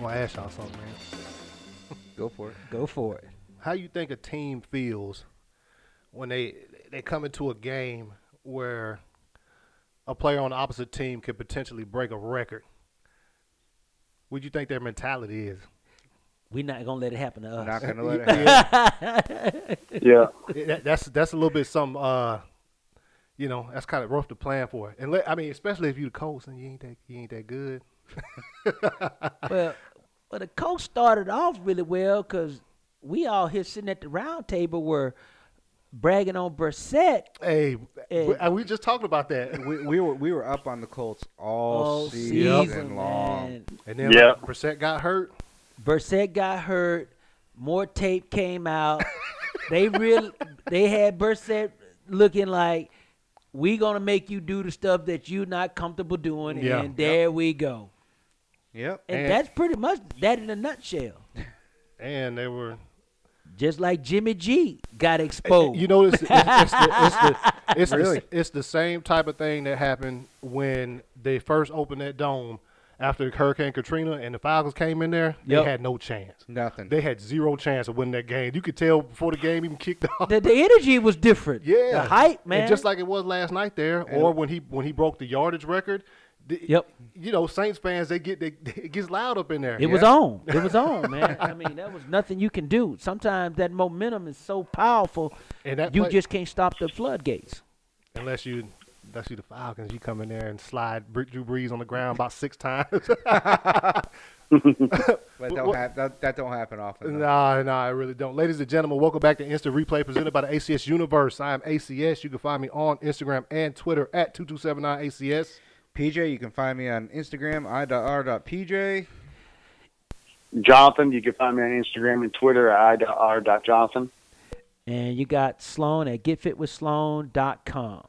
Well, ask y'all something, man. Go for it. Go for it. How you think a team feels when they they come into a game where a player on the opposite team could potentially break a record? What do you think their mentality is? We're not gonna let it happen to us. Not gonna let it happen. Yeah, Yeah. that- that's that's a little bit some uh, you know, that's kind of rough to plan for. And let, I mean, especially if you the coach and you ain't that you ain't that good. well, well, the coach started off really well because we all here sitting at the round table were bragging on Brissett. Hey, Hey. we- we just talked about that. We, we were we were up on the Colts all, all season, season long. man. And then Yeah. like, Brissett got hurt. Brissett got hurt. More tape came out. they real they had Brissett looking like we gonna make you do the stuff that you not comfortable doing, Yeah. and there we go. Yep. And, And- that's pretty much that in a nutshell. And they were Just like Jimmy G Uh, got Oh, exposed. You know, it's, it's, it's, the, it's, the, it's, Really? the, it's the same type of thing that happened when they first opened that dome after Hurricane Katrina and the Falcons came in there. Yep. They had no chance. Nothing. They had zero chance of winning that game. You could tell before the game even kicked off. the, the energy was different. yeah, the hype, man. And just like it was last night there, or when he when he broke the yardage record. the- Yep. You know, Saints fans, they get they, it gets loud up in there. it was on. It was on, man. I mean, that was nothing you can do. Sometimes that momentum is so powerful, And that you play- just can't stop the floodgates. unless you unless you the Falcons, you come in there and slide Br- Drew Brees on the ground about six times. But don't what- hap- that, that don't happen often. though. Nah, nah, I really don't. Ladies and gentlemen, welcome back to Instant Replay presented by the ACS Universe. I am ACS. You can find me on Instagram and Twitter at 2279ACS. PJ, you can find me on Instagram, i.r.pj. Jonathan, you can find me on Instagram and Twitter at i.r.jonathan. And you got Sloan at getfitwithsloan.com.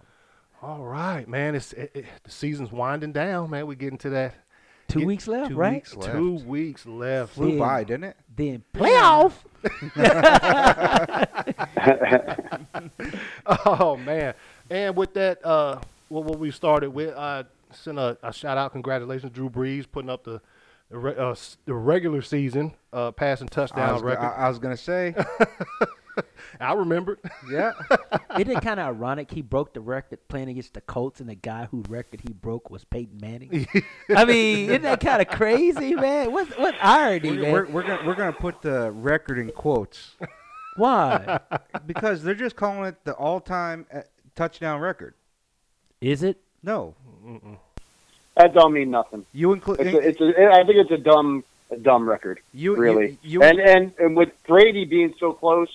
All right, man. It's it, it- the season's winding down, man. We're getting to that. Two Get- weeks left, two right? Weeks left. Two weeks left. Flew Yeah. by, didn't it? Then playoff. Oh man! And with that, uh, what, what we started with, I sent a, a shout out, congratulations, Drew Brees, putting up the the, re- uh, s- the regular season uh, passing I, touchdown was, go- record. I, I was gonna say, I, remembered. yeah. Isn't it kind of ironic he broke the record playing against the Colts and the guy whose record he broke was Peyton Manning? I mean, isn't that kind of crazy, man? What what irony, We're, man? we're, we're gonna we're gonna put the record in quotes Why? because they're just calling it the all-time uh, touchdown record. Is it? No, That don't mean nothing. you include It's a, it's a, I think it's a dumb, a dumb record. you really. You, you, and and and with Brady being so close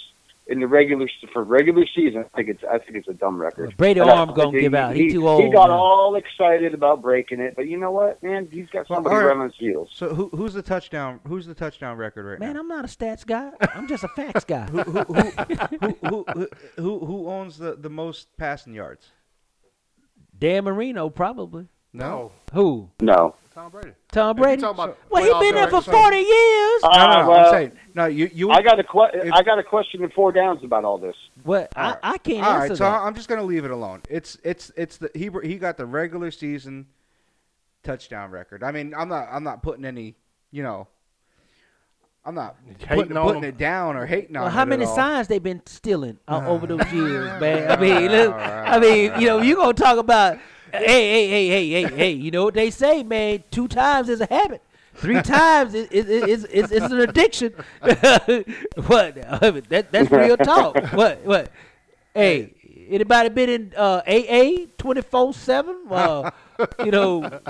in the regular for regular season, I think it's I think it's a dumb record. Brady And I arm gonna think give out. He too He old got now. all excited about breaking it, but you know what, man? He's got Well, somebody all right. running his heels. so who, who's the touchdown? Who's the touchdown record right Man, now? I'm not a stats guy. I'm just a facts guy. who, who, who, who who owns the, the most passing yards? Dan Marino, probably. No, Who? No. Tom Brady. Tom If you Brady. talking about well, he playoff been there for direction, 40 years. no, no. Uh, no I'm well, saying no. You you. I got a que- if- I got a question in four downs about all this. Well, I, Alright. I can't All answer right, so that. I'm just gonna leave it alone. It's it's it's the he he got the regular season touchdown record. I mean, I'm not I'm not putting any you know, I'm not putting, Hating on putting him. it down or hating on. well, how it many at all. signs they been stealing uh, over those years, man? I mean, look, I Alright, mean, you know, you gonna talk about, hey, hey, hey, hey, hey, hey. You know what they say, man? Two times is a habit. Three times is is, is, is, is an addiction. what? I mean, that, that's real talk. What? What? Hey, anybody been in uh, AA twenty four seven? You know, I-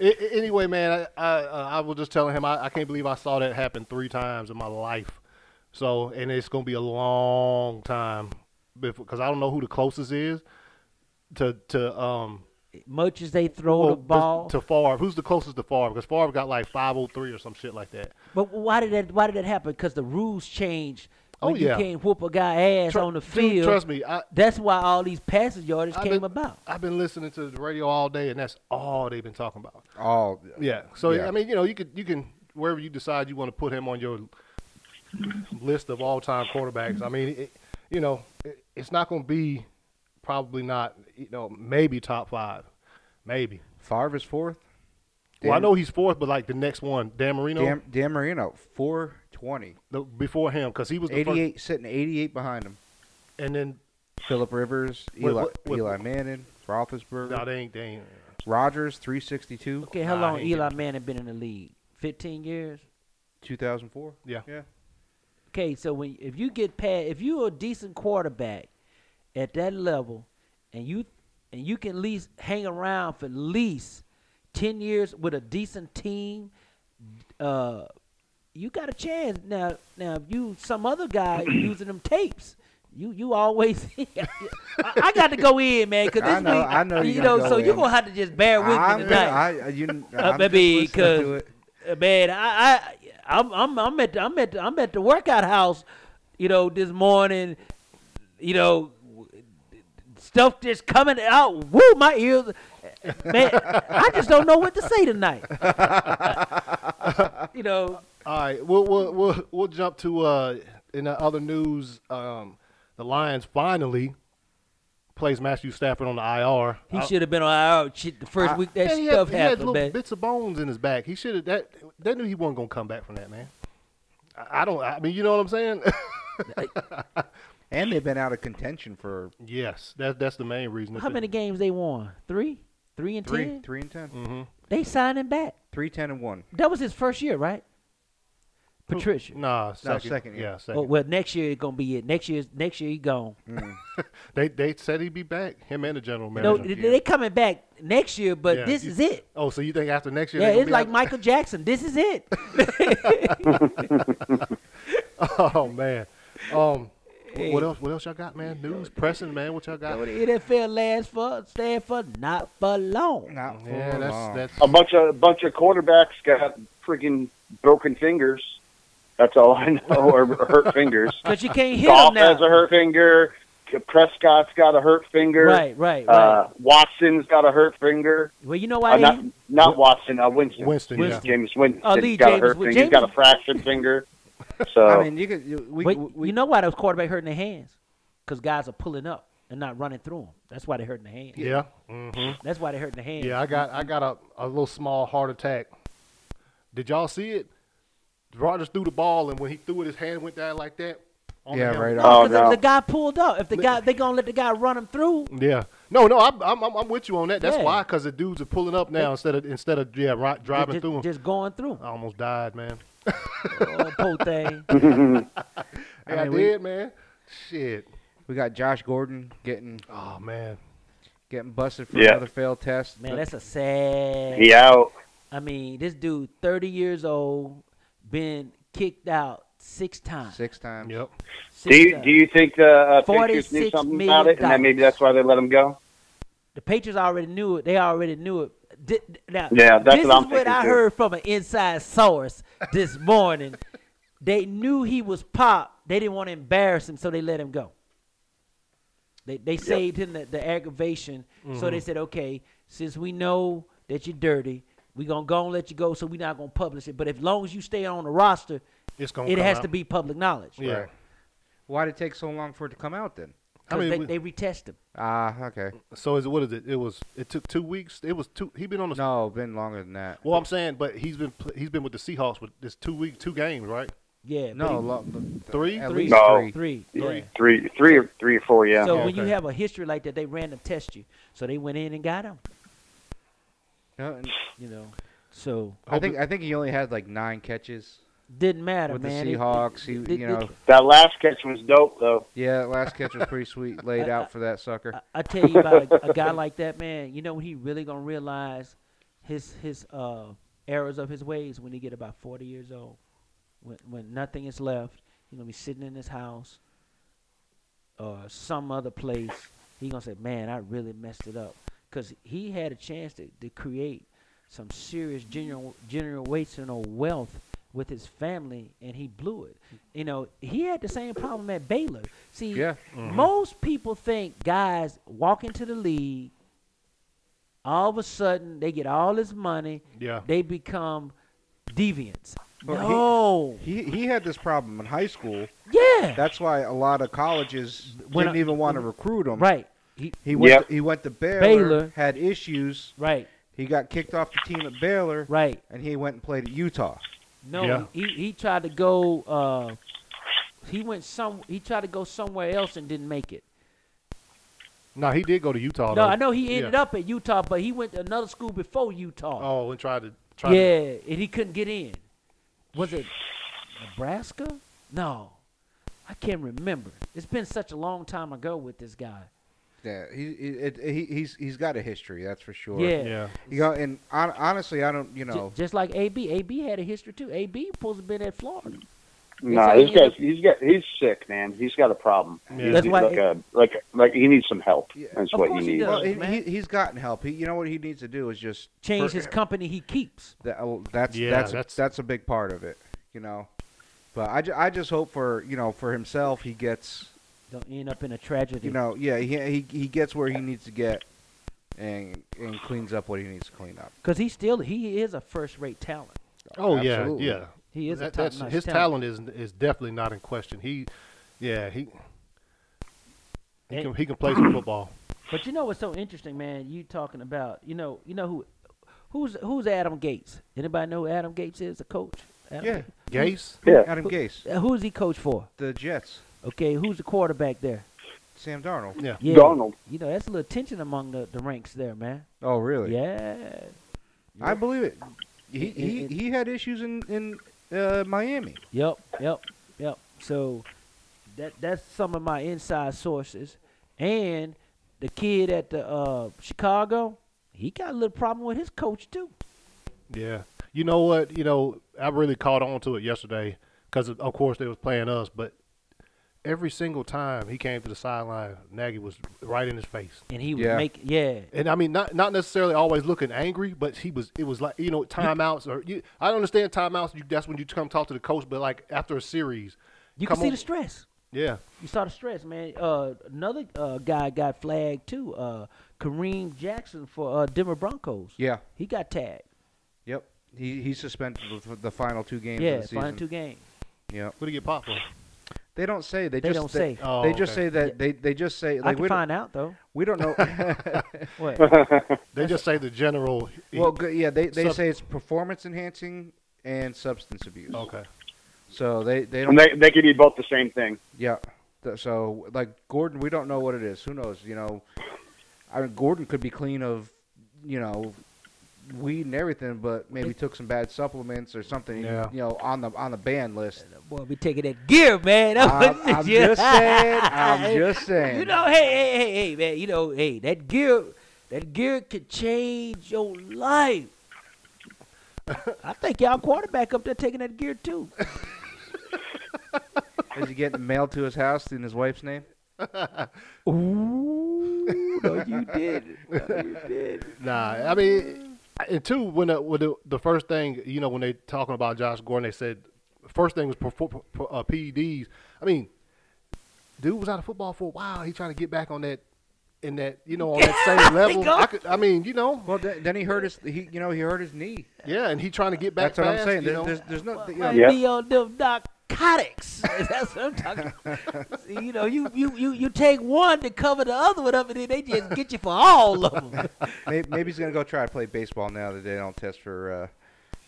I- anyway, man, I, I, uh, I was just telling him I, I can't believe I saw that happen three times in my life. So, and it's gonna be a long time because I don't know who the closest is to to um much as they throw well, the does- ball. to Favre. Who's the closest to Favre? Because Favre got like 503 or some shit like that. But why did that? Why did that happen? Because the rules changed. Oh, When you yeah. can't whoop a guy ass Tru- on the dude, field. trust me, I, That's why all these passing yards I've came been- about. I've been listening to the radio all day, and that's all they've been talking about. Oh, Yeah. So Yeah. I mean, you know, you could you can wherever you decide you want to put him on your list of all time quarterbacks. I mean, it, you know, it, it's not going to be probably not you know maybe top five, maybe. Favre is fourth. Well, I know he's fourth, but like the next one, Dan Marino, Dan, Dan Marino, 420. the, before him, because he was the first, 88, sitting 88 behind him. and then Philip Rivers, Wait, Eli, what- what- Eli Manning, Roethlisberger, no, they ain't, they ain't. Rogers, 362, Okay, how Nah, long I ain't Eli Manning been in the league? Fifteen years. 2004. Yeah. yeah. Okay, so when if you get past, if you're a decent quarterback at that level, and you and you can at least hang around for at least ten years with a decent team, uh, you got a chance. Now, now if you some other guy using them tapes. You you always I, I got to go in man because this I know- week I know you, you're know gonna go so you're in. gonna have to just bear with I'm, me gonna- tonight. I, I- you, Uh, I'm just baby, listening to 'cause- it. Uh, man, I, I, I'm, I'm, I'm at, the, I'm at, the, I'm at the workout house, you know, this morning, you know, w- stuff just coming out. Woo, my ears, man, I just don't know what to say tonight. you know, All right, we'll we'll we'll, we'll jump to uh, in the other news. Um, the Lions finally plays Matthew Stafford on the IR. he I- should have been on our shit the first Uh, I- week that and he stuff had, he had happened, little man. bits of bones in his back. He should have that. They knew he wasn't gonna come back from that, man. I, I don't. I mean, you know what I'm saying? And they've been out of contention for yes, that that's the main reason. How many games they won? Three, three and three, ten. three and ten, Mm-hmm. They signed him back. three, ten and one. That was his first year, right? Patricia. Nah, second. second, yeah. yeah, second. Well, well, next year it's gonna be it. Next year, next year he gone. they they said he'd be back. Him and the general No, manager. they, they coming back next year, but Yeah, this you- is it. oh, so you think after next year? Yeah, they gonna it's be like out- Michael Jackson. This is it. Oh man. Um. What else? What else y'all got, man? News pressing, man. What y'all got? NFL lasts for stand for not for long. Not for Yeah, long. that's A that's. bunch of a bunch of quarterbacks got freaking broken fingers. That's all I know, or hurt fingers. Cause you can't hit them Goff now. has a hurt finger. Prescott's got a hurt finger. Right, right, right. Uh, Watson's got a hurt finger. well, you know Uh, why they not not Watson. Uh, Winston. Winston, Winston. James Winston. Oh, Lee has got a James hurt Wi- finger. He's got a James- fractured finger. So I mean, you could. You, we, Wait, we, you know why those quarterback hurting their hands? Because guys are pulling up and not running through them. That's why they hurting their hands. Yeah. hmm That's why they hurting their hands. Yeah, I got I got a, a little small heart attack. Did y'all see it? Rogers threw the ball, and when he threw it, his hand went down like that. on the Yeah, helmet. right No, on. Oh, 'cause no. if the guy pulled up, if the guy they gonna let the guy run him through, Yeah. No, no, I'm I'm, I'm- I'm with you on that. That's Yeah. why, because the dudes are pulling up now instead of instead of yeah ri- driving just, through 'em. just going through. I almost died, man. Oh, poor thing. Hey, I I, mean, we- did, man. Shit. we got Josh Gordon getting Oh man. getting busted for Yeah. another failed test. uh, Man, that's a sad. he out. I mean, this dude, 30 years old, been kicked out six times. six times. Yep. Six Do you times. do you think the uh, Patriots knew 46 something million about it, and dollars. then maybe that's why they let him go? the Patriots already knew it. They already knew it. Di- Now, Yeah, that's this what I'm is what thinking, I too. heard from an inside source this morning. they knew he was popped. They didn't want to embarrass him, so they let him go. They they saved him the, the aggravation. So Mm-hmm. they said, okay, since we know that you're dirty, we gonna go and let you go. So we're not gonna publish it. But as long as you stay on the roster, It's gonna. it come has out. to be public knowledge. Yeah. Right. Why did it take so long for it to come out then? 'Cause I mean, we- they, they retest him. Ah, okay. so is it what is it? It was. It took two weeks. It was two. He been on the. No, been longer than that. Well, I'm saying, but he's been pl- he's been with the Seahawks with this two week two games, right? Yeah, but No, he- lo- Three? at Three. least No. three. three, Three. yeah. Three, three or three or four. Yeah. So Yeah, when you okay. have a history like that, they random test you. So they went in and got him. No, and You know, so I think I think he only had like nine catches didn't matter, with the man. It- Seahawks. He, it- you it- know, that last catch was dope, though. yeah, that last catch was pretty sweet. Laid out for that sucker. I, I tell you about a, a guy like that, man. You know when he really gonna realize his his uh errors of his ways when he get about forty years old, when when nothing is left, he's gonna be sitting in his house or some other place. He gonna say, "Man, I really messed it up," because he had a chance to, to create some serious gener- generational wealth with his family, and he blew it. You know, he had the same problem at Baylor. See, Yeah. mm-hmm. most people think guys walk into the league, all of a sudden they get all this money, Yeah. they become deviants. Uh-huh. Well, he- He no, he had this problem in high school. yeah, That's why a lot of colleges When didn't I- even want to recruit him. right, he, He went. Yep. To, he went to Baylor, Baylor. Had issues. right. He got kicked off the team at Baylor, Right. and he went and played at Utah. No, Yeah. he, he tried to go. Uh, he went some. He tried to go somewhere else and didn't make it. No, he did go to Utah. no, though. I know he ended Oh, yeah. up at Utah, but he went to another school before Utah. Oh, and tried to. Tried yeah, and he couldn't get in. Was it Nebraska? No, I can't remember. It's been such a long time ago with this guy. Yeah, he, he, it, he he's he's got a history, that's for sure. To, Yeah. yeah. You know, and on, honestly, I don't. You J- know, just like AB. AB had a history too. AB supposed to been at Florida. Nah, He's this like- guy's he's got he's sick, man. He's got a problem. Yeah. He's That's why- like a like like he needs some help. Yeah. That's Of what course he he needs. does. well, he, man. he, he's gotten help. He, you know, what he needs to do is just Change for- his company he keeps. That, oh, that's Yeah, that's that's that's- a big part of it. You know, but I, ju- I just hope for you know for himself he gets Don't end up in a tragedy. you know yeah he he, he gets where he needs to get and and cleans up what he needs to clean up. Because he still he is a first rate talent. Oh Absolutely. yeah, yeah. He is a That- top that's- notch his talent. talent is is definitely not in question. He, yeah, he. He And- can, he can play some football. But you know what's so interesting, man? You talking about you know you know who who's who's Adam Gates? Anybody know who Adam Gates is? The coach. Adam Yeah, Gates? Gase, Yeah, Adam Gase, Uh, Who is he coach for? the Jets, Okay, who's the quarterback there? Sam Darnold. yeah, Yeah, Donald. You know that's a little tension among the, the ranks there, man. Oh really? Yeah. I believe it. He he, It- it- he had issues in in uh, Miami. Yep, yep, yep. So that that's some of my inside sources. And the kid at the uh, Chicago, he got a little problem with his coach too. yeah. You know what? You know, I really caught on to it yesterday because, of course, they was playing us. But every single time he came to the sideline, Nagy was right in his face. And he was Yeah. making yeah. and I mean not not necessarily always looking angry, but he was it was like you know timeouts or you I don't understand timeouts. You, that's when you come talk to the coach, but like after a series, You come can see on- the stress. yeah, You saw the stress, man. Uh, another uh, guy got flagged too. Uh, Kareem Jackson for uh, Denver Broncos. Yeah. He got tagged. Yep. He he suspended the- for the final two games. yeah, of the season. final two games. Yep. what do you get popped for? They don't say. They, They just don't they, say. Oh, they just okay. say that they they just say I like can we don't, find out though. we don't know. What? They just say the general. he- Well, good, yeah, they, they Sub- say it's performance enhancing and substance abuse. okay, So they, they don't. And they they could be both the same thing. yeah. Th- So like Gordon, we don't know what it is. Who knows? You know, I mean, Gordon could be clean of, you know, weed and everything, but maybe took some bad supplements or something. Yeah. You know, on the on the ban list. Boy, be taking that gear, man. That I'm- was- I'm just saying, I'm just saying. You know, hey, hey, hey, hey, man. You know, hey, that gear, that gear could change your life. I think y'all quarterback up there taking that gear too. Is he getting mailed to his house in his wife's name? Ooh, no, you did. No, you did. nah, I mean, and two when the, when the the first thing you know when they talking about Josh Gordon, they said first thing was perfor- per- uh, PEDs. I mean, dude was out of football for a while. He trying to get back on that. In that, you know, on that same level, go. I, could, I mean, you know, Well, th- then he hurt his. He you know he hurt his knee. yeah, and he trying to get back. That's what I'm fast, saying. you There- know. There's, there's no. you know, Might Yeah. be on them narcotics. That's what I'm talking. About. See, you know, you, you you you take one to cover the other one up, and then they just get you for all of them. maybe, maybe he's gonna go try to play baseball now that they don't test for uh,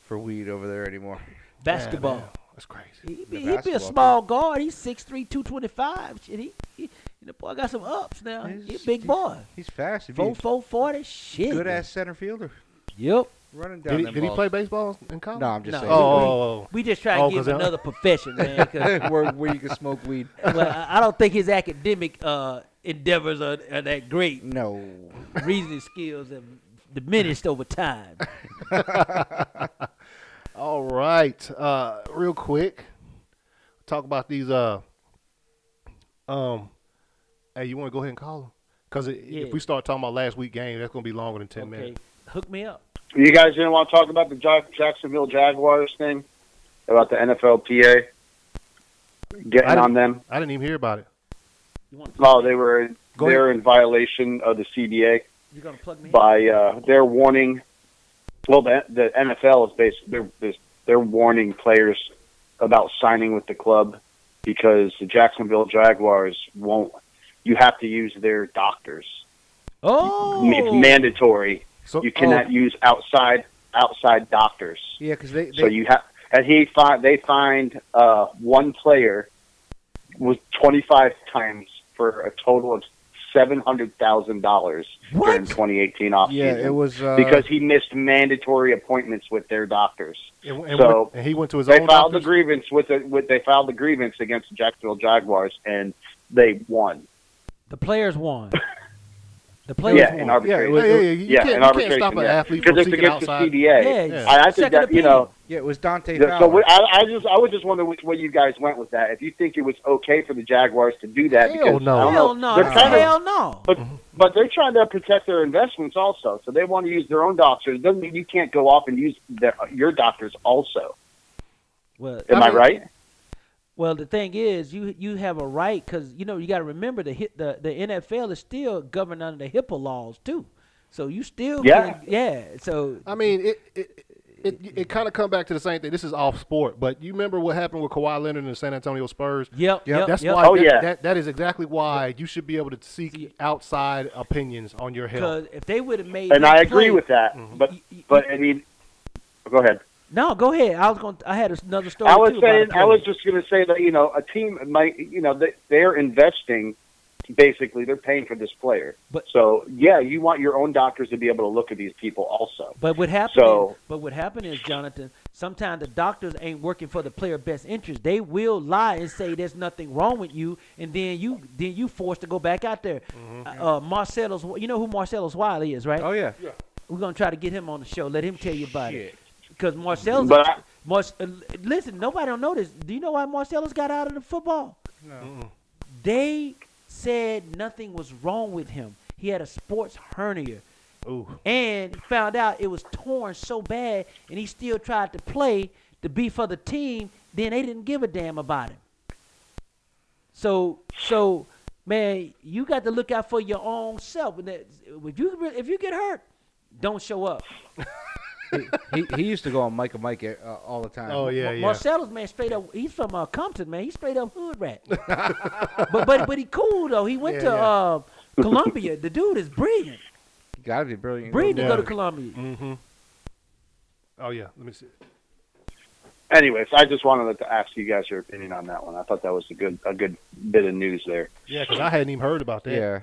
for weed over there anymore. Basketball. Yeah, man, that's crazy. He'd The be, he be basketball a player. small guard. He's 6'3", 225. Shit, he, he the boy got some ups now. He's a big boy. He's fast. He'd be Four, a four, forty. Shit. good ass center fielder Yep. running down. Did, he, them did he balls. play baseball in college? No, I'm just No. saying. Oh, oh, oh, We just try to Oh, give 'cause him that- another profession, man. 'cause- where, where you can smoke weed. well, I, I don't think his academic uh, endeavors are, are that great. No. Reasoning skills have diminished over time. oh. All right. Uh, real quick, talk about these. Uh, um, hey, you want to go ahead and call them? Because Yeah. if we start talking about last week game, that's gonna be longer than ten Okay. minutes. Hook me up. You guys didn't want to talk about the Jack- Jacksonville Jaguars thing about the NFLPA I getting didn't- on them. I didn't even hear about it. You want No, they were in, Go they were in violation of the CBA You're gonna plug me by uh, their warning. Well, the, the NFL is basically they're, is- they're warning players about signing with the club because the Jacksonville Jaguars won't. You have to use their doctors. in? Oh, It's mandatory So- you cannot oh. use outside outside doctors. Yeah, because they, they So you have, and he find they find uh, one player was twenty five times for a total of seven hundred thousand dollars during What? twenty eighteen Oh. off yeah, season it was uh, because he missed mandatory appointments with their doctors. And, and So, went- and he went to his They own filed the doctors? grievance with the with they filed the grievance against the Jacksonville Jaguars and they won. The players won. The players Yeah, in won. arbitration. Yeah, yeah, yeah. You yeah, can't, in you arbitration. can't stop an yeah. athlete because from it's seeking against outside. the CBA. yeah. I, I think second that you opinion. know yeah, it was Dante Yeah, so Fowler. we, I, I just I was just wondering which way you guys went with that. If you think it was okay for the Jaguars to do that, Hell because no. I don't Hell know, no. they're that's trying to, Hell no. but but they're trying to protect their investments also, so they want to use their own doctors. It doesn't mean you can't go off and use their, your doctors also. Well, Am I, mean- right? well, the thing is, you you have a right because you know you got to remember the hit the the NFL is still governed under the HIPAA laws too. So you still Yeah. can- yeah. So I mean, it it it, it kind of come back to the same thing. This is off sport, but you remember what happened with Kawhi Leonard and the San Antonio Spurs? yep, yep, That's yep. why. Oh, that, yeah. That, that is exactly why you should be able to seek outside opinions on your health. Because if they would have made And that I agree play- with that. But Y- y- but I mean, go ahead. no, go ahead. I was going. to I had another story. I was too about saying, the I was play. just going to say that you know a team might, you know, they, they're investing. Basically, they're paying for this player. But- so yeah, you want your own doctors to be able to look at these people also. But what happened? So- is, but what happened is, Jonathan. Sometimes the doctors ain't working for the player best interest. They will lie and say there's nothing wrong with you, and then you then you forced to go back out there. Uh, uh, Marcelo's, you know who Marcelo's Wiley is, right? Mm-hmm. oh yeah, We're gonna try to get him on the show. Let him tell you about it. Because Marcelo's, But I- Mar- uh, listen, nobody don't know this. Do you know why Marcelo's got out of the football? They said nothing was wrong with him. He had a sports hernia Ooh, and found out it was torn so bad, and he still tried to play to be for the team. Then they didn't give a damn about him. So, so man, you got to look out for your own self. And that- If you re- if you get hurt, don't show up. he, he used to go on Mike and Mike uh, all the time. oh yeah, Mar- yeah. Marcelo's man, straight up. He's from uh, Compton, man. He's straight up hood rat. but but but he cool though. He went Yeah, to yeah. Uh, Columbia. The dude is brilliant. gotta be brilliant. Brilliant to go to Yeah. Columbia. Mm-hmm. Oh yeah. Let me see. Anyways, I just wanted to ask you guys your opinion on that one. I thought that was a good a good bit of news there. Yeah, because I hadn't even heard about that. Yeah,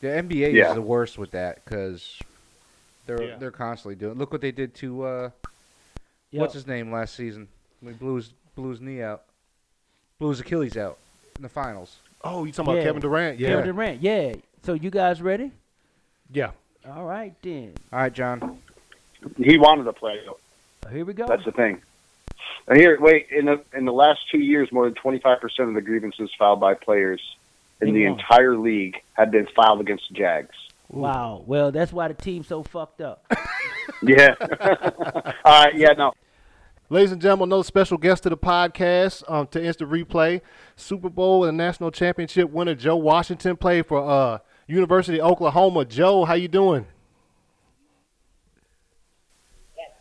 the NBA Yeah. is the worst with that because they're Yeah. they're constantly doing. Look what they did to uh, Yep. what's his name last season? We blew his blew his knee out, blew his Achilles out in the finals. Oh, you talking about Yeah. Kevin Durant? Yeah. Kevin Durant. Yeah. So you guys ready? Yeah. All right then. All right, John. He wanted to play. though. Here we go. That's the thing. And here, wait in the in the last two years, more than twenty five percent of the grievances filed by players in Big the one. entire league have been filed against the Jags. wow. Well, that's why the team's so fucked up. Yeah. All right. Yeah. No. Ladies and gentlemen, another special guest to the podcast um, to instant replay. Super Bowl and national championship winner Joe Washington played for uh, University of Oklahoma. Joe, how you doing?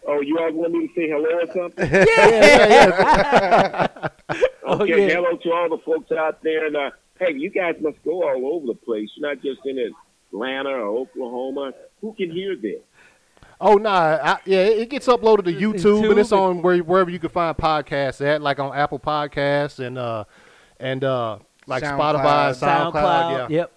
Oh, you all want me to say hello or something? oh Okay, yeah. hello to all the folks out there. And uh, hey, you guys must go all over the place. You're not just in Atlanta or Oklahoma. Who can hear this? Oh nah, I, yeah, it it gets uploaded to YouTube, and it's YouTube. on where, wherever you can find podcasts at, like on Apple Podcasts and uh and uh like Spotify, and SoundCloud. SoundCloud. SoundCloud yeah. Yep.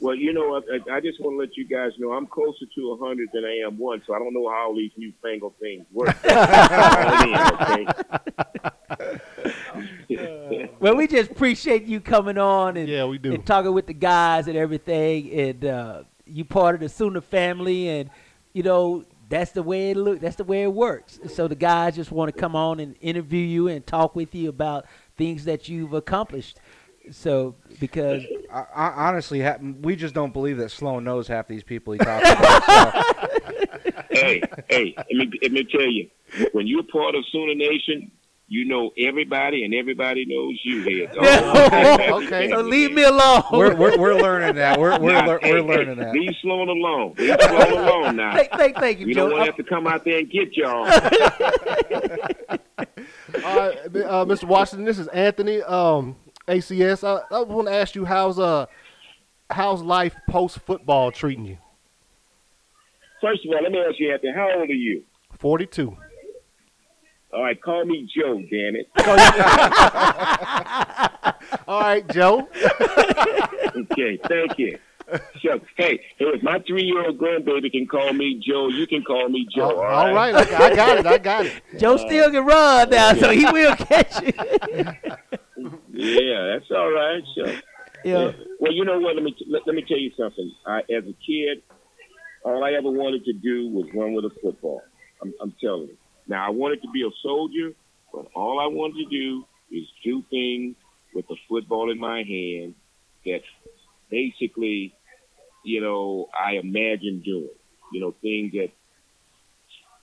Well, you know, I- I, I just want to let you guys know I'm closer to 100 than I am one, so I don't know how all these newfangled things work. I mean, okay? Well, we just appreciate you coming on and Yeah, we do. and talking with the guys and everything, and uh, you part of the Sooner family, and you know that's the way it look. That's the way it works. So the guys just want to come on and interview you and talk with you about things that you've accomplished. So because I, I honestly, ha- we just don't believe that Sloan knows half these people he talks about. So, hey, hey, let me, let me tell you, when you're part of Sooner Nation, you know everybody, and everybody knows you here. okay. so leave me alone. we're, we're we're learning that. We're we're, lear- we're learning that. Leave Sloan alone. Leave Sloan alone now. thank, thank, thank you, We Joe. don't want to have to come out there and get y'all. All right, uh, Mr. Washington, this is Anthony, um, ACS. I, I want to ask you how's uh how's life post football treating you? First of all, let me ask you, Anthony, how old are you? 42. All right, call me Joe, damn it. All right, Joe. Okay, thank you. So, hey, hey, if my three-year-old grandbaby can call me Joe, you can call me Joe. Uh, all right, look, I got it. I got it. Uh, Joe still can run now, so he will catch you. Yeah, that's all right. So, yeah. Well, you know what? Let me let, let me tell you something. I, as a kid, all I ever wanted to do was run with a football. I'm, I'm telling you. Now I wanted to be a soldier, but all I wanted to do is do things with the football in my hand that basically, you know, I imagined doing. You know, things that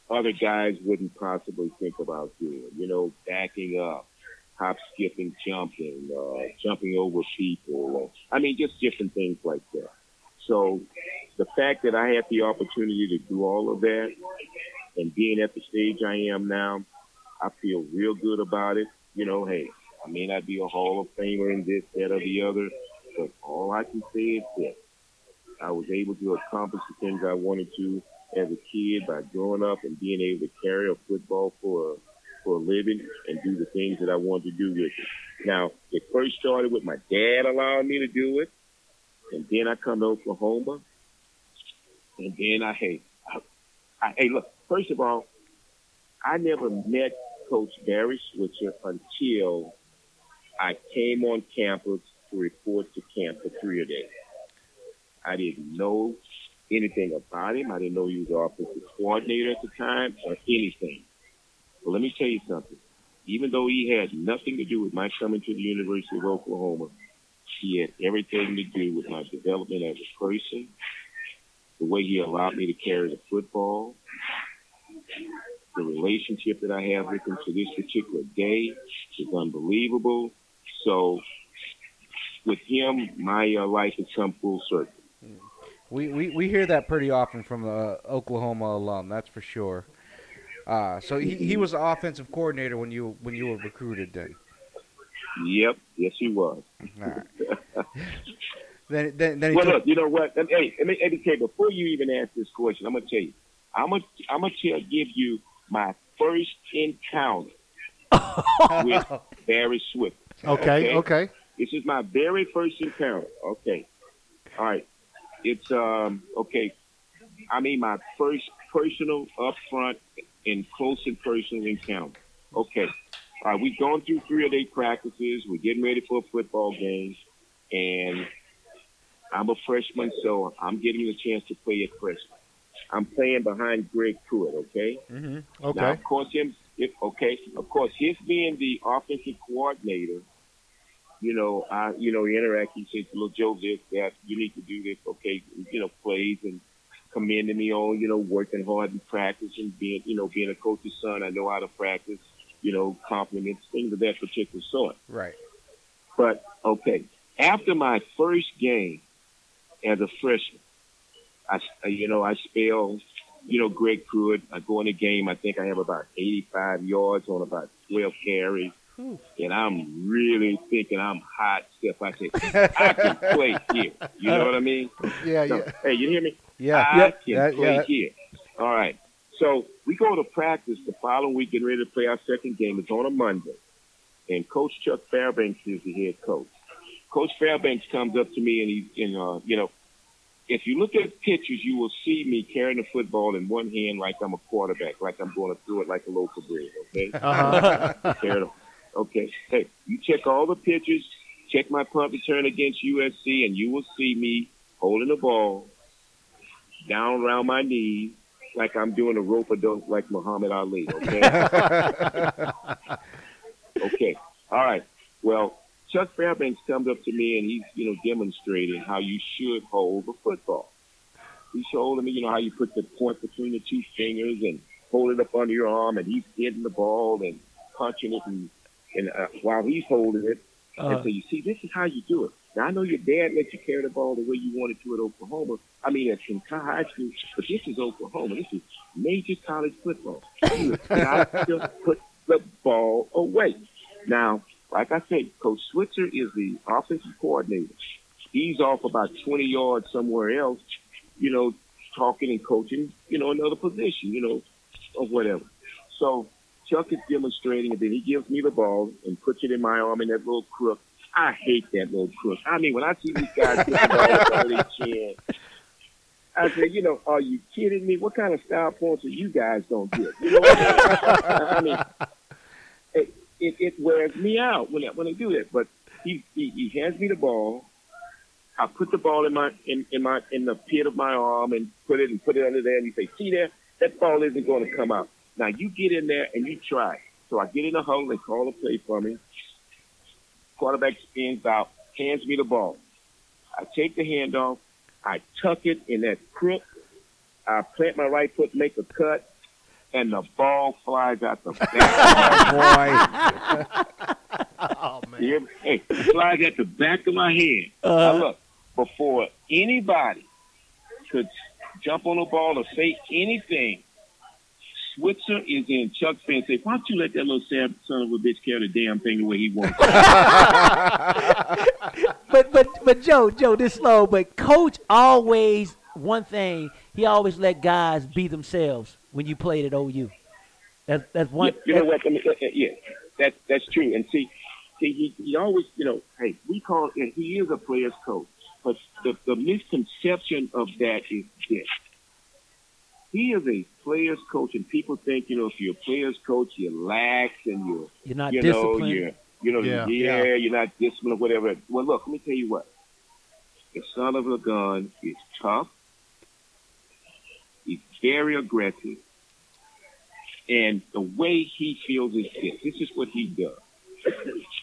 other guys wouldn't possibly think about doing. You know, backing up, hop, skipping, jumping, uh, jumping over people. I mean, just different things like that. So the fact that I had the opportunity to do all of that and being at the stage I am now, I feel real good about it. You know, hey, I may not be a Hall of Famer in this, that, or the other, but all I can say is this. I was able to accomplish the things I wanted to as a kid by growing up and being able to carry a football for a for a living and do the things that I wanted to do with it. Now, it first started with my dad allowing me to do it, and then I come to Oklahoma, and then I hey, I, I, hey, look. First of all, I never met Coach Barry Switzer until I came on campus to report to camp for three a day. I didn't know anything about him. I didn't know he was the offensive coordinator at the time or anything. But let me tell you something. Even though he had nothing to do with my coming to the University of Oklahoma, he had everything to do with my development as a person, the way he allowed me to carry the football, the relationship that I have with him to this particular day is unbelievable. So, with him, my uh, life has come full circle. We, we, we hear that pretty often from the Oklahoma alum, that's for sure. Uh, so he, he was the offensive coordinator when you when you were recruited then. Yep, yes, he was. All right. then then then he Well, took- look, you know what? Let me- Hey, let me, let me tell you, before you even ask this question, I'm gonna tell you. I'm gonna I'm gonna tell, give you my first encounter with Barry Swift. Okay, okay. This is my very first encounter. Okay, all right. It's um okay. I mean, my first personal, upfront, and close and personal encounter. Okay, all right. We've gone through three a day practices. We're getting ready for a football game, and I'm a freshman, so I'm getting the chance to play at freshman. I'm playing behind Greg Pruitt, okay? Now, Okay. of course, him. If, okay, of course, his being the offensive coordinator, you know, I, you know, he interact. He says, "Look, Joe, this, that, you need to do this." Okay, you know, plays and commending me on, you know, working hard in practice and being, you know, being a coach's son. I know how to practice. You know, compliments, things of that particular sort. right. But okay, after my first game as a freshman, I you know I spell you know Greg Pruitt. I go in the game. I think I have about 85 yards on about 12 carries, and I'm really thinking I'm hot stuff. I say I can play here. You know what I mean? Yeah, So, yeah. Hey, you hear me? Yeah. I can Yeah, play yeah. here. All right. So we go to practice the following week, getting ready to play our second game. It's on a Monday. And Coach Chuck Fairbanks is the head coach. Coach Fairbanks comes up to me and he and uh, you know, if you look at pictures, you will see me carrying the football in one hand like I'm a quarterback, like I'm going to throw it like a loaf of bread. Okay. Uh-huh. Fair enough. Okay. Hey, you check all the pictures, check my punt return against USC, and you will see me holding the ball down around my knees like I'm doing a rope a dope like Muhammad Ali. Okay. okay. All right. Well, Chuck Fairbanks comes up to me and he's, you know, demonstrating how you should hold the football. He's showing me, you know, how you put the point between the two fingers and hold it up under your arm, and he's hitting the ball and punching it, and, and uh, while he's holding it. and Uh, so you see, this is how you do it. Now I know your dad let you carry the ball the way you wanted to at Oklahoma. I mean, at some high school, but this is Oklahoma. This is major college football. You have got to put the ball away. Now, like I said, Coach Switzer is the offensive coordinator. He's off about 20 yards somewhere else, you know, talking and coaching, you know, another position, you know, or whatever. So Chuck is demonstrating, and then he gives me the ball and puts it in my arm, and that little crook. I hate that little crook. I mean, when I see these guys get the ball in front of their chin, I say, you know, are you kidding me? What kind of style points are you guys gonna get? You know, what I mean, I mean, it, it, it wears me out when I, when I do that. But he, he he hands me the ball. I put the ball in my in, in my in the pit of my arm and put it and put it under there. And you say, see there, that ball isn't going to come out. Now you get in there and you try. So I get in a hole. They call a play for me. Quarterback spins out, hands me the ball. I take the handoff. I tuck it in that crook. I plant my right foot, make a cut, and the ball flies out the back. Boy, Oh man. Yeah, hey, flies at the back of my head. Now look, before anybody could jump on the ball or say anything, Switzer is in Chuck's face and say, "Why don't you let that little sad son of a bitch carry the damn thing the way he wants?" it?" but but but Joe, Joe, this slow. But coach always one thing. He always let guys be themselves when you played at OU. That's that's one. You know what? I mean, uh, uh, yeah, that's that's true. And see, see, he, he always, you know, hey, we call and he is a player's coach, but the, the misconception of that is this: he is a player's coach, and people think, you know, if you're a player's coach, you're lax and you're You're not you Know, disciplined. you're, you know, Yeah. yeah, you're not disciplined or whatever. Well, look, let me tell you what. The son of a gun is tough. He's very aggressive. And the way he feels is this. This is what he does.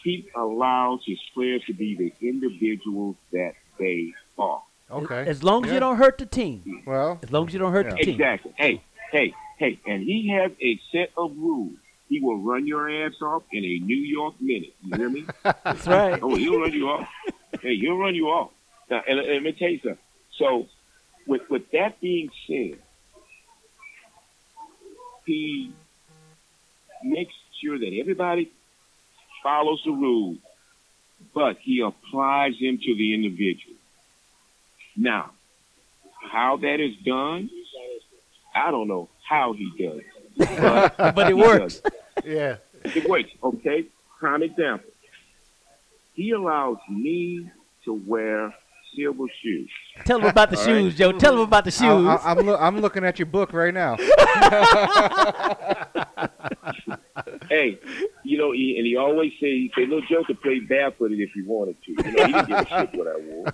he allows his players to be the individuals that they are. Okay. As long as Yeah. you don't hurt the team. well, As long as you don't hurt the team. Exactly. Hey, hey, hey. And he has a set of rules. He will run your ass off in a New York minute. You hear me? That's right. Oh, he'll run you off. Hey, he'll run you off. Now, and, and let me tell you something. So, with with that being said, he makes sure that everybody follows the rules, but he applies them to the individual. Now, how that is done, I don't know how he does, it, but But it he does works. Yeah. it works, okay? Prime example. He allows me to wear silver shoes. Tell them about the All right. shoes, Joe. Tell them about the I, shoes. I, I'm, loo- I'm looking at your book right now. Hey, you know, he, and he always say, he say, little Joe could play barefooted if he wanted to. You know, he didn't give a shit what I wore.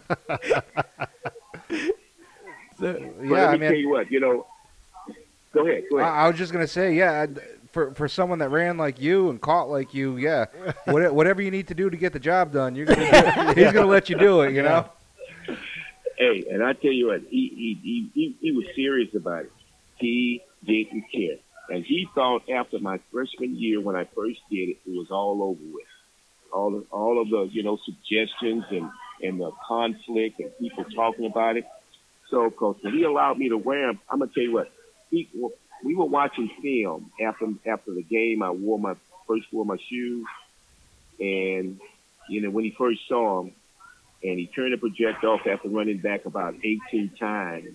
But Yeah, let me I tell mean, you what, you know, go ahead, go I, ahead. I was just gonna say, yeah, I- for for someone that ran like you and caught like you, yeah, what, whatever you need to do to get the job done, you're gonna do it. he's gonna let you do it. You know, Hey, and I tell you what, he he, he, he he was serious about it. He didn't care. And he thought after my freshman year when I first did it, it was all over with. All of, all of the, you know, suggestions and, and the conflict and people talking about it. So, coach, when he allowed me to wear them, I'm going to tell you what, he, we were watching film after, after the game. I wore my, first wore my shoes. And, you know, when he first saw them, and he turned the projector off after running back about 18 times.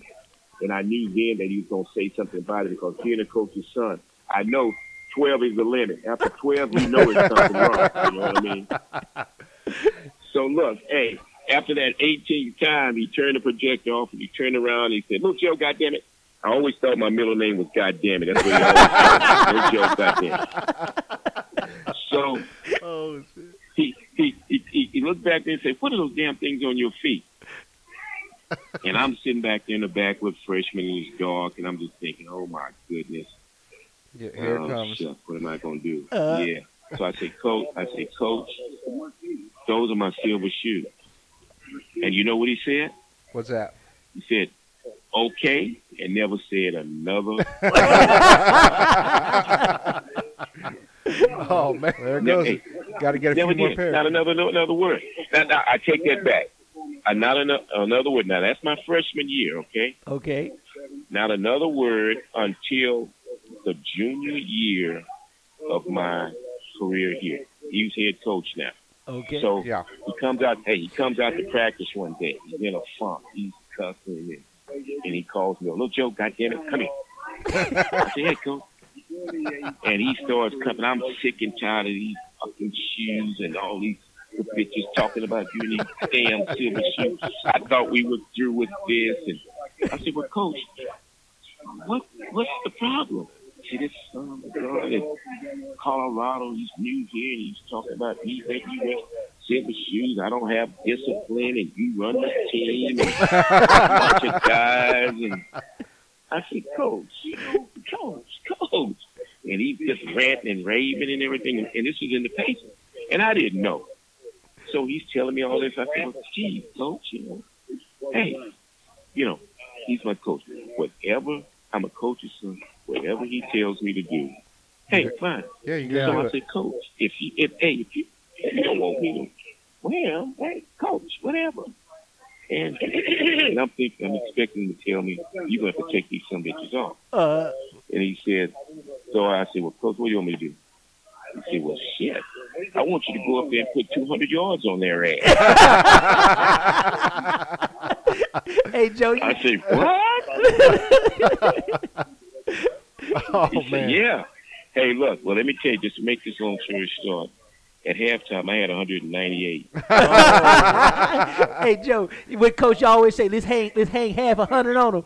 And I knew then that he was going to say something about it because being a coach's son, I know 12 is the limit. After 12, you know it's something wrong. You know what I mean? So look, hey, after that 18th time, he turned the projector off and he turned around and he said, "Look, Joe, goddamn it." I always thought my middle name was goddamn it. That's what he always said. Little Joe, goddamn it. So Oh shit. he, he, he, he- he looked back there and said, What are those damn things on your feet? and I'm sitting back there in the back with freshmen and it's dark, and I'm just thinking, Oh my goodness. Yeah, here oh, it comes. shucks, what am I going to do? Uh. yeah. So I say, Coach, I say, Coach, those are my silver shoes. And you know what he said? What's that? He said, Okay, and never said another. Oh man. There it Yeah, goes. hey. Got to get a Never few more did. pairs. Not another no, another word. Now, now, I take that back. Uh, not another, another word. Now that's my freshman year, okay? okay. Not another word until the junior year of my career here. He's head coach now. Okay. So Yeah. he comes out. Hey, he comes out to practice one day. He's in a funk. He's cussing and And he calls me, little Joe, goddamn it, come here. I said, hey, coach. And he starts coming. I'm sick and tired of these fucking shoes and all these bitches talking about you and these damn silver shoes. I thought we were through with this. And I said, well, coach, what what's the problem? See this son of a gun um, in Colorado, he's new here and he's talking about he think he wears silver shoes. I don't have discipline and you run the team and a bunch of guys and I said, Coach, coach, coach and he just ranting and raving and everything and, and this was in the paper. And I didn't know. So he's telling me all this. I said, well, gee, coach, you know, hey, you know, he's my coach. Whatever, I'm a coach's son. Whatever he tells me to do, hey, fine. Yeah, you Yeah. gotta So do I it. said, coach, if you, if hey, if you, if you don't want me to, well, hey, coach, whatever. And, and I'm thinking, I'm expecting him to tell me you're gonna have to take these some bitches off. Uh, And he said, so I said, well, coach, what do you want me to do? He said, well, shit, I want you to go up there and put 200 yards on their ass. hey Joe, you, I said, what? Oh He said, man. yeah. Hey, look, well, let me tell you, just to make this long story short, at halftime, I had 198. hey Joe, when Coach always say, let's hang, let's hang half a hundred on him.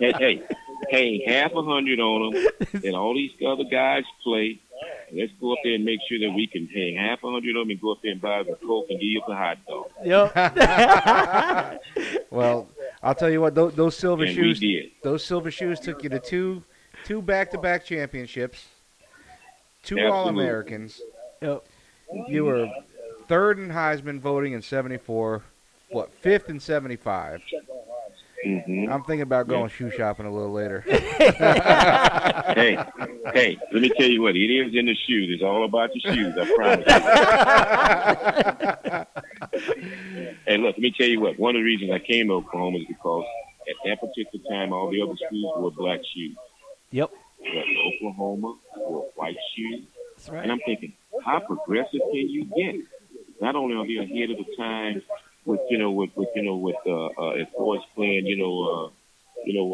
hey, hey, hey, half a hundred on them, and all these other guys play. Let's go up there and make sure that we can hang half a hundred on them and go up there and buy the coke and give us a hot dog. yep. Well, I'll tell you what; those, those silver and shoes, we did. those silver shoes took you to two, two back-to-back championships, two Absolutely. All-Americans. Yep. You were third in Heisman voting in '74, what fifth in '75. hmm I'm thinking about going shoe shopping a little later. hey, hey, let me tell you what, it is in the shoes. It's all about the shoes, I promise you. hey, look, let me tell you what, one of the reasons I came to Oklahoma is because at that particular time, all the other schools wore black shoes. Yep. But Oklahoma wore white shoes. That's And right. I'm thinking, how progressive can you get? Not only are they ahead of the time with you know with, with you know with uh, uh as far as playing you know uh you know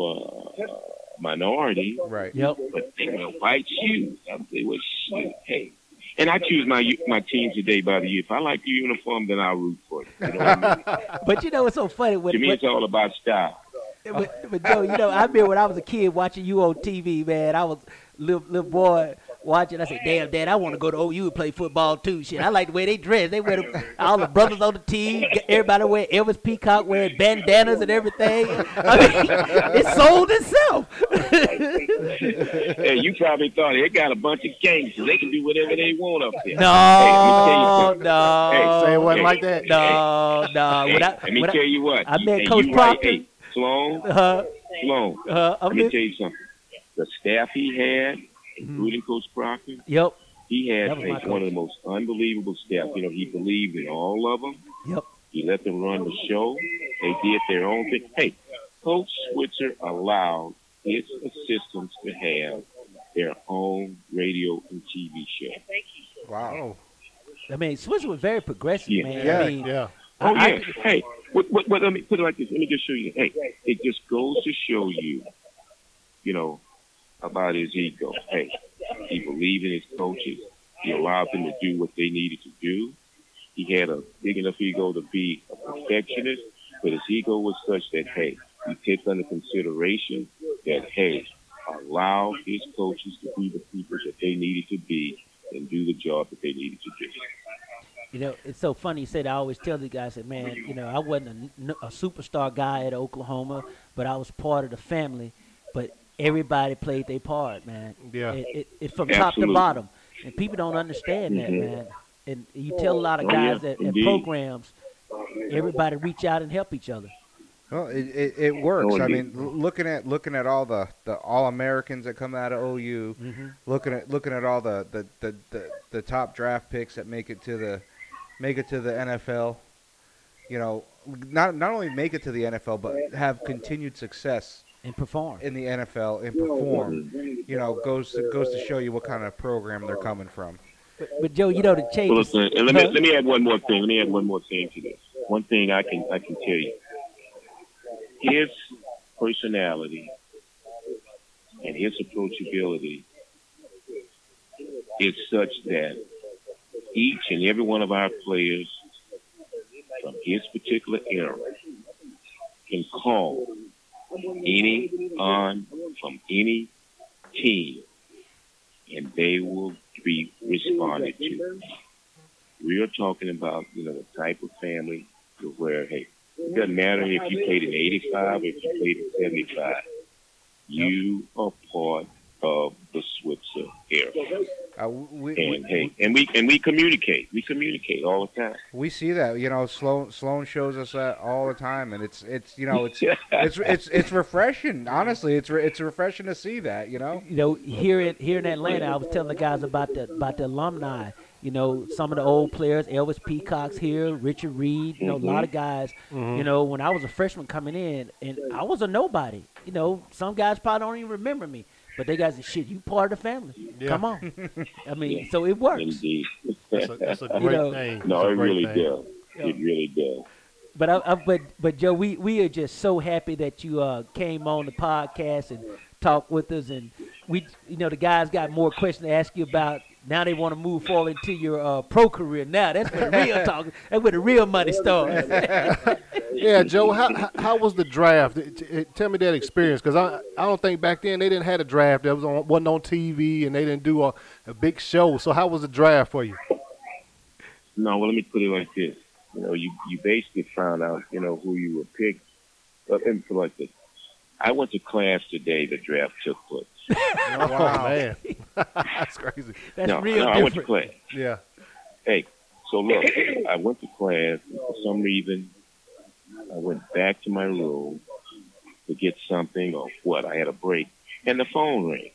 uh, uh minority, right. Yep. but they wear white shoes. I'm saying, well, shit, hey. And I choose my u- my team today by the year. If I like your uniform, then I'll root for you. you know what I mean? But you know what's so funny to when, me, when, it's all about style. but, but Joe, you know, I remember when I was a kid watching you on TV, man. I was little little boy watching. I said, "Damn, Dad, I want to go to OU and play football too." Shit, I like the way they dress. They wear the, all the brothers on the team. Everybody wear Elvis Peacock wearing bandanas and everything. I mean, it sold itself. hey, you probably thought they got a bunch of gangsters. They can do whatever they want up there. no, something. no, Say it wasn't Hey, like that. no, no. Hey, When Uh, I, let me when tell I, you what. I you- met hey, Coach you right. Proctor. Hey, Sloan, uh, Sloan, uh, let I'm me in, tell you something. The staff he had, including Coach Proctor, yep, he Mm-hmm. had That was my like, one of coach. the most unbelievable staff. You know, he believed in all of them. yep, He let them run the show. They did their own thing. Hey, Coach Switzer allowed his assistants to have their own radio and TV show. Wow. I mean, Swiss was very progressive, Yeah. man. I Yeah, mean, Yeah. Oh I- yeah. Hey, what, what, what, let me put it like this. Let me just show you. Hey, it just goes to show you, you know, about his ego. Hey, he believed in his coaches. He allowed them to do what they needed to do. He had a big enough ego to be a perfectionist, but his ego was such that hey, he took under consideration that hey, allow his coaches to be the people that they needed to be and do the job that they needed to do. You know, it's so funny. He said, I always tell the guys, I said, man, you know, I wasn't a, n- a superstar guy at Oklahoma, but I was part of the family. But everybody played their part, man. Yeah. It, it, it from top to Absolutely. bottom. And people don't understand that, Mhm. man. And you tell a lot of Oh, yeah, guys that at indeed. programs, everybody reach out and help each other. Well, it, it, it works. Oh, I mean, indeed. l- looking at looking at all the, the all Americans that come out of OU, looking at looking at all the the, the, the the top draft picks that make it to the make it to the NFL. You know, not not only make it to the NFL, but have continued success And perform. in the NFL and perform. You know, goes to, goes to show you what kind of program they're coming from. But, but Joe, you know the Well, change. listen, and let me let me add one more thing. Let me add one more thing to this. One thing I can I can tell you. his personality and his approachability is such that each and every one of our players from his particular era can call any on from any team and they will be responded to. We are talking about, you know, the type of family to where, hey, it doesn't matter if you played in 85 or if you played in 75. You are part of the Switzer era. Uh, we, And we, hey, and we and we communicate. We communicate all the time. we see that you know Sloan Sloan shows us that all the time, and it's it's you know it's it's it's it's refreshing. Honestly, it's re- it's refreshing to see that you know. you know, here in here in Atlanta, I was telling the guys about the about the alumni. You know, some of the old players, Elvis Peacock's here, Richard Reed. You know, a lot of guys. Mm-hmm. You know, when I was a freshman coming in, and I was a nobody. You know, some guys probably don't even remember me, but they guys said, "Shit, you part of the family. Yeah. Come on." I mean, Yeah. so it works. Indeed. That's a, that's a great know. thing. No, It's a it great really thing. does. It Yeah. really does. But I, I, but but Joe, we, we are just so happy that you uh, came on the podcast and talked with us, and we you know the guys got more questions to ask you about. Now they want to move forward into your uh, pro career. Now that's where the real talk. That's where the real money starts. Yeah, Joe, how how- how was the draft? T- t- Tell me that experience, because I I don't think back then they didn't have a draft. That was on wasn't on TV, and they didn't do a, a big show. So how was the draft for you? No, well, let me put it like this. You know, you, you basically found out, you know, who you were picked. But let me put it like this. I went to class today the draft took place. Oh Wow. man, that's crazy. That's no, real no, I went to different. class. Yeah, So look, I went to class and for some reason I went back to my room to get something or what. I had a break. And the phone rings.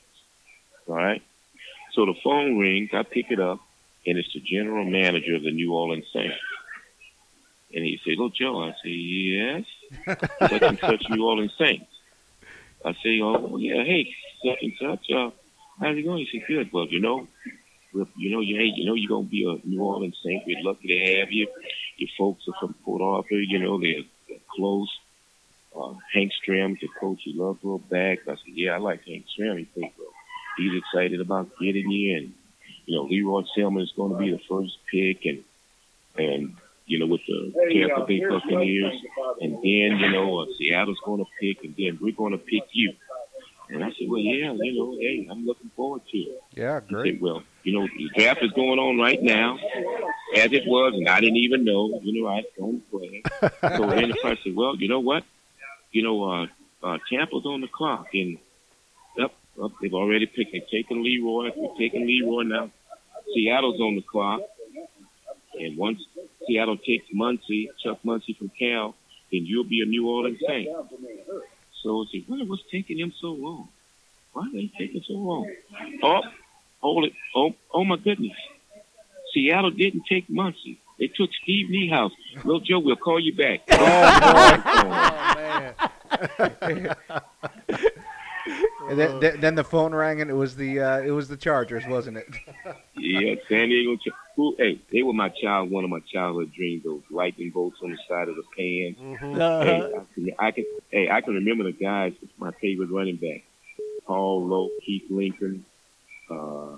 All right? So the phone rings, I pick it up, and it's the general manager of the New Orleans Saints. And he says, Oh Joe, I say, Yes. Such and such New Orleans Saints. I say, Oh yeah, hey, such and such, uh, how's it going? He said, Good, well, you know, with- you know, you hey, you know, you're gonna be a New Orleans Saint. We're lucky to have you. Your folks are from Port Arthur. You know, they're, they're close. Uh, Hank Stram, your coach, you love real back. I said, yeah, I like Hank Stram. He thinks, well, he's excited about getting you, and you know, Leroy Selman is going to be the first pick, and and you know, with the Tampa Bay Buccaneers, and then you know, uh, Seattle's going to pick, and then we're going to pick you. And I said, well, yeah, you know, hey, I'm looking forward to it. Yeah, He great. said, well, you know, the draft is going on right now, as it was, and I didn't even know. You know, I don't play. so then the person said, well, you know what? You know, uh, uh, Tampa's on the clock, and up, up, they've already picked. They've taken Leroy. They've taken Leroy now. Seattle's on the clock, and once Seattle takes Muncie, Chuck Muncie from Cal, then you'll be a New Orleans Saint. So I said, well, what's taking them so long? Why are they taking so long? Oh, Holy, oh, oh my goodness. Seattle didn't take Muncie. They took Steve Niehaus. Little Joe, we'll call you back. oh man, And Uh, then, then- then the phone rang, and it was the uh, it was the Chargers, wasn't it? yeah, San Diego. Ch- Who, hey, they were my child, one of my childhood dreams, those lightning bolts on the side of the pan. mm-hmm. Uh, Hey, I can, I can, hey, I can remember the guys. My favorite running back, Paul Lowe, Keith Lincoln, uh,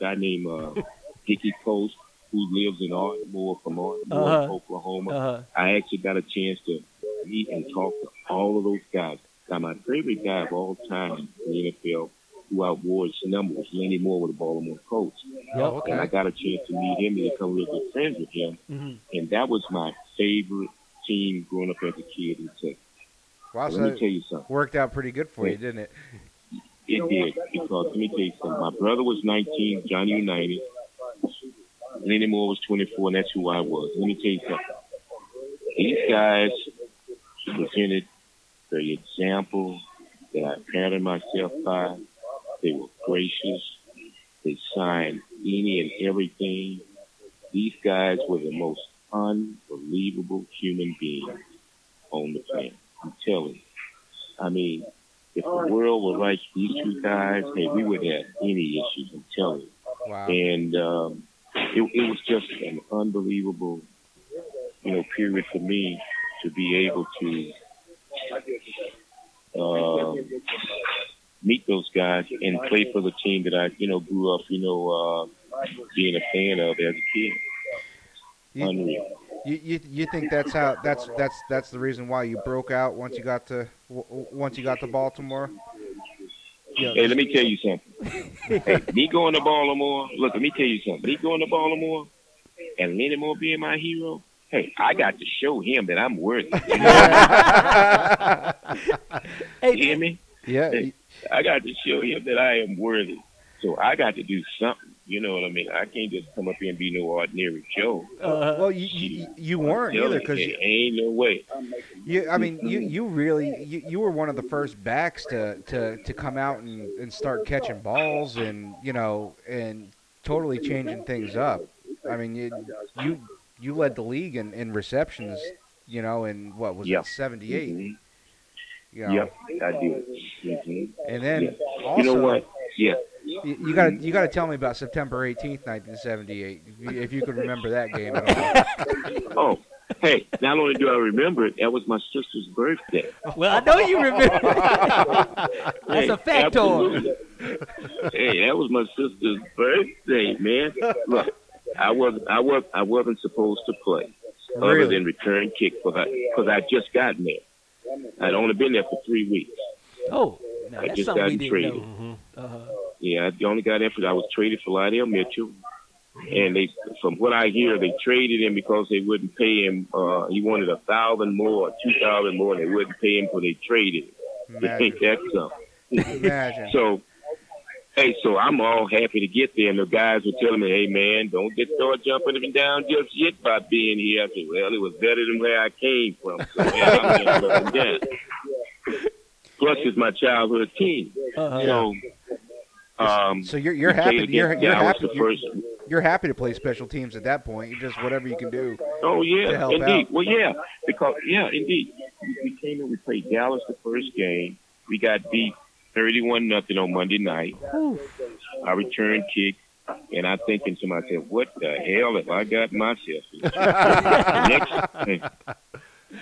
guy named uh, Dickie Post, who lives in Ardmore from Ardmore, Uh-huh. Oklahoma. uh, I actually got a chance to meet and talk to all of those guys. Now, my favorite guy of all time in the NFL who outwore his number was Lenny Moore with the Baltimore Colts. oh, And I okay. got a chance to meet him and become real good friends with him. mhm. And that was my favorite team growing up as a kid in Texas. Wow, But so Let me tell it you something. worked out pretty good for you, didn't it? It did. Because let me tell you something. My brother was 19, Johnny United. Lenny Moore was 24, and that's who I was. Let me tell you something. These guys presented the example that I patterned myself by. They were gracious. They signed any and everything. These guys were the most unbelievable human beings on the planet. I'm telling you. I mean, if the world were like these two guys, hey, we would have any issues, I'm telling you. Wow. And um, it, it was just an unbelievable, you know, period for me to be able to uh, meet those guys and play for the team that I, you know, grew up, you know, uh, being a fan of as a kid. You, Unreal. you, you, you think that's how that's that's that's the reason why you broke out once you got to w- w- once you got to Baltimore? Hey, let me tell you something. hey, me going to Baltimore, look, let me tell you something. Me going to Baltimore and Lenny Moore being my hero, hey, I got to show him that I'm worthy. You hear me? Yeah, y- I got to show him that I am worthy. So I got to do something. You know what I mean? I can't just come up here and be no ordinary Joe. Uh, Well, you you, you weren't Tell either him, because hey, ain't no way. You, I mean, you, you really, you, you were one of the first backs to, to, to come out and, and start catching balls and, you know, and totally changing things up. I mean, you, you, you led the league in, in receptions, you know, in what was Yeah. it, 78? Mhm. You know? Yep, I do. Mhm. And then also, You know what? Yeah. You, you gotta, you gotta tell me about September 18th, 1978, if you, if you could remember that game at all. Oh, hey, not only do I remember it, that was my sister's birthday. well, I know you remember. That's Hey, a factor. absolutely. hey, that was my sister's birthday, man. Look, I was I was I wasn't supposed to play other Really? than return kick for because I just got there. I'd only been there for three weeks. Oh, no, I that's just something we got didn't traded. know. Uh, Yeah, I only got there because I was traded for Lydell Mitchell. And they, from what I hear, they traded him because they wouldn't pay him. Uh, he wanted a thousand more, or two thousand more, and they wouldn't pay him when they traded. him. Ain't Imagine, that something? imagine. So, hey, so I'm all happy to get there, and the guys were telling me, "Hey, man, don't get started jumping up and down just yet by being here." I said, "Well, it was better than where I came from." So, man, I'm jumping up and down. Plus, it's my childhood team, uh, so um, So you're, you're played happy, against you're, you're Dallas happy, the you're, first. you're happy to play special teams at that point. You just whatever you can do. Oh to yeah, help indeed. out. Well, yeah, because yeah, indeed. We, we came in, we played Dallas the first game. We got beat thirty-one nothing on Monday night. I returned kick, and I'm thinking to myself, "What the hell have I got myself?" into?" Mm-hmm. the, next,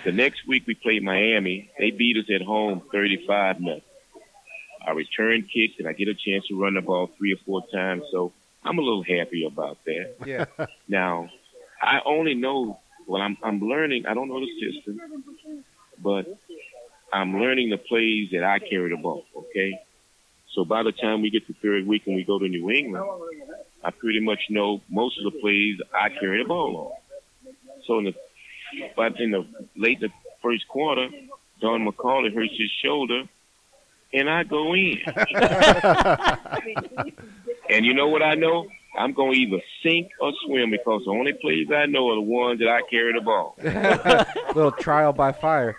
the next week we played Miami. They beat us at home thirty-five nothing. I return kicks and I get a chance to run the ball three or four times, so I'm a little happy about that. Yeah. Now, I only know well, I'm I'm learning. I don't know the system, but I'm learning the plays that I carry the ball. Okay, so by the time we get to third week and we go to New England, I pretty much know most of the plays I carry the ball on. So in the but in the late the first quarter, Don McCauley hurts his shoulder, and I go in. and you know what I know? I'm going to either sink or swim because the only plays I know are the ones that I carry the ball. little trial by fire.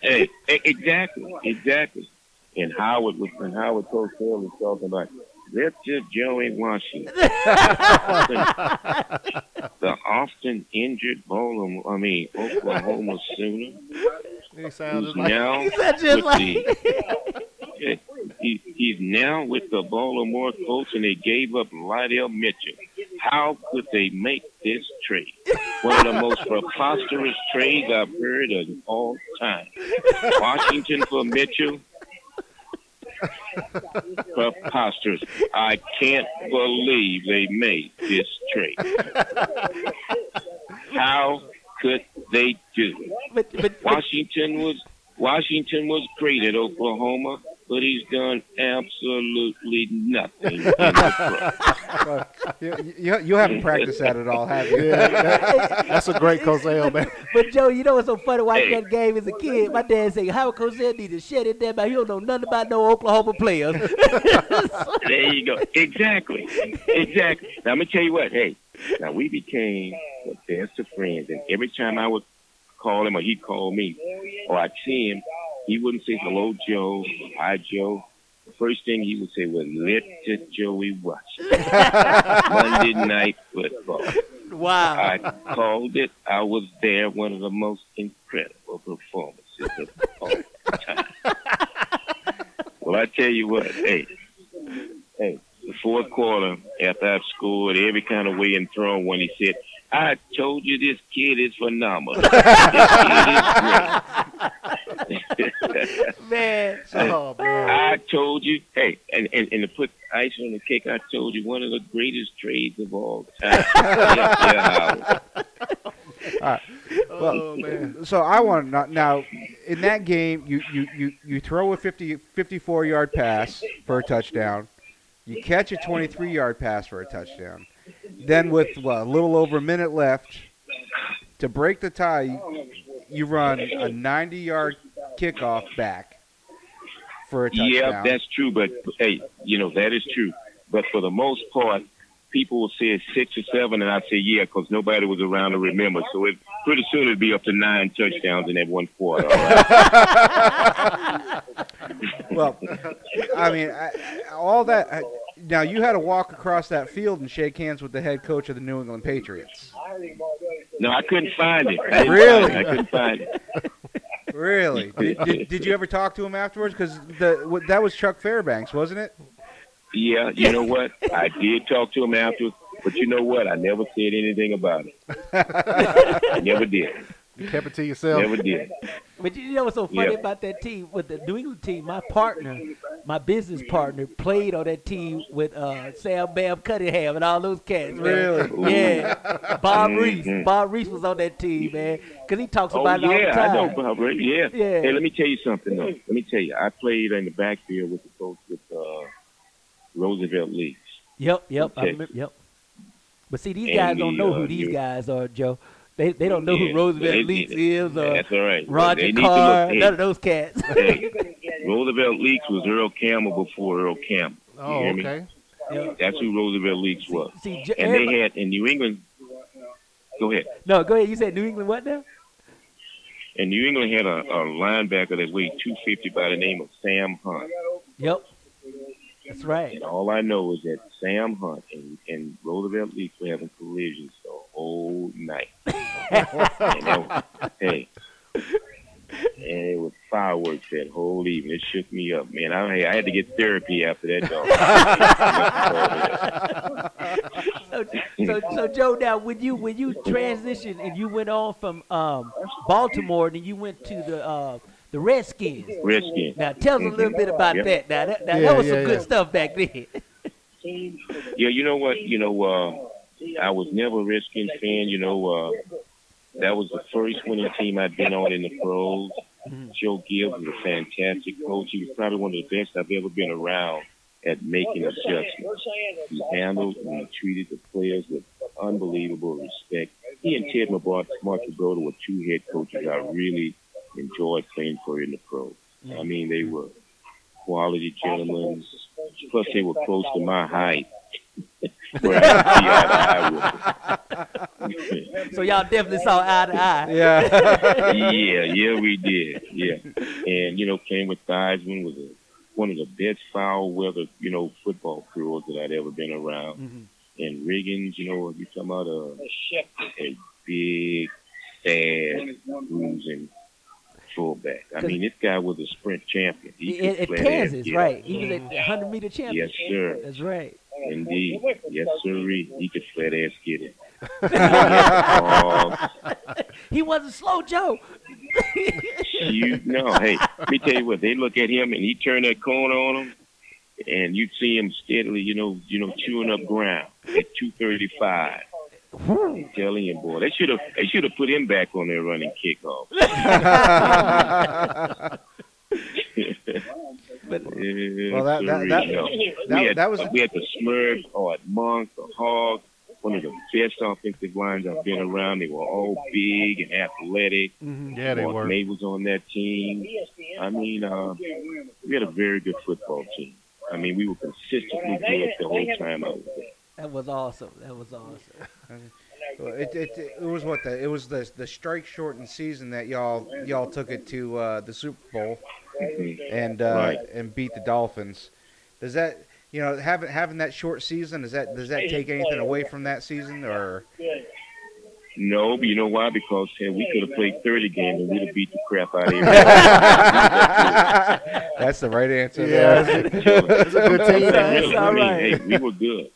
Hey, e- exactly, exactly. And Howard was and Howard Coach Hill was talking about that's just Joey Washington, the often injured Bowler, I mean Oklahoma Sooner, He who's sounded like now He said with just like the he, he's now with the Baltimore Colts, and they gave up Lydell Mitchell. How could they make this trade? One of the most preposterous trades I've heard of all time. Washington for Mitchell. Preposterous. I can't believe they made this trade. How could they do it? but, but, but Washington was Washington was great at Oklahoma, but he's done absolutely nothing. in the pro. Well, you, you, you haven't practiced that at all, have you? yeah, that- that's a great Cosell, man. But Joe, you know what's so funny watching Hey. that game as a kid? My dad said, Howard Cosell need to shut it down. but He don't know nothing about no Oklahoma players. there you go. Exactly. Exactly. Now I'm gonna tell you what, hey. Now we became the best of friends and every time I would call him or he'd call me or I'd see him, he wouldn't say hello Joe, hi Joe. The first thing he would say was let Joey watch Monday night football. wow. I called it. I was there. One of the most incredible performances of all time. well, I tell you what. Hey, hey. The fourth quarter, after I've scored every kind of way and thrown one, he said, "I told you this kid is phenomenal. This kid is great." man. Oh man. I told you, hey, and, and, and to put ice on the cake, I told you one of the greatest trades of all time. yeah, yeah, Oh man. So I want to not now in that game you you you, you throw a 50, 54 yard pass for a touchdown. You catch a 23 yard pass for a touchdown. Then with what, a little over a minute left to break the tie, you, you run a 90 yard kickoff back for a touchdown. yeah, that's true. But hey, you know that is true. But for the most part, people will say it's six or seven, and I say yeah, because nobody was around to remember. So it pretty soon it'd be up to nine touchdowns in that one quarter. all right? well, I mean, I, all that. I, now you had to walk across that field and shake hands with the head coach of the New England Patriots. no, I couldn't find it. I didn't Really? find it. I couldn't find it. Really? Did, did, did you ever talk to him afterwards? Because the what- that was Chuck Fairbanks, wasn't it? Yeah, you know what? I did talk to him afterwards, but you know what? I never said anything about it. I never did. You kept it to yourself. Never did. But you know what's so funny Yeah. about that team with the New England team? My partner, my business partner, played on that team with uh, Sam Bam Cunningham and all those cats. Man. Really? Yeah. Bob Reese. Mhm. Bob Reese was on that team, man, because he talks Oh about it all yeah, the time. I know, Bob. Right? Yeah. Yeah. Hey, let me tell you something though. Let me tell you, I played in the backfield with the coach with uh, Roosevelt Leaks. Yep, yep, I Okay. remember, yep. But see, these And guys don't the, know uh, who these you- guys are, Joe. They they don't know Yeah, who Roosevelt they- Leaks they- is or That's all right. Roger They need Carr. to None of look. those cats. Hey, hey, Roosevelt Leaks was Earl Campbell before Earl Campbell. Oh You hear me? okay. Yeah. That's who Roosevelt Leaks was. See, J- And they everybody- had in New England. Go ahead. no, go ahead. You said New England what now? And New England had a, a linebacker that weighed 250 by the name of Sam Hunt. Yep, that's right. And all I know is that Sam Hunt and, and Roosevelt Leaf were having collisions the whole night. and that was, hey, and it was fireworks that whole evening. It shook me up, man. I, I had to get therapy after that, dog. So, so, so Joe, now when you when you transitioned and you went on from um, Baltimore and then you went to the uh, the Redskins. Redskin. Now tell us a little bit about Yep. that. Now that, now, Yeah, that was some yeah, good yeah. stuff back then. Yeah, you know what? You know, uh, I was never a Redskins fan. You know, uh, that was the first winning team I'd been on in the pros. Mhm. Joe Gibbs was a fantastic coach. He was probably one of the best I've ever been around at making adjustments. He handled and he treated the players with unbelievable respect. He and Ted Mabart, Mark Kubota were two head coaches I really enjoyed playing for in the pros. I mean, they were quality gentlemen. Plus, they were close to my height. Where I could see eye to eye with them. So y'all definitely saw eye to eye. Yeah. yeah, yeah, we did. Yeah, and you know, playing with Theismann was a, one of the best foul weather, you know, football crews that I'd ever been around. Mhm. And Riggins, you know, you talking about a, a big, sad, bruising fullback. I mean, this guy was a sprint champion. He At, could at flat out Kansas, get- right? He was at the 100 meter champion. Yes, sir. That's right. Indeed. Yes, sir. He could flat ass get it. Oh, He wasn't slow, Joe. you no, hey, let me tell you what, they look at him and he turned that corner on him and you'd see him steadily, you know, you know, chewing up ground at two thirty five. I'm telling you, boy, they should have they should have put him back on their running kickoff. But well, that- that- that- that- we had, that was- we had the Smurfs or at Monk or Hog, one of the best offensive lines I've been around. They were all big and athletic. Mm-hmm. Yeah, they Mark were. May was on that team. I mean, uh, we had a very good football team. I mean, we were consistently good the whole time I was there. that was awesome. That was awesome. Well, it, it, it was what the it was the the strike shortened season that y'all y'all took it to uh, the Super Bowl and uh, Right. and beat the Dolphins. Does that you know having having that short season does that does that take anything away from that season or No, but you know why? Because hey, we could have played 30 games and we'd have beat the crap out of everybody. that's the right answer. Yeah, there. it's a, it's a good Really, team. That's all I mean, right. hey, we were good.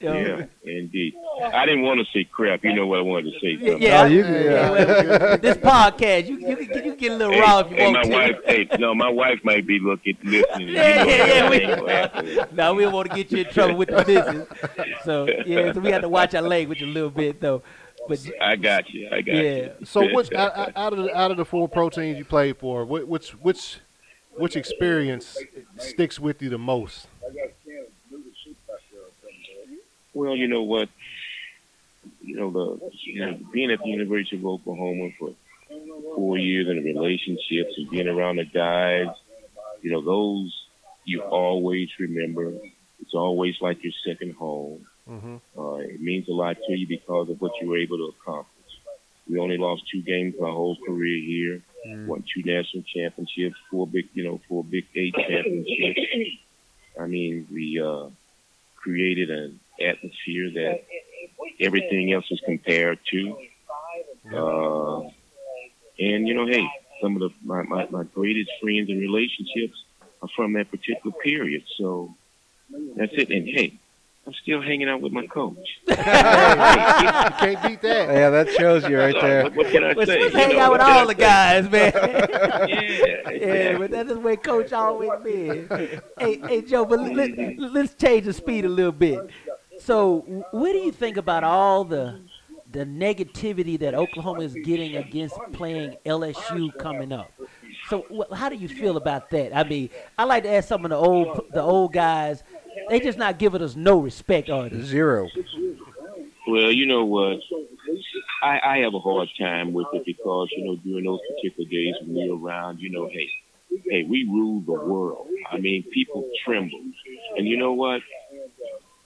Yo. Yeah, indeed. I didn't want to say crap. You know what I wanted to say. Yeah, something. yeah, No, you- yeah, yeah. yeah. this podcast, you you can, you can get a little Hey, raw if you hey, want my to. wife. Hey, no, my wife might be looking, listening. You Yeah, know yeah, yeah, we- what I'm saying? No, we don't want to get you in trouble with the business. So yeah, so we have to watch our language a little bit though. But I got you. I got yeah, you. So which out, out- out of the, out of the four proteins you played for, whi- which which which experience sticks with you the most? Well, you know what? You know, the you know, being at the University of Oklahoma for four years in relationships and being around the guys, you know, those you always remember. It's always like your second home. hmm Uh, it means a lot to you because of what you were able to accomplish. We only lost two games my whole career here. Won two national championships, four big, you know, four big eight championships. I mean, we uh, created an atmosphere that everything else is compared to. Uh, and you know, hey, some of the my, my, my greatest friends and relationships are from that particular period. So that's it. And hey, I'm still hanging out with my coach. You can't beat that. Yeah, that shows you right So, there. What, what can I let's, say? let's You hang know, out what with can I all the say? guys, man. Yeah, Yeah, exactly. but that's the way Coach always been. hey, hey, Joe, but let, us change the speed a little bit. So, wh- what do you think about all the the negativity that Oklahoma is getting against playing LSU coming up? So, wh- how do you feel about that? I mean, I like to ask some of the old the old guys. They just not giving us no respect, are they? Zero. Well, you know what? I, I have a hard time with it because, you know, during those particular days when we were around, you know, hey, hey, we rule the world. I mean, people tremble. And you know what?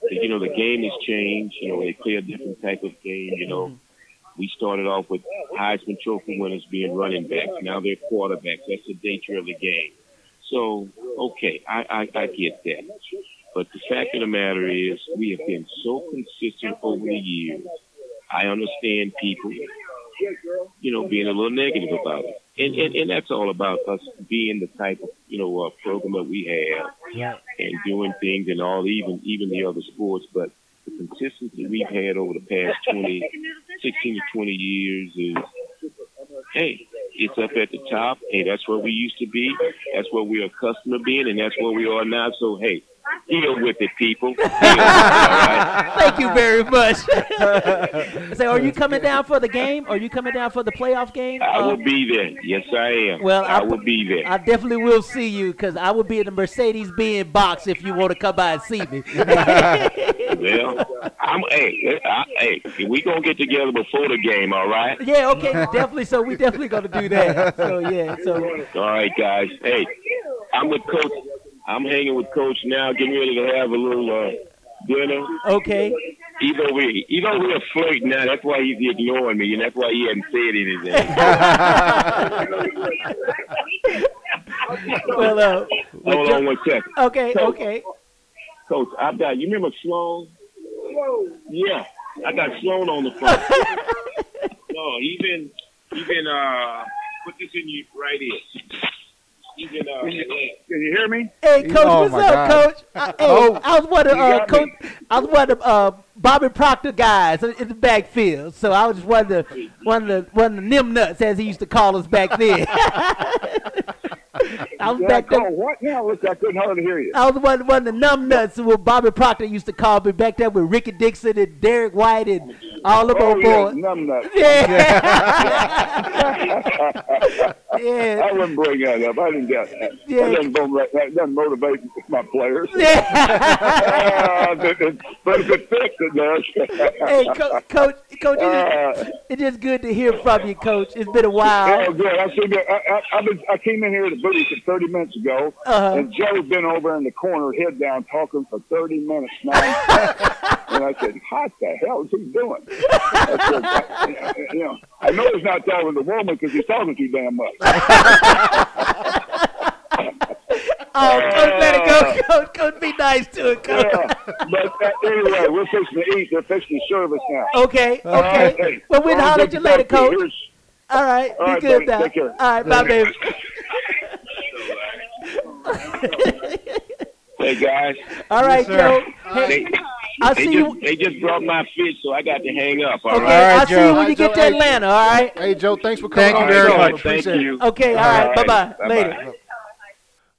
You know, the game has changed. You know, they play a different type of game. You know, Mm-hmm. we started off with Heisman Trophy winners being running backs. Now they're quarterbacks. That's the nature of the game. So, okay, I, I, I get that. But the fact of the matter is, we have been so consistent over the years. I understand people, you know, being a little negative about it. And, and, and that's all about us being the type of, you know, uh, program that we have and doing things and all, even, even the other sports. But the consistency we've had over the past 20, 16 to 20 years is, hey, it's up at the top. Hey, that's where we used to be. That's where we are accustomed to being, and that's where we are now. So, hey, deal with it, people. Deal with it, all right? Thank you very much. Say, are you coming down for the game? Are you coming down for the playoff game? I Uh, will be there. Yes, I am. Well, I I- will be there. I definitely will see you because I will be in the Mercedes Benz box if you want to come by and see me. yeah, Well, I'm. Hey, I, hey, we gonna get together before the game, all right? okay, definitely. So we definitely gonna do that. So yeah, so All right, guys. Hey, I'm with Coach. I'm hanging with Coach now, getting ready to have a little uh, dinner. okay, Even we, even we're flirting now. That's why he's ignoring me, and that's why he hadn't said anything. well, uh, well, Hold Jo- on one second. okay, okay, Coach, I got you remember Sloan? Yeah. I got Sloan on the phone. no, he been he been uh put this in your right ear. He been uh can you hear me? hey, coach, Oh, what's my up, God. Oh. coach? I, hey, I was one of you uh, got me. coach, I was one of uh, Bobby Proctor guys in in the backfield, so I was just one of the one of the one of the nim nuts as he used to call us back then. I was back there. what now? Look, I couldn't hardly hear you. I was one, one of the numb nuts what Bobby Proctor used to call me back there with Ricky Dixon and Derek White and all them Oh, old boys. numbnuts. Yeah, yeah, wouldn't bring that up. I didn't get that. Yeah. doesn't motivate, that doesn't motivate my players. yeah. but if it fixed, it does. hey, co- coach, coach, it Uh. is, it is good to hear from you, coach. It's been a while. Oh, good. I see. that. I, I, I, been, I came in here to Booty 30 minutes ago, Uh-huh. and Joe's been over in the corner, head down, talking for 30 minutes now. and I said, "What the hell is he doing?" I said, I, you know, I know he's not talking to woman because he's talking too damn much. Oh, coach, let it go, coach. Coach, be nice to it, coach. Yeah. But uh, anyway, we're fixing to eat. They're fixing to serve us now. Okay, right, okay. hey. Well, we'll holler good at you later, to talk to coach. you. Here's- All right, All be right, good buddy. now. Take care. All right, bye, baby. Hey guys, All right, sir. Joe. Hey, they, I'll They see just, you. they just brought my fish, so I got to hang up. All Okay, right. right, I'll see Joe. you All when you right, get to Joe. Hey. Atlanta. All right. Hey, Joe, thanks for coming Thank you on. very Joe. All right, much. Thank Appreciate it. you. Okay. All right. Bye bye. Later.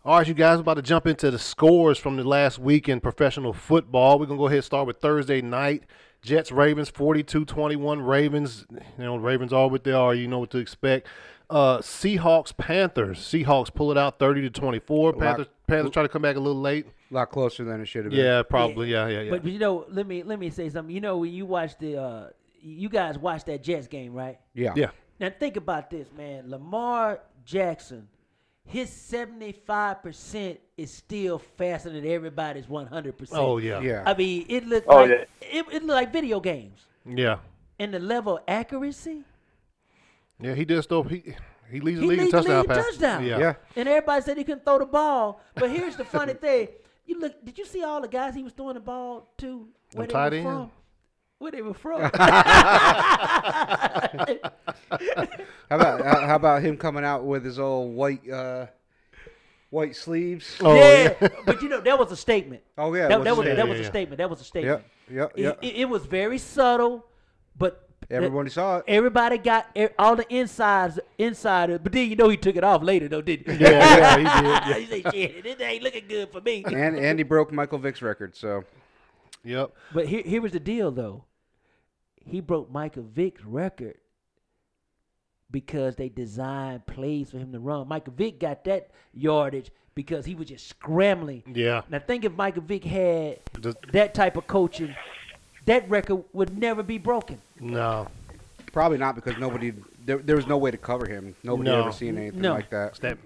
All right, you guys, we're about to jump into the scores from the last week in professional football. We're going to go ahead and start with Thursday night. Jets Ravens 42 21. Ravens, you know, Ravens are what they are. You know what to expect. Uh, Seahawks Panthers. Seahawks pull it out 30 to 24. Panthers, Panthers try to come back a little late. A lot closer than it should have been. Yeah, probably. Yeah, yeah, yeah. But, but you know, let me let me say something. You know, when you watch the, uh, you guys watch that Jets game, right? Yeah. yeah. Now think about this, man. Lamar Jackson, his seventy-five percent is still faster than everybody's one hundred percent. Oh, yeah. Yeah. I mean, it looked Oh, like yeah. it, it looked like video games, Yeah. and the level of accuracy. Yeah, he did still. He, he leads the He league in leads the touchdown league in pass. touchdown. Yeah. Yeah. And everybody said he couldn't throw the ball. But here's the funny thing. You look did you see all the guys he was throwing the ball to where Them tight they were end? from? Where they were from. How about how, how about him coming out with his old white uh, white sleeves? Oh, yeah. but you know, that was a statement. Oh, yeah, it That, was that a was, that statement. was Yeah, a yeah. statement. That was a Yep. statement. Yep. It- Yep. It, it was very subtle, but Everybody saw it. Everybody got e- all the insides, insiders, but then you know he took it off later, though, didn't he? Yeah, yeah, he said, "Shit, this ain't looking good for me." And and he broke Michael Vick's record. So Yep. But here, here was the deal, though. He broke Michael Vick's record because they designed plays for him to run. Michael Vick got that yardage because he was just scrambling. Yeah. Now, think if Michael Vick had Just- that type of coaching, that record would never be broken. No. probably not because nobody there, there was no way to cover him. Nobody No. ever seen anything No. like that. That,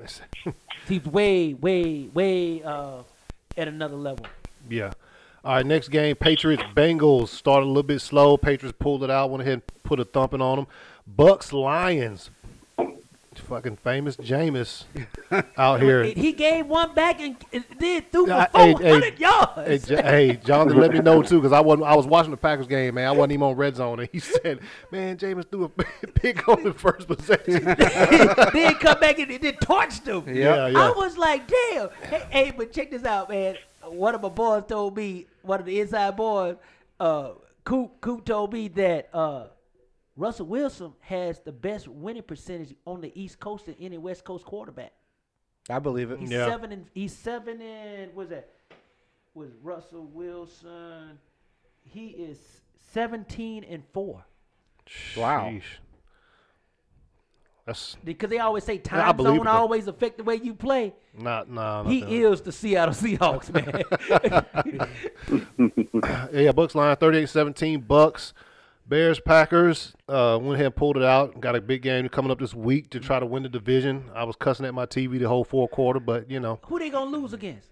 He's way, way, way uh, at another level. Yeah. All right, next game, Patriots Bengals started a little bit slow. Patriots pulled it out, went ahead and put a thumping on them. Bucks Lions, fucking famous Jameis out here. He gave one back and and then threw for Yeah, I- hey, 400 hey, yards. Hey, J- hey, Jonathan, let me know too, because I wasn't. I was watching the Packers game, man. I wasn't even on red zone, and he said, "Man, Jameis threw a pick on the first possession." then come back and then torched him. Yeah, I yeah, was like, damn. Hey, hey, but check this out, man. One of my boys told me, one of the inside boys, uh, Coop, Coop told me that uh, Russell Wilson has the best winning percentage on the East Coast than any West Coast quarterback. I believe it. He's Yeah. seven and he's seven and what's that? Was Russell Wilson? He is seventeen and four Wow. Sheesh. That's because they always say I time believe it, zone though. always affect the way you play. not no. He is the Seattle Seahawks, man. Yeah, Bucks line 38-17 Bucks. Bears Packers uh, went ahead and pulled it out. Got a big game coming up this week to try to win the division. I was cussing at my TV the whole fourth quarter, but you know, who they gonna lose against?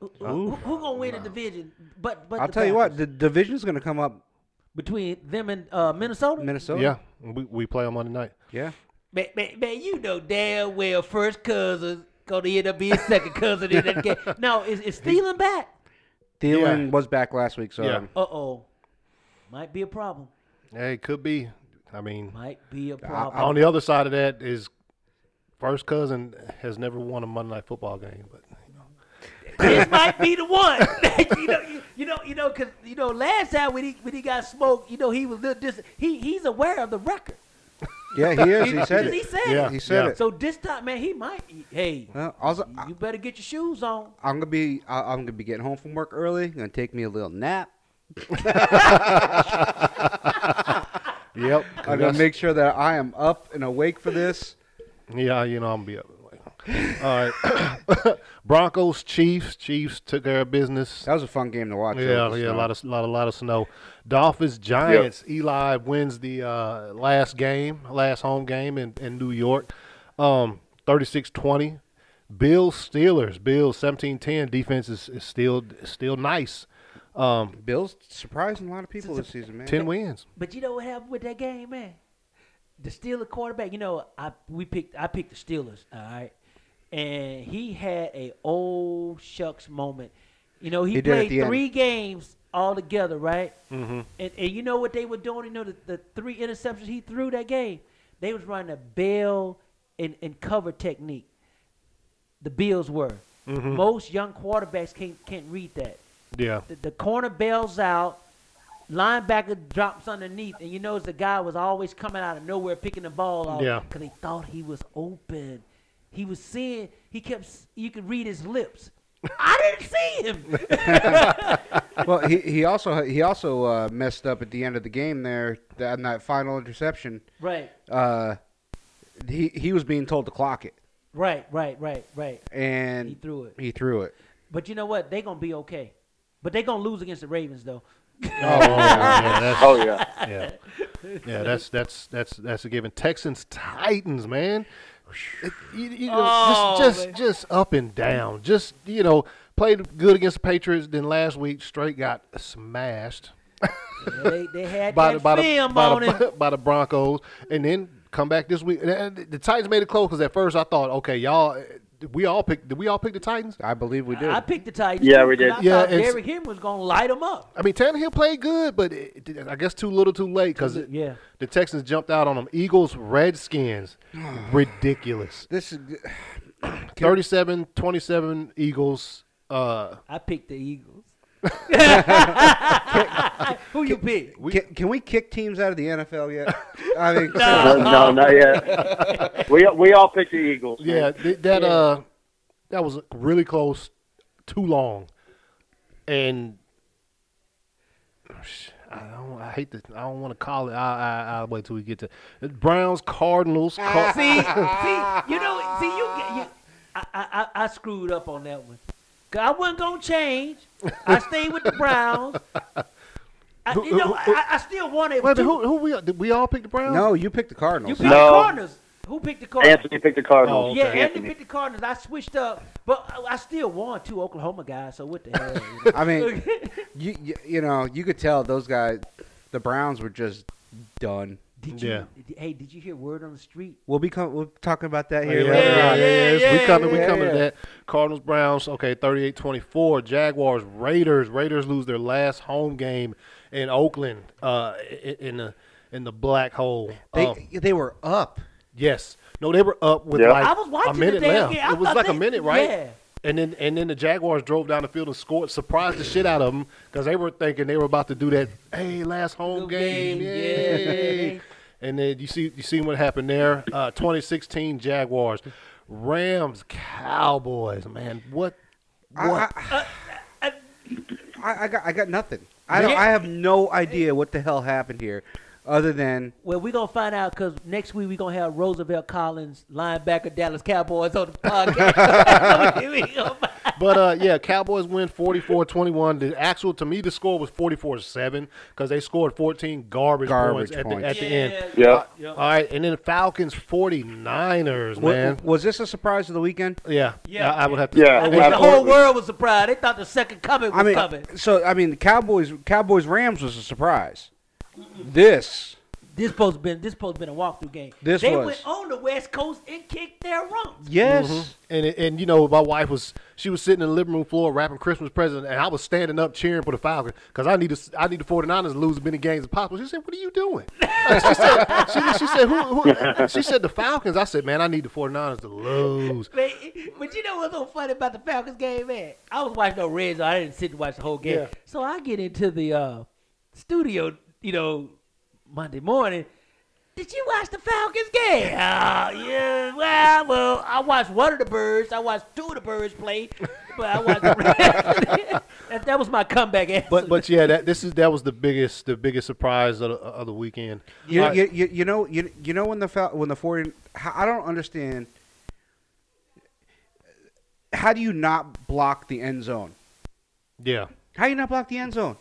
Who, who- who- who gonna win the division? But but I'll the tell you what, Packers? the division's going to come up between them and uh, Minnesota, Minnesota. yeah, we, we play on Monday night. Yeah. man, man, man, you know damn well first cousins gonna end up being second cousin in that game. No, is is Thielen back? Thielen Yeah. was back last week, so Yeah. Uh oh, might be a problem. Hey, it could be. I mean, Might be a problem. on the other side of that is first cousin has never won a Monday night football game, but this might be the one. you know, you, you know, you know, cause you know, last time when he when he got smoked, you know, he was little dis- he he's aware of the record. yeah, he is. He said Because it. he said yeah, it. He said yeah. it. So this time, man, he might. Hey, Well, Uh, also, I- you better get your shoes on. I'm gonna be I- I'm gonna be getting home from work early. gonna take me a little nap. Yep. I'm gonna make sure that I am up and awake for this. Yeah, you know, I'm gonna be up. All right. Broncos, Chiefs. Chiefs took care of business. That was a fun game to watch. Yeah, uh, yeah, a lot of lot a lot of snow. Dolphins, Giants. Eli wins the uh, last game, last home game in, in New York. Um 36-20. Bills, Steelers. Bills 17-10. Defense is, is still still nice. Um Bills surprising a lot of people this season, man. 10 wins. But you know what happened with that game, man? The Steelers quarterback, you know, I we picked I picked the Steelers, all right. And he had a old shucks moment. You know, he, He did at played the end. three games all together, right? Mm-hmm. And, and you know what they were doing? You know, the, the three interceptions he threw that game, they was running a bail and, and cover Mm-hmm. technique. The Bills were. Most young quarterbacks can't can't read that. Yeah. The, the corner bails out. Linebacker drops underneath, and you notice the guy was always coming out of nowhere picking the ball off Yeah. because he thought he was open. He was seeing. He kept. s- You could read his lips. I didn't see him. well, he, he also he also uh, messed up at the end of the game there th- on that final interception. right, Uh, he he was being told to clock it, right, right, right, right. and He threw it. He threw it. But you know what? They gonna be okay. But they gonna lose against the Ravens though. Oh, yeah, that's, Oh yeah. yeah. Yeah, that's that's that's that's a given. Texans Titans, man. It- you- you know, Oh, just man. just just up and down. Just you know, played good against the Patriots. Then last week, straight got smashed Yeah, they, they had by the that by the, film by on him. the, by the Broncos, and then come back this week. And- And the Titans made it close because at first I thought, okay, y'all, we all picked. Did we all pick the Titans? I believe we did. I picked the Titans. Yeah, too, we 'cause did. I Yeah, thought it's- Derrick Henry was gonna light him up. I mean, Tannehill played good, but it, it- I guess too little, too late because li- yeah. the Texans jumped out on them. Eagles, Redskins, ridiculous. this is 37 27 Eagles. Uh, I picked the Eagles. Who you pick? can, can we kick teams out of the NFL yet? I mean, No, no, not yet. we we all picked the Eagles. yeah, th- that uh, that was really close, too long, and I don't. I hate to. I don't want to call it. I, I I'll wait till we get to Browns, Cardinals. Car- See, see, you know, see, you get. You, I, I, I I screwed up on that one. 'Cause I wasn't gonna change. I stayed with the Browns. I, you know, I, I still wanted. Wait, but two. who who we did we all pick the Browns? no, you picked the You Cardinals. picked the No. Cardinals. Who picked the Cardinals? Anthony picked the Cardinals. Oh, Yeah, okay. Anthony picked the Cardinals. I switched up, but I- I still won two Oklahoma guys. So what the hell? you know? I mean, you, you you know you could tell those guys, the Browns were just done. did you, Yeah. Hey, did you hear word on the street? We'll be com- we'll talking about that Yeah, here Oh, yeah, later yeah, on. yeah, it's- we yeah, coming, we yeah, coming yeah. to that. Cardinals, Browns, okay, 38-24. Jaguars, Raiders. Raiders lose their last home game in Oakland, uh, i- i- in the in the black hole. They Um, they were up. yes, no, they were up with Yeah. like I was watching a the minute damn left. game. I It was thought like a they- minute, right? yeah. And then and then the Jaguars drove down the field and scored, surprised the shit out of them because they were thinking they were about to do that. Hey, last home Home game, game, yay! yay. And then you see you see what happened there. Uh, 2016 Jaguars, Rams, Cowboys. Man, what? What? Uh, I, I got I got nothing. I don't, Yeah. I have no idea what the hell happened here, other than Well, we're gonna find out because next week we're gonna have Roosevelt Collins, linebacker, Dallas Cowboys, on the podcast. We gonna find- but uh, yeah, Cowboys win 44-21. The actual to me the score was 44-7 because they scored 14 garbage, Garbage points at points. the at the end. Yeah. All right, and then Falcons 49ers, wa- man. was this a surprise of the weekend? Yeah, Yeah. I, I would have to. Yeah. I would Yeah. have the to- whole world was surprised. They thought the second coming was I mean, coming. so I mean, the Cowboys Cowboys Rams was a surprise. This This supposed to been this supposed to been a walkthrough game. This they was. went on the West Coast and kicked their rumps. yes, and it- and you know my wife was she was sitting in the living room floor wrapping Christmas presents and I was standing up cheering for the Falcons because I need to I need the 49ers to lose as many games as possible. She said, "What are you doing?" she said, she, she said, who, who, she said the Falcons. I said, "Man, I need the 49ers to lose." But, but you know what's so funny about the Falcons game, man? I was watching no Reds. I didn't sit and watch the whole game. Yeah. So I get into the uh, studio, you know, Monday morning. Did you watch the Falcons game? Oh, yeah. Well, well, I watched one of the birds. I watched two of the birds play, but I watched the rest. that, that was my comeback answer. But but yeah, that this is that was the biggest the biggest surprise of the, of the weekend. You, All right. you, you, you know you, you know when the Fal- when the forty I don't understand. How do you not block the end zone? yeah, How do you not block the end zone?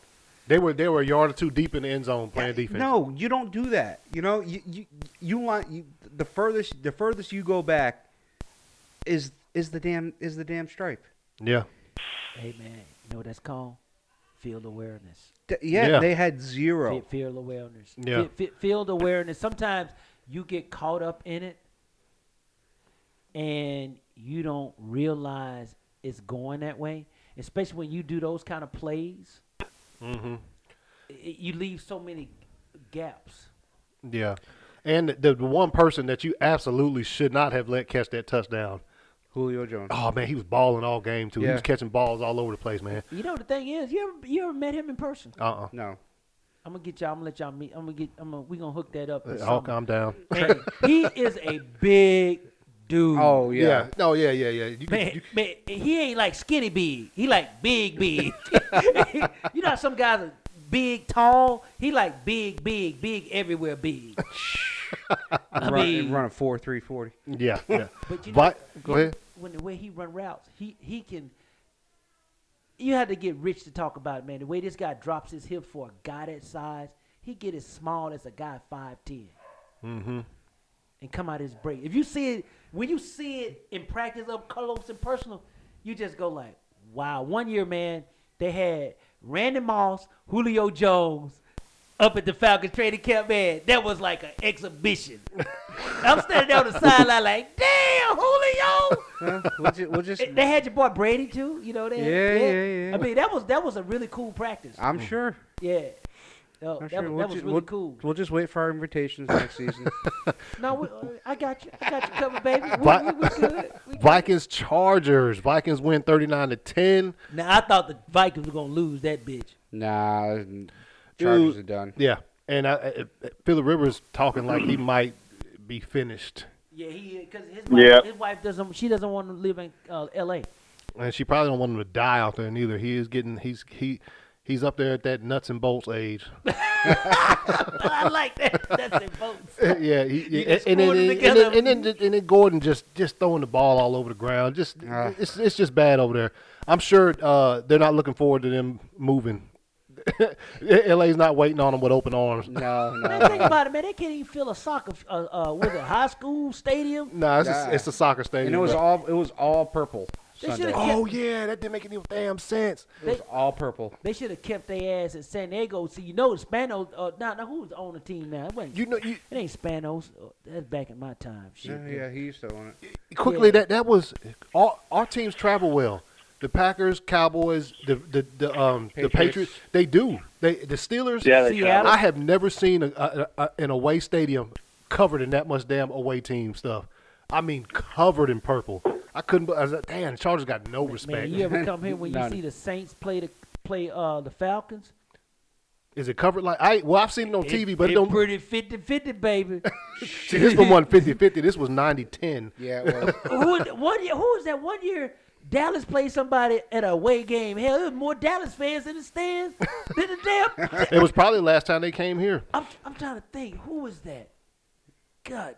they were they were a yard or two deep in the end zone playing defense. No, you don't do that. You know, you you, you want you, the furthest the furthest you go back is is the damn is the damn stripe. Yeah. hey, man, you know what that's called? Field awareness. D- yeah, Yeah. they had Fi- zero. Field awareness. Yeah. Fi- fi- Field awareness. Sometimes you get caught up in it and you don't realize it's going that way, especially when you do those kind of plays. Mm-hmm. i- i- You leave so many gaps. Yeah. And the the one person that you absolutely should not have let catch that touchdown Julio Jones. Oh man, he was balling all game too. He Yeah. was catching balls all over the place, man. You know the thing is, you ever you ever met him in person? Uh uh No. I'm gonna get y'all. I'm gonna let y'all meet. I'm gonna get. I'm gonna, we gonna hook that up. or I'll something. calm down. Man, he is a big dude. Oh Yeah. yeah. No. Yeah. Yeah. Yeah. You can, Man, you, man, he ain't like skinny big. He like big big. you know how some guys are big, tall. He like big, big, big everywhere big. I Run, mean, run a four three forty. yeah. Yeah. but you know, but go ahead. when the way he run routes, he he can. You had to get rich to talk about it, man. The way this guy drops his hips for a guy that size, he get as small as a guy five ten. Mm-hmm. and come out his break. If you see it, when you see it in practice up close and personal, you just go like, wow. One year, man, they had Randy Moss, Julio Jones up at the Falcons training camp, man. That was like an exhibition. I'm standing there on the sideline like, damn, Julio. Huh? We'll just, we'll just And They had your boy Brady too, you know. They had- Yeah, yeah, yeah. I mean, that was that was a really cool practice. I'm sure. yeah, no, I'm that, sure. was, we'll that was ju- really we'll- cool. We'll just wait for our invitations next season. No, we, uh, I got you. I got you covered, baby. We, Vi- we, we good. We good. Vikings Chargers. Vikings win thirty nine to ten. Now I thought the Vikings were gonna lose that bitch. Nah, n- Chargers Dude. are done. Yeah. And I, I, I- Phillip Rivers talking like he might be finished, Yeah, he because his wife, wife- Yeah. his wife doesn't. She doesn't want to live in uh, L.A. and she probably don't want him to die out there neither. He is getting. He's he. He's up there at that nuts and bolts age. I like that. That's their votes. yeah, he, You and, just and, then, screwing them and, then, together. and, then, and then Gordon just just throwing the ball all over the ground. Just Ah. it's it's just bad over there. I'm sure uh, they're not looking forward to them moving. LA's not waiting on them with open arms. No, no. Man, think no. about it, man. They can't even fill a soccer, f- uh, uh, with a high school stadium. Nah, it's, Nah. A, it's a soccer stadium. And it was but- all it was all purple. They Sunday. should've- oh yeah, that didn't make any damn sense. It was all purple. They should have kept their ass in San Diego. See, you know, Spanos. Uh, now, now who's on the team now? It, wasn't, You know, you it ain't Spanos. Uh, that's back in my time. Shit. Yeah, yeah, he used to own it. quickly Yeah. that that was all, our teams travel well. The Packers, Cowboys, the the, the um Patriots. the Patriots, they do. They the Steelers, Yeah, they Seattle. travel. I have never seen a, a, a, an away stadium covered in that much damn away team stuff. I mean, covered in purple. I couldn't. be- I was like, damn, the Chargers got no respect. Man, you ever come here when you None. see the Saints play the play uh, the Falcons? Is it covered like I? Well, I've seen it on TV, but it it don't. pretty 50-50, baby. See, this one won 50-50. This was 90-10. Yeah, it was. who one year? Who was that one year? Dallas played somebody at a away game. Hell, there was more Dallas fans in the stands than the damn. It was probably the last time they came here. I'm, I'm trying to think. Who was that? God,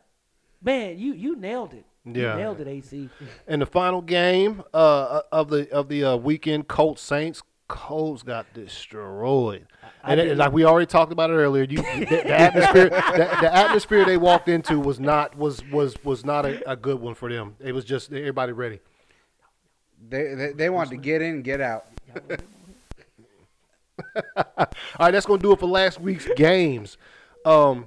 man, you you nailed it. Yeah. you nailed it, AC. And the final game uh, of the of the uh, weekend, Colts Saints. Colts got destroyed, I and it- didn't- like we already talked about it earlier, you the, the atmosphere the, the atmosphere they walked into was not was was was not a, a good one for them. It was just everybody ready. they, they they wanted to get in, get out. All right, that's gonna do it for last week's games. Um,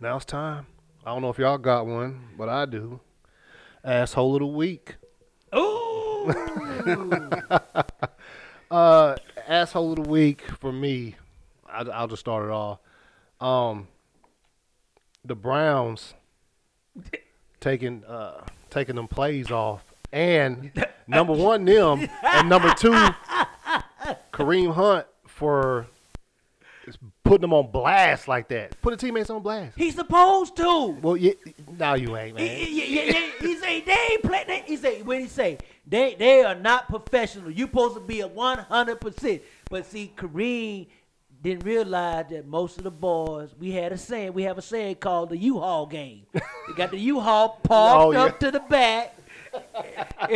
now it's time. I don't know if y'all got one, but I do. Asshole of the week. Ooh, Uh, asshole of the week for me. I, I'll just start it off. Um, the Browns taking uh taking them plays off, and number one them, and number two Kareem Hunt for just putting them on blast like that. Put the teammates on blast. he's supposed to. Well, yeah, now you ain't He, man. he- he- he- he say they ain't play. They, he say what he say. They they are not professional. You supposed to be a one hundred percent. But see, Kareem didn't realize that most of the boys we had a saying. We have a saying called the U-Haul game. You got the U-Haul Oh, parked up to the back. you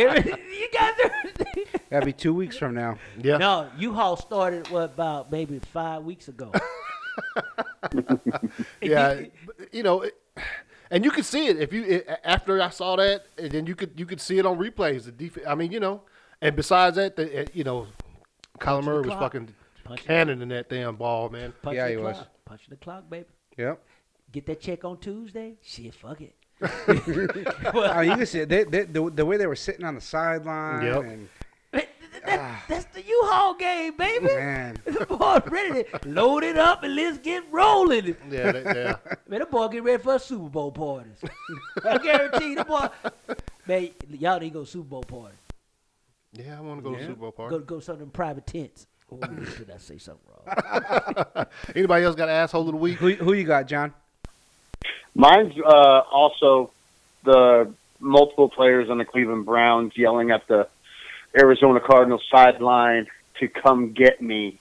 got the That'd be two weeks from now. Yeah. no U-Haul started what about maybe five weeks ago. yeah, but, you know, it, and you could see it if you it, after I saw that, and then you could you could see it on replays. The def- I mean, you know, and besides that, the, uh, you know, Kyler Murray was clock. fucking Punch the- cannoning that damn ball, man. Punch Yeah, the he clock. was. Punching the clock, baby. Yep. Get that check on Tuesday. Shit, fuck it. I mean, Oh, you can see it. They, they, the, the way they were sitting on the sideline. Yep. And, Ah. That- that- that's the U-Haul game, baby. man. The boy ready to load it up and let's get rolling. Yeah, that, yeah. Man, the boy get ready for a Super Bowl parties. I guarantee the boy. Man, y'all need to go to Super Bowl party. Yeah, I want to go to Yeah. Super Bowl Go party. go something private tents. Oh, did I say something wrong? Anybody else got asshole of the week? Who who you got, John? Mine's uh, also the multiple players on the Cleveland Browns yelling at the Arizona Cardinals sideline to come get me.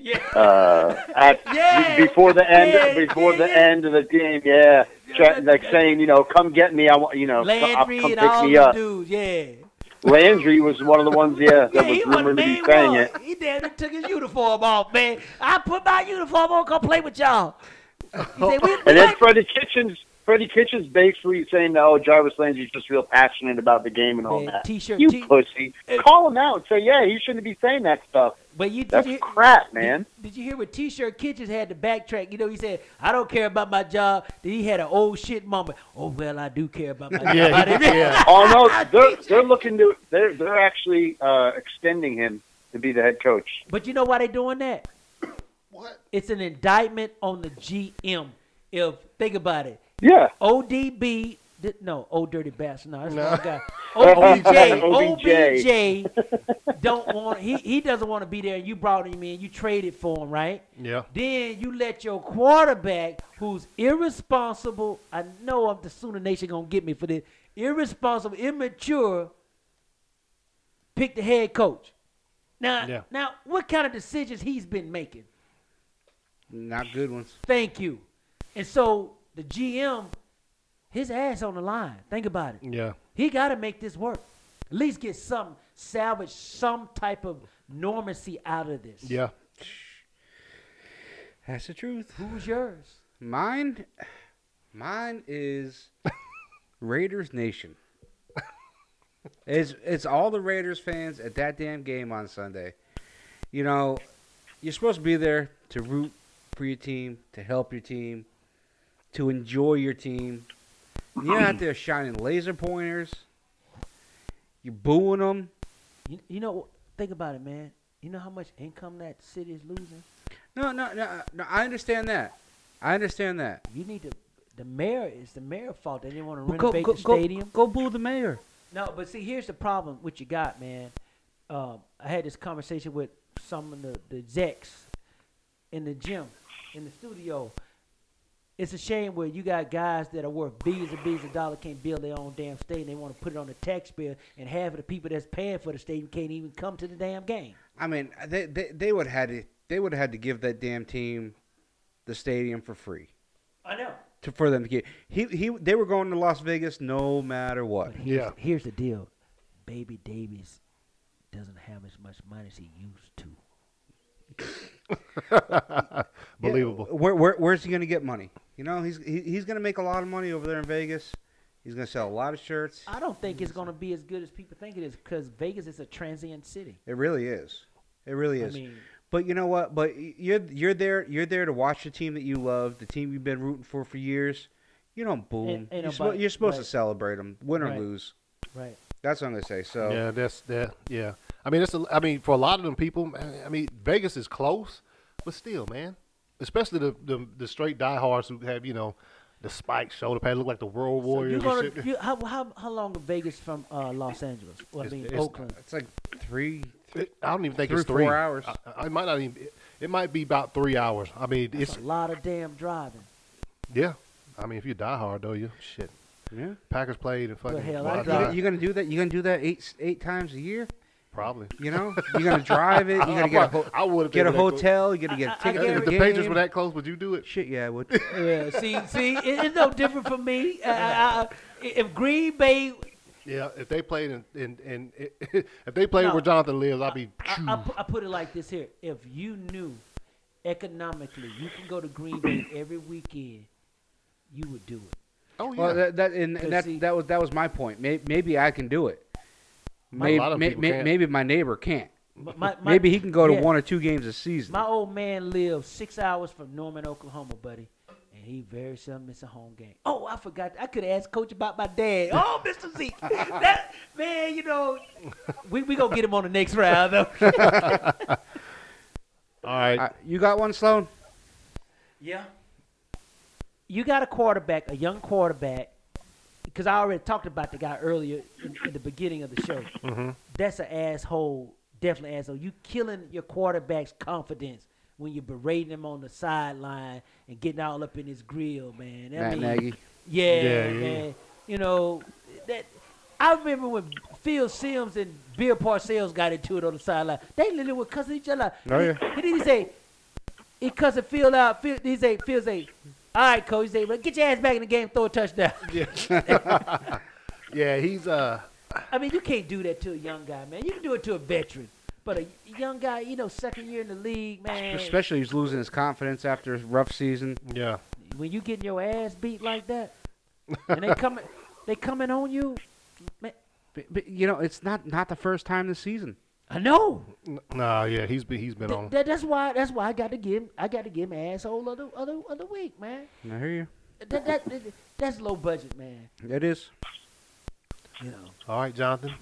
Yeah. Uh, at Yeah. before the end, Yeah, before yeah, the yeah. end of the game, yeah, Chat- like saying, you know, come get me. I want, you know, I'll Landry come and pick all me the up. dudes, yeah. Landry was one of the ones, yeah, that Yeah, was he was rumored to be man saying one. it. He damn near took his uniform off, man. I put my uniform on, come play with y'all. He said, we, And then like, Freddie Kitchens, Freddie Kitchens basically saying, "Oh, Jarvis Landry's just real passionate about the game and all man, that." t-shirt, You t- pussy. Hey. Call him out and say, yeah, you shouldn't be saying that stuff. but you, did That's you, crap, man. Did you hear what T-shirt Kitchens had to backtrack? You know, he said, "I don't care about my job." Then he had an old shit moment. Oh well, I do care about my job. Yeah, he- yeah. Oh, no, they're, they're looking to, they're, they're actually uh, extending him to be the head coach. But you know why they doing that? What? It's an indictment on the GM. If think about it, Yeah. ODB. di- No, old dirty bastard. No, that's No. no. guy. OBJ, OBJ. OBJ don't want. He he doesn't want to be there. You brought him in. You traded for him, right? Yeah. Then you let your quarterback, who's irresponsible, I know I'm the Sooner Nation gonna get me for this, irresponsible, immature, pick the head coach. Now, Yeah. now, what kind of decisions he's been making? Not good ones. Thank you. And so the GM, his ass on the line. Think about it. Yeah. He got to make this work. At least get some salvage, some type of normacy out of this. Yeah. That's the truth. Who's yours? Mine, mine is Raiders Nation. It's it's all the Raiders fans at that damn game on Sunday. You know, you're supposed to be there to root for your team, to help your team, to enjoy your team. You're out there shining laser pointers. You're booing them. You, you know, think about it, man. You know how much income that city is losing. No, no, no, no. I understand that. I understand that. You need to. The mayor is the mayor's fault. They didn't want to But go- renovate go- the go- stadium. Go boo the mayor. No, but see, here's the problem what you got, man. Um, I had this conversation with some of the, the execs in the gym, in the studio. It's a shame where you got guys that are worth billions and billions of dollars can't build their own damn stadium. They want to put it on the taxpayer, and half of the people that's paying for the stadium can't even come to the damn game. I mean, they they, they would had to they would have had to give that damn team the stadium for free I know. to for them to get. He he they were going to Las Vegas no matter what. But here's, Yeah. here's the deal Baby Davis doesn't have as much money as he used to. Believable. Yeah, where, where where's he going to get money? You know, he's he, he's going to make a lot of money over there in Vegas. He's going to sell a lot of shirts. I don't think it's going to be as good as people think it is because Vegas is a transient city. It really is. It really I is. mean, But you know what? But y- you're you're there you're there to watch the team that you love, the team you've been rooting for for years. You don't boo 'em. Ain't- ain't you're, suppo- nobody- you're supposed to right. celebrate them, win or Right. lose. right. That's what I'm gonna say. So Yeah, that's that. Yeah. I mean, that's. A, I mean, for a lot of them people, man, I mean, Vegas is close, but still, man, especially the the, the straight diehards who have you know the spiked shoulder pads, look like the World So you Warriors. and gonna, shit. you, how, how, how long is Vegas from uh, Los Angeles? Well, I It's- mean, it's- Oakland. It's like three. It- I don't even think Three, it's three four hours. I, I it might not even. It, it might be about three hours. I mean, It's it's a lot of damn driving. yeah. I mean, if you die hard though, you shit. Yeah. Packers played and fucking hell, well, I I You gonna- died, you gonna do that? You gonna do that eight eight times a year? probably. You know? You gonna drive it? You I- I gonna get a, prob- ho- I would get a hotel? You gonna I- get a I- I ticket to If the the game? Patriots were that close, would you do it? Shit, yeah, I would. Yeah, see, see, it, it's no different for me. Uh, I, I, if Green Bay, Yeah, if they played and and and if they played No. where Jonathan lives, I'd be. I, I, pu- I put it like this here: if you knew economically you can go to Green Bay every weekend, you would do it. Oh yeah, Well, that, that and, and But that see- that was that was my point. Maybe, maybe I can do it. Well, a Maybe lot of may, people may- can't. maybe my neighbor can't. But my- my- Maybe he can go to yeah. one or two games a season. My old man lives six hours from Norman, Oklahoma, buddy. And he very seldom miss a home game. Oh, I forgot. I could ask Coach about my dad. Oh, Mr. Zeke. That, man, you know, we we going to get him on the next round, though. All right. Uh, you got one, Sloan? yeah. You got a quarterback, a young quarterback, because I already talked about the guy earlier in, in the beginning of the show. Mhm. That's an asshole, definitely asshole. You killing your quarterback's confidence when you're berating him on the sideline and getting all up in his grill, man. Matt That mean- Nagy. yeah, Yeah, yeah. man. You know that. I remember when Phil Sims and Bill Parcells got into it on the sideline. They literally were cussing each other. out. Oh, he, yeah. He didn't say he cussing Phil out. Phil, he say Phil say, "All right, coach." He say, "Well, "Get your ass back in the game, throw a touchdown." Yeah, he's uh I mean, you can't do that to a young guy, man. You can do it to a veteran, but a young guy, you know, second year in the league, man. Especially he's losing his confidence after a rough season. yeah. when you getting your ass beat like that, and they coming, they coming on you. Man, But, but you know, it's not not the first time this season. I know. N- Nah, yeah, he's been he's been Th- on. that- that's why. That's why I got to give. him- I got to give him asshole of the other other week, man. I hear you. That, that, that that's low budget, man. It is. You know. All right, Jonathan.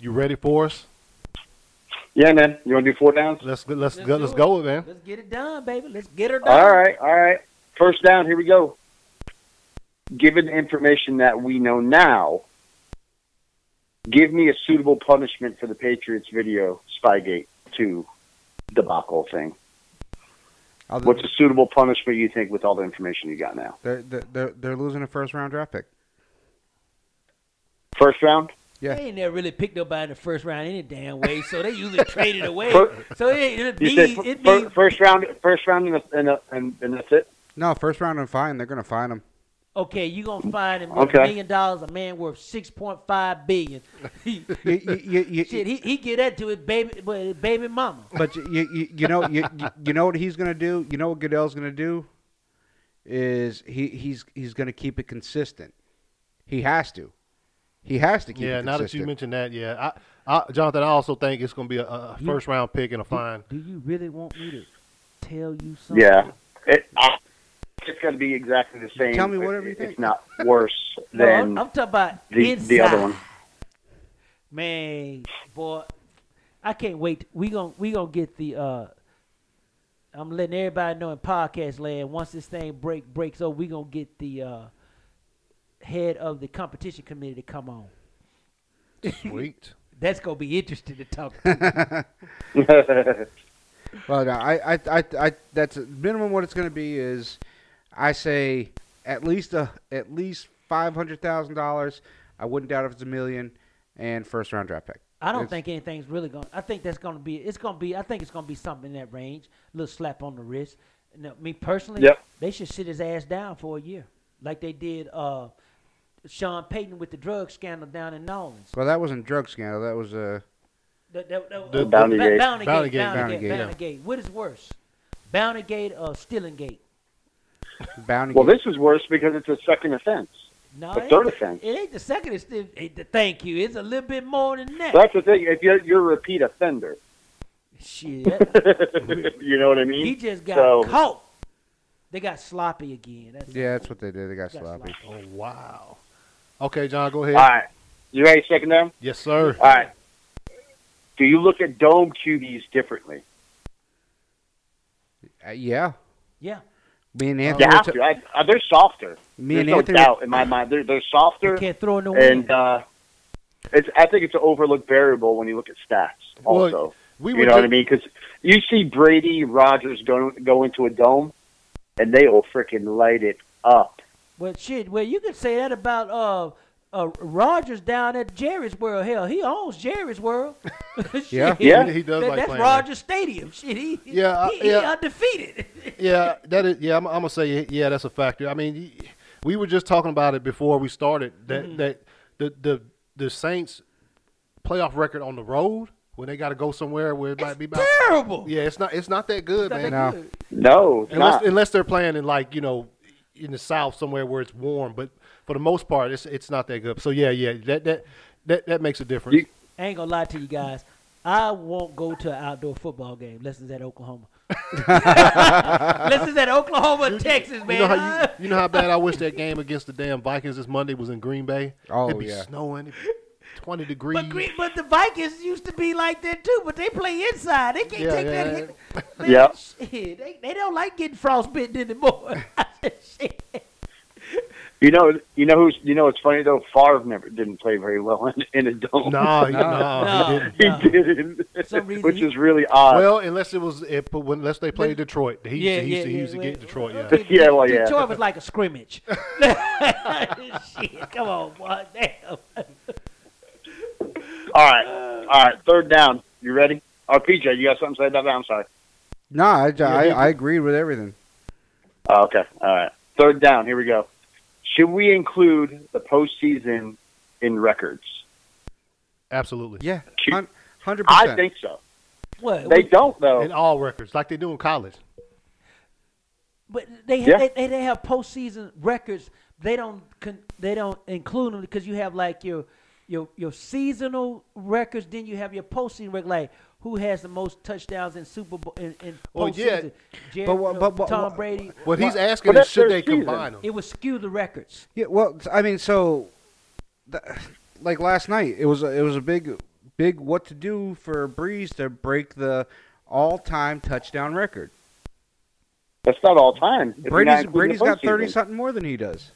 You ready for us? Yeah, man. You want to do four downs? Let's go- let's Let's go, do let's it. go with it, man. Let's get it done, baby. Let's get her done. All right, all right. First down, here we go. Given the information that we know now, give me a suitable punishment for the Patriots video Spygate 2 debacle thing. Other- What's a suitable punishment you think with all the information you got now? They're, they're, they're, they're losing a first round draft pick. First round? Yeah. They ain't never really picked nobody in the first round any damn way, so they usually traded away. Fir- So it, it You means said fir- it fir- means first round, first round, and, a, and, a, and, and that's it. No, first round and fine. They're going to find him. okay, you gonna find him with Okay. a million dollars, a man worth six point five billion. You, you, you, you, Shit, he he give that to his baby, well, his baby mama. but you, you, you- you know you, you- you know what he's going to do? You know what Goodell's going to do? Is he, he's, he's going to keep it consistent. He has to. He has to keep Yeah, it now that consistent. you mentioned that, yeah, I, I Jonathan, I also think it's going to be a, a You- first round pick and a fine. Do you really want me to tell you something? Yeah, it, I, it's going to be exactly the same. Tell me whatever you It- think. It's not worse No, than I'm, I'm talking about the inside. the other one. Man, boy, I can't wait. We gon' we gonna get the. uh I'm letting everybody know in podcast land. Once this thing break breaks over, we gonna get the uh head of the competition committee to come on. Sweet. That's gonna be interesting to talk. to. Well, no, I, I, I, I, that's minimum. What it's going to be is, I say at least a at least five hundred thousand dollars. I wouldn't doubt if it's a million, and first round draft pick. I don't It's- think anything's really going. to I think that's gonna be. It's gonna be. I think it's gonna be something in that range. little slap on the wrist. No, me personally, Yep. they should sit his ass down for a year, like they did uh Sean Payton with the drug scandal down in New Orleans. Well, that wasn't drug scandal. That was a. That- that- that- The- uh, Bounty Ba- Gate. Bounty Bounty Gate. Bounty Gate. Gate. Bounty Bounty Gate. Gate, yeah. What is worse, Bounty Gate or Stealing Gate? Uh, bounty. Well, this is worse because it's a second offense. No, The it ain't third the- offense. It ain't the second. It's the, it, the- thank you. It's a little bit more than that. That's the thing. If you're, you're a repeat offender, Shit, that- you know what I mean. he just got So- caught. They got sloppy again. That's yeah, that's what they did. They got Got sloppy. sloppy. Oh wow. Okay, John, go ahead. All right, you ready? Second down. Yes, sir. All right. Do you look at dome QBs differently? Uh, yeah, Yeah. me and You Anthony. were have ta- to. I, uh, they're softer. me There's and no Anthony. doubt in my mind. They're they're You softer, can't throw in the wind. and uh, it's. I think it's an overlooked variable when you look at stats. Well, Also, We you know what I mean? Because you see Brady, Rogers go go into a dome, and they will freaking light it up. well, shit. Well, you could say that about uh, uh Rogers down at Jerry's World. Hell, he owns Jerry's World. Shit. Yeah. Yeah. He, he does That- like that's playing. Rogers Stadium. Shit, he, Yeah, I- he, he yeah. undefeated. Yeah, that is. Yeah, I'm, I'm gonna say yeah, that's a factor. I mean, y- we were just talking about it before we started that Mm-hmm. that the the the Saints playoff record on the road when they got to go somewhere where it might be about Terrible. yeah, it's not it's not that good, Not man. that No. good. No, it's unless not. unless they're playing in like you know in the south somewhere where it's warm but for the most part it's it's not that good so yeah yeah that that that, that makes a difference You- I ain't gonna lie to you guys. I won't go to an outdoor football game. Unless it's at Oklahoma. Unless it's at Oklahoma, or Texas, man. You know, how you, you know how bad I wish that game against the damn Vikings this Monday was in Green Bay. Oh, it'd be yeah. snowing, it'd be twenty degrees. but Green, but the Vikings used to be like that too. But they play inside. They can't Yeah, take yeah, that yeah. hit. Man, Yeah. shit, they, they don't like getting frostbitten anymore. I said, shit. You know, you know who's. You know, it's funny though. Favre never didn't play very well in, in a dome. No, he, no, No. he No. didn't. he No. didn't, some reason which he- is really odd. Well, unless it was, it, but when, unless they played Detroit, he used, Yeah, to, he used, to, he yeah, used to yeah, get well, Detroit. Yeah, okay, Yeah, well, yeah. Detroit was like a scrimmage. Shit, come on, boy. Damn. all right, all right. Third down. You ready? Oh, PJ, you got something to say about that? I'm sorry. No, I, I, he- I agreed with everything. Oh, okay. All right. Third down. Here we go. Should we include the postseason in records? absolutely. Yeah, Cute. hun- hundred I percent. think so. What? They don't In though. all records, like they do in college. But they Yeah. they, they they have postseason records. They don't con, they don't include them because you have like your your your seasonal records. Then you have your postseason record. Like who has the most touchdowns in Super Bowl in, in Well, yeah. postseason? Jerry, But what- no, but what- Tom what- Brady. What he's asking Well, is, that's should they their season. combine them? It would skew the records. Yeah, well, I mean, so th- like last night, it was a, it was a big big what to do for Breeze to break the all time touchdown record. That's not all time. if you're Brady's not including the Brady's got thirty postseason. something more than he does.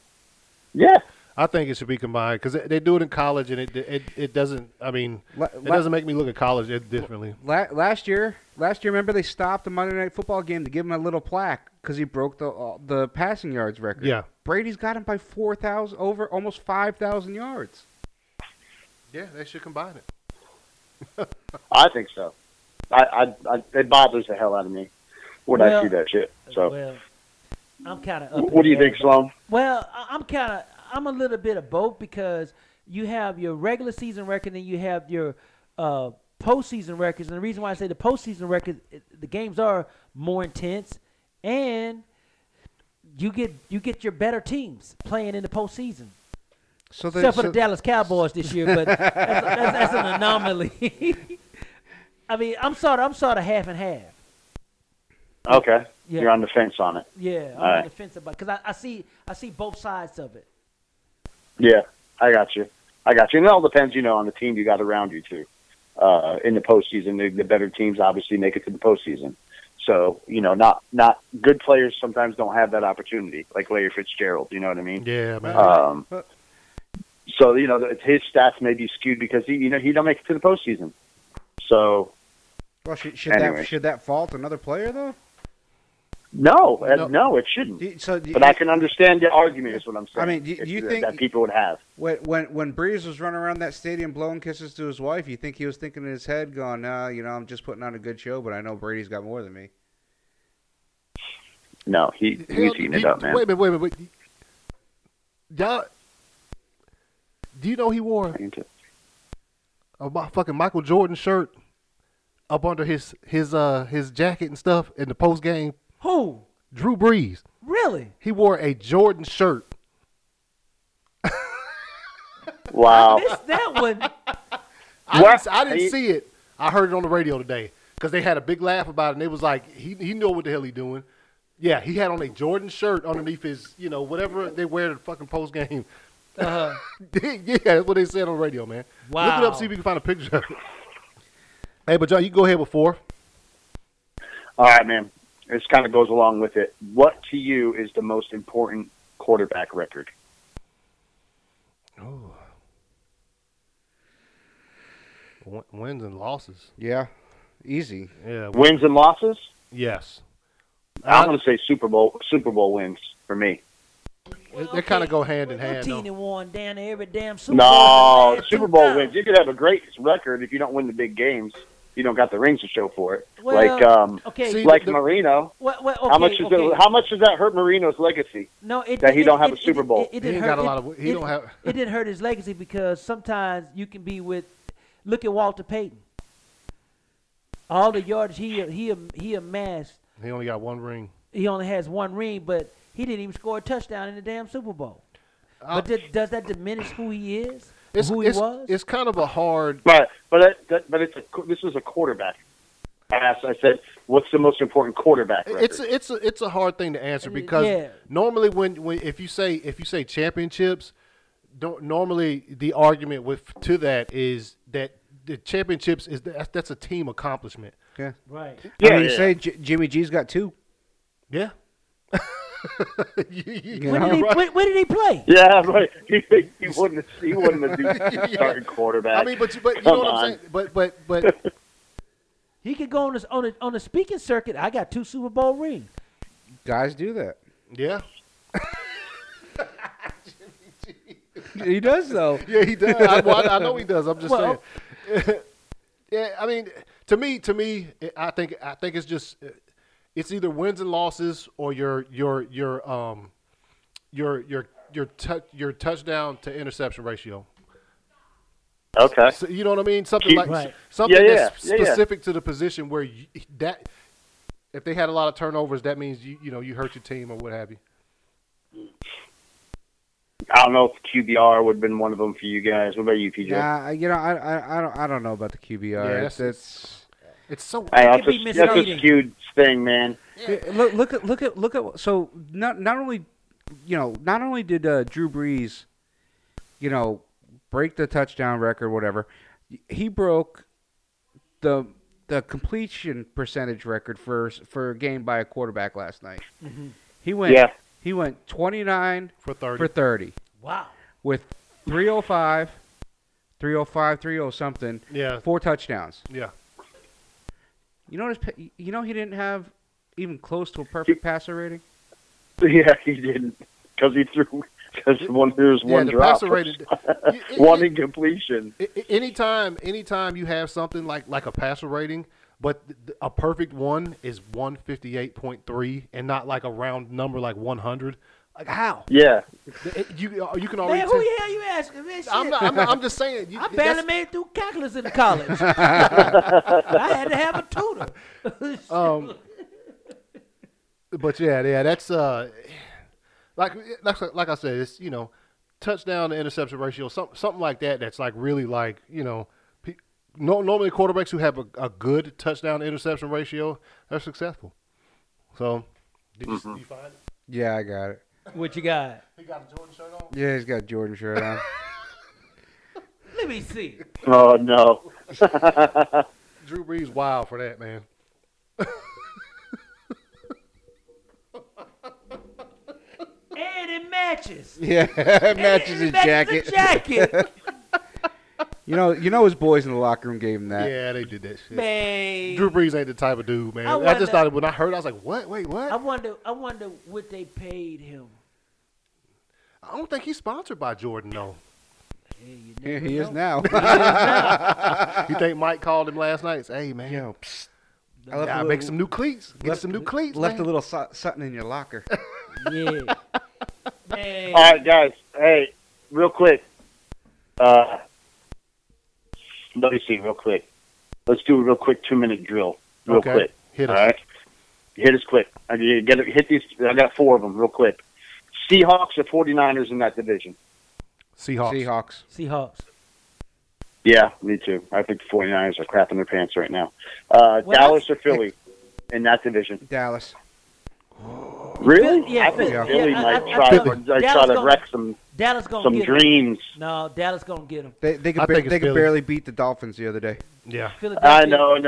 Yeah. I think it should be combined because they, they do it in college, and it it, it doesn't. I mean, La- it la- doesn't make me look at college it differently. La- last year, last year, remember they stopped the Monday Night Football game to give him a little plaque because he broke the uh, the passing yards record. Yeah. Brady's got him by four thousand over almost five thousand yards. Yeah, they should combine it. I think so. I, I, I it bothers the hell out of me when Well- I see that shit. So, Well, I'm kind of. what do you think, Sloan? Well, I- I'm kind of I'm a little bit of both because you have your regular season record and you have your uh, postseason records. And the reason why I say the postseason record, it- the games are more intense, and you get you get your better teams playing in the postseason. So they, Except for so- the Dallas Cowboys this year, but that's, that's, that's an anomaly. I mean, I'm sort of I'm sort of half and half. Okay, Yeah. you're on the fence on it. Yeah, I'm All on right. the fence about because I, I see I see both sides of it. Yeah, I got you. I got you. And it all depends, you know, on the team you got around you too. Uh, in the postseason, the, the better teams obviously make it to the postseason. So, you know, not not good players sometimes don't have that opportunity, like Larry Fitzgerald. You know what I mean? Yeah, man. Um, so you know th- his stats may be skewed because he you know he don't make it to the postseason. So well, should, should anyway. that should that fault another player though? no, uh, No. no, it shouldn't. Do you- so do But you- I can understand the argument is what I'm saying. I mean, do- do It's- you that, think- that people would have? When when when Breeze was running around that stadium blowing kisses to his wife, you think he was thinking in his head, going, "Nah, you know, I'm just putting on a good show, but I know Brady's got more than me." No, he he's Hell, eating do it you- up, man. Wait a minute, wait a minute. Wait. Y'all, do you know he wore a mi- fucking Michael Jordan shirt up under his his uh his jacket and stuff in the post game? Who Drew Brees, really? he wore a Jordan shirt. Wow. missed that one. I What? didn't, I didn't He- see it. I heard it on the radio today because they had a big laugh about it, and it was like he he knew what the hell he doing. Yeah, he had on a Jordan shirt underneath his, you know, whatever they wear to the fucking post game. yeah, that's what they said on the radio, man. Look it Wow. up, see if you can find a picture of it. Hey, but John, you go ahead before. All right, man. This kind of goes along with it. What to you is the most important quarterback record? Oh. Win- Wins and losses. Yeah, easy. Yeah. w- Wins and losses? Yes. I'm going to say Super Bowl Super Bowl wins for me. They- they kind of go hand in We're hand. routine though. and worn down to every damn Super Bowl. No, since Super Bowl 2000. wins. You could have a great record if you don't win the big games. You don't got the rings to show for it. Well, like um, Okay. See, like the- Marino. well, well, okay, how much is okay. that, how much does that hurt Marino's legacy? no, it, that he it- don't have it- a Super it- It, Bowl? it He didn't ain't hurt, got a it- lot of- he it- don't have- It didn't hurt his legacy because sometimes you can be with. Look at Walter Payton. All the yards he he he amassed, He only got one ring. he only has one ring, but he didn't even score a touchdown in the damn Super Bowl. Uh, but did, does that diminish who he is? It's, who he it's, was? it's kind of a hard But but it, that, but it's a, this is a quarterback. I asked. I said, "What's the most important quarterback record?" It's a, it's a, it's a hard thing to answer Uh, because yeah. normally when, when if you say if you say championships, don't normally the argument with to that is that the championships is that's, that's a team accomplishment. Yeah, right. I Yeah, mean, yeah. say J- Jimmy G's got two. Yeah. You- Yeah. When did, he, Right. when, when did he play? Yeah, right. He, he wouldn't. He wouldn't have Yeah. starting quarterback. I mean, but you, but you know Come what on. I'm saying. But but but He could go on this on a, on the speaking circuit. I got two Super Bowl rings. Guys do that. yeah, He does though. yeah, he does. I, well, I, I know he does. I'm just Well- saying. yeah, I mean, to me, to me, I think I think it's just it's either wins and losses or your your your um your your your tou your touchdown to interception ratio. okay. So, you know what I mean? Something Keep- like Right. something Yeah, yeah, that's yeah, yeah. specific to the position where you, that if they had a lot of turnovers, that means you you know you hurt your team or what have you. I don't know if QBR would have been one of them for you guys. What about you, PJ? Yeah, you know, I, I, I don't, I don't know about the QBR. Yeah, it's, that's- It's so Hey, that's, could be a, that's a misleading. skewed thing, man. it's- look, look at, look at, look at. So not, not only, you know, not only did uh, Drew Brees, you know, break the touchdown record, whatever, he broke the the completion percentage record for for a game by a quarterback last night. He went, Yeah. he went twenty nine for thirty. for thirty Wow. with 305, 305, 30 something, yeah, four touchdowns. yeah. You notice? pa- You know he didn't have even close to a perfect passer rating. Yeah, he didn't because he threw because one there was Yeah, one the drop, passer rating- it- it- one it- incompletion. I- I- anytime anytime you have something like like a passer rating but th- th- a perfect one is 158.3 and not like a round number like 100 like how Yeah, Th- it- you you can already Man, who tell- the hell you asking? Man, shit. Oh, I'm, not, I'm, not, I'm just saying you, I barely that's- made it through calculus in college. I had to have a tutor. um but yeah yeah that's uh like like, like I said it's you know touchdown to interception ratio some, something like that that's like really like you know pe- no, normally quarterbacks who have a, a good touchdown to interception ratio they're successful so did you, you find it? Yeah, I got it. what you got? He got a Jordan shirt on. Yeah, he's got a Jordan shirt on. Let me see. Oh no. Drew Brees wild for that man. And it matches. yeah, it matches his And it matches jacket. the jacket. You know, you know his boys in the locker room gave him that. Yeah, they did that shit. Man. Drew Brees ain't the type of dude, man. I I, wonder- just thought it when I heard, it, I was like, "What? Wait, what?" I wonder. I wonder what they paid him. I don't think he's sponsored by Jordan, though. Hey, you Here never he is know. now. you think Mike called him last night? and said, Hey, man, Yo, psst. I gotta left, a make little, some new cleats. Get left- some new cleats. left a man. little so- something in your locker. Yeah. Man. All right, guys. Hey, real quick. Uh, let me see, real quick. Let's do a real quick two minute drill, real Okay. quick. Hit All us. right, hit us quick. I need to get hit these. I got four of them, real quick. Seahawks or 49ers in that division? Seahawks. Seahawks. Seahawks. Yeah, me too. I think the 49ers are crapping their pants right now. Uh, Well, Dallas or Philly in that division? Dallas. Really? yeah, I think yeah. Philly Yeah, I- might I- I try, thought to, might Dallas try to gonna- wreck some, Dallas gonna some get him. dreams. No, Dallas gonna get him. They they I think could, ba- it's they could Philly. barely beat the Dolphins the other day. Yeah. Philadelphia. I know, and,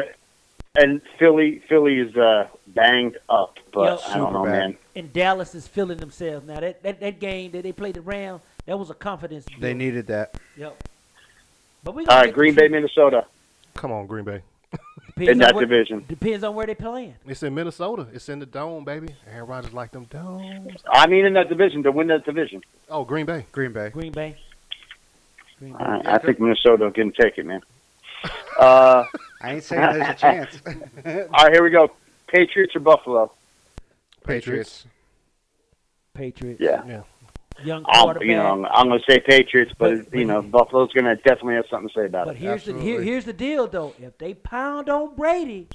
and Philly Philly is uh, banged up, Yep. but I don't know, Super bad. man. And Dallas is feeling themselves now. That that, that game that they played around, that was a confidence. They build. needed that. Yep. But we All gonna right, get Green the Bay, Chiefs. Minnesota Come on, Green Bay. Depends in on that where- division. Depends on where they playing. It's in Minnesota. It's in the dome, baby. Aaron Rodgers like them domes. I mean, in that division to win that division. Oh, Green Bay. Green Bay. Green Bay. Green Bay. I, I think Minnesota can take it, man. Uh, I ain't saying there's a chance. all right, here we go. Patriots or Buffalo? Patriots. Patriots. Yeah. Young I'm, quarterback. you know, I'm, I'm going to say Patriots, but, But- you know, Buffalo's going to definitely have something to say about but it. here's the here, Absolutely. here's the deal though. If they pound on Brady,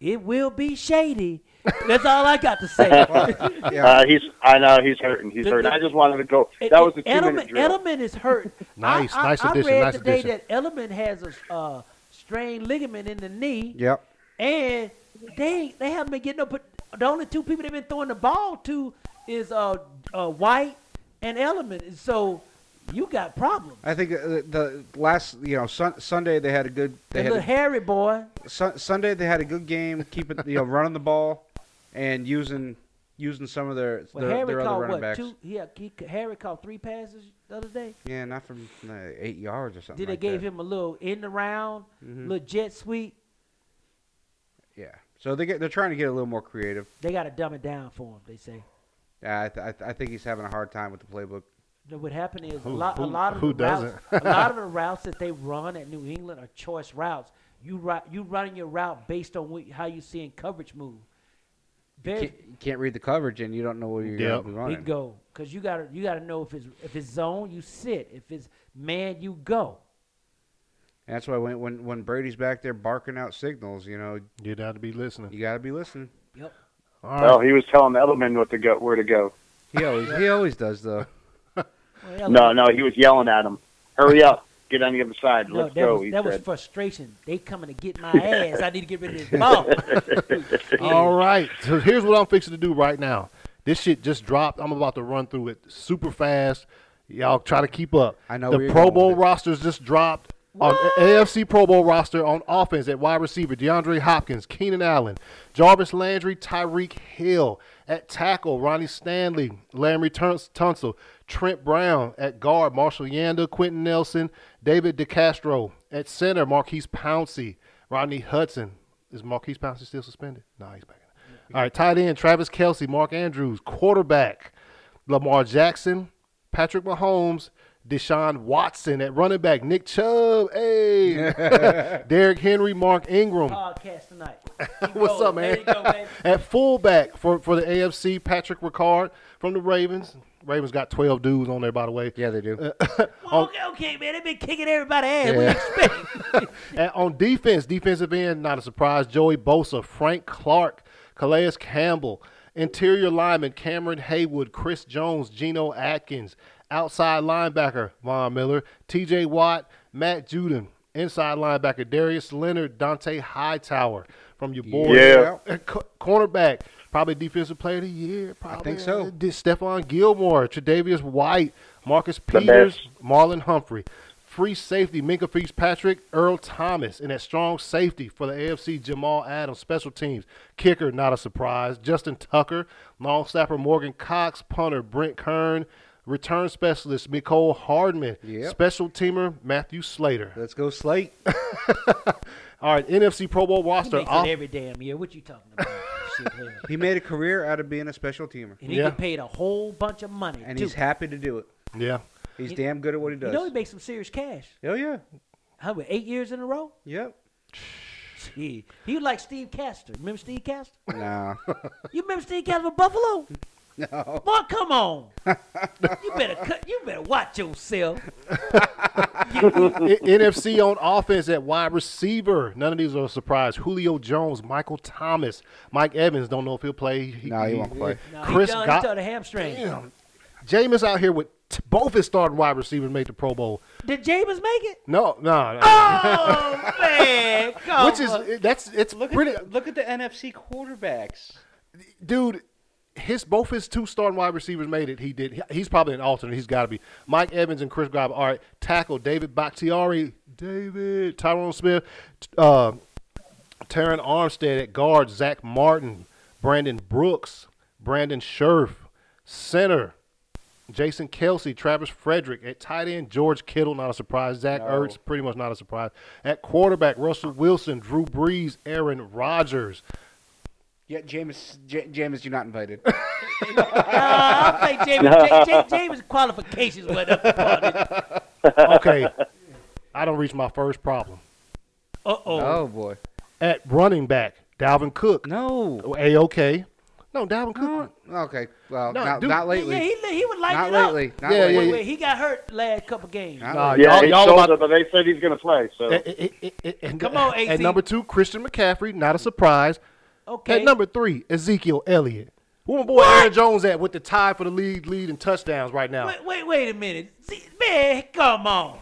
it will be shady. That's all I got to say. Yeah. Uh, he's, I know he's hurting. He's The- hurting. the- I just wanted to go. And- That was a and two-minute Edelman, drill. Edelman is hurt. Nice, I, I, nice I addition, read nice today addition. that Edelman has a uh, strained ligament in the knee, Yep. and they they haven't been getting up. But the only two people they've been throwing the ball to is uh, uh White and Edelman. And So you got problems. I think uh, the the last, you know, sun, Sunday they had a good. They That had little Harry boy. Sun Sunday they had a good game, keeping you know running the ball and using using some of their Well, their, Harry their other caught running what? backs. Two? Yeah, he, Harry caught three passes the other day. Yeah, not from uh, eight yards or something. Then they like gave that. him a little in the round, Mhm. little jet sweep. Yeah, so they get they're trying to get a little more creative. They got to dumb it down for him. They say. Yeah, I, th- I, th- I think he's having a hard time with the playbook. No, What happened is Who- a lot, who- a lot of who the routes, doesn't? a lot of the routes that they run at New England are choice routes. You ri- you running your route based on what, how you seeing coverage move. Very Can't, you can't read the coverage, and you don't know where you're Yep. going to be running. Bingo, because you gotta you gotta know if it's if it's zone you sit, if it's man you go. And that's why when, when when Brady's back there barking out signals, you know, You'd have to be listening. you got to be listening. All Oh, right. he was telling Edelman what to go, where to go. He always he always does though. Well, that No, was- no, he was yelling at him. Hurry up, get on the other side. no, Let's that go. was he that was said. frustration. They coming to get my ass. I need to get rid of this ball. All right. So here's what I'm fixing to do right now. This shit just dropped. I'm about to run through it super fast. Y'all try to keep up. I know where the you're Pro going Bowl with it. rosters just dropped. On AFC Pro Bowl roster on offense at wide receiver, DeAndre Hopkins, Keenan Allen, Jarvis Landry, Tyreek Hill. At tackle, Ronnie Stanley, Larry Tuns- Tunsil, Trent Brown. At guard, Marshall Yanda, Quentin Nelson, David DeCastro. At center, Marquise Pouncey, Rodney Hudson. Is Marquise Pouncey still suspended? No, he's back. All right, tight end, Travis Kelsey, Mark Andrews. Quarterback, Lamar Jackson, Patrick Mahomes, Deshaun Watson. At running back, Nick Chubb. Hey, Derrick Henry, Mark Ingram. Podcast tonight. What's up, man? At fullback for, for the AFC, Patrick Ricard from the Ravens. Ravens got 12 dudes on there, by the way. Yeah, they do. okay, okay, man. They've been kicking everybody ass. What do you Yeah. expect? And on defense, defensive end, not a surprise. Joey Bosa, Frank Clark, Calais Campbell, interior lineman Cameron Haywood, Chris Jones, Geno Atkins, outside linebacker Von Miller, T.J. Watt, Matt Judon, inside linebacker Darius Leonard, Dante Hightower from your boy. uh, Yeah. Co- cornerback, probably defensive player of the year. Probably think so. Did Stephon Gilmore, Tre'Davious White, Marcus The Peters, Marlon Humphrey. Free safety, Minka Fitzpatrick, Earl Thomas, and at strong safety for the AFC, Jamal Adams. Special teams, kicker, not a surprise, Justin Tucker, long snapper Morgan Cox, punter Brent Kern, return specialist Nicole Hardman, Yep. special teamer Matthew Slater. Let's go Slate. All right, NFC Pro Bowl He roster. makes off- it every damn year. What you talking about? Shit, man. He made a career out of being a special teamer, and he Yeah. get paid a whole bunch of money. and too. he's happy to do it. yeah, He's You- damn good at what he does. You know he makes some serious cash. oh yeah, How about eight years in a row? yep. Gee, he was like Steve Castor. Remember Steve Castor? Nah, You remember Steve Castor with Buffalo? no. Boy, come on. you better cut. You better watch yourself. You- I- NFC on offense at wide receiver. None of these are a surprise. Julio Jones, Michael Thomas, Mike Evans. Don't know if he'll play. He, No, he won't play. no, Chris he done Got- tore the hamstring. Damn. Jameis out here with t- both his starting wide receivers made the Pro Bowl. Did James make it? No, no. no. Oh man, come Which on. is that's it's pretty, look at the NFC quarterbacks. dude. His both his two starting wide receivers made it. He did. He- He's probably an alternate. He's got to be Mike Evans and Chris Godwin. All right, tackle David Bakhtiari, David Tyrone Smith, t- uh, Taryn Armstead at guard, Zach Martin, Brandon Brooks, Brandon Scherf, center, Jason Kelsey, Travis Frederick at tight end, George Kittle, not a surprise. Zach No. Ertz, pretty much not a surprise. At quarterback, Russell Wilson, Drew Brees, Aaron Rodgers. Yeah, Jameis, J- Jameis, you're not invited. Nah, I think James, James, James, qualifications went up. Uh Okay, I don't reach my first problem. oh. oh boy, At running back, Dalvin Cook, no. a okay. No, Dalvin Cook. Okay, well, No, not, dude. not Yeah, lately. yeah, he, li- he would lighten not it up. lately. Not Yeah, lately. yeah, Wait, yeah. wait, he got hurt last couple games. Not Nah, lately. yeah, Uh, y'all, he y'all sold about it, but they said he's going to play. So Eh, eh, eh, eh, eh, and- Come on, and AC. number two, Christian McCaffrey, not a surprise. Okay. At number three, Ezekiel Elliott. Where my boy Aaron Jones at with the tie for the lead lead in touchdowns right now? Wait, wait, wait a minute. Zeke, man, come on.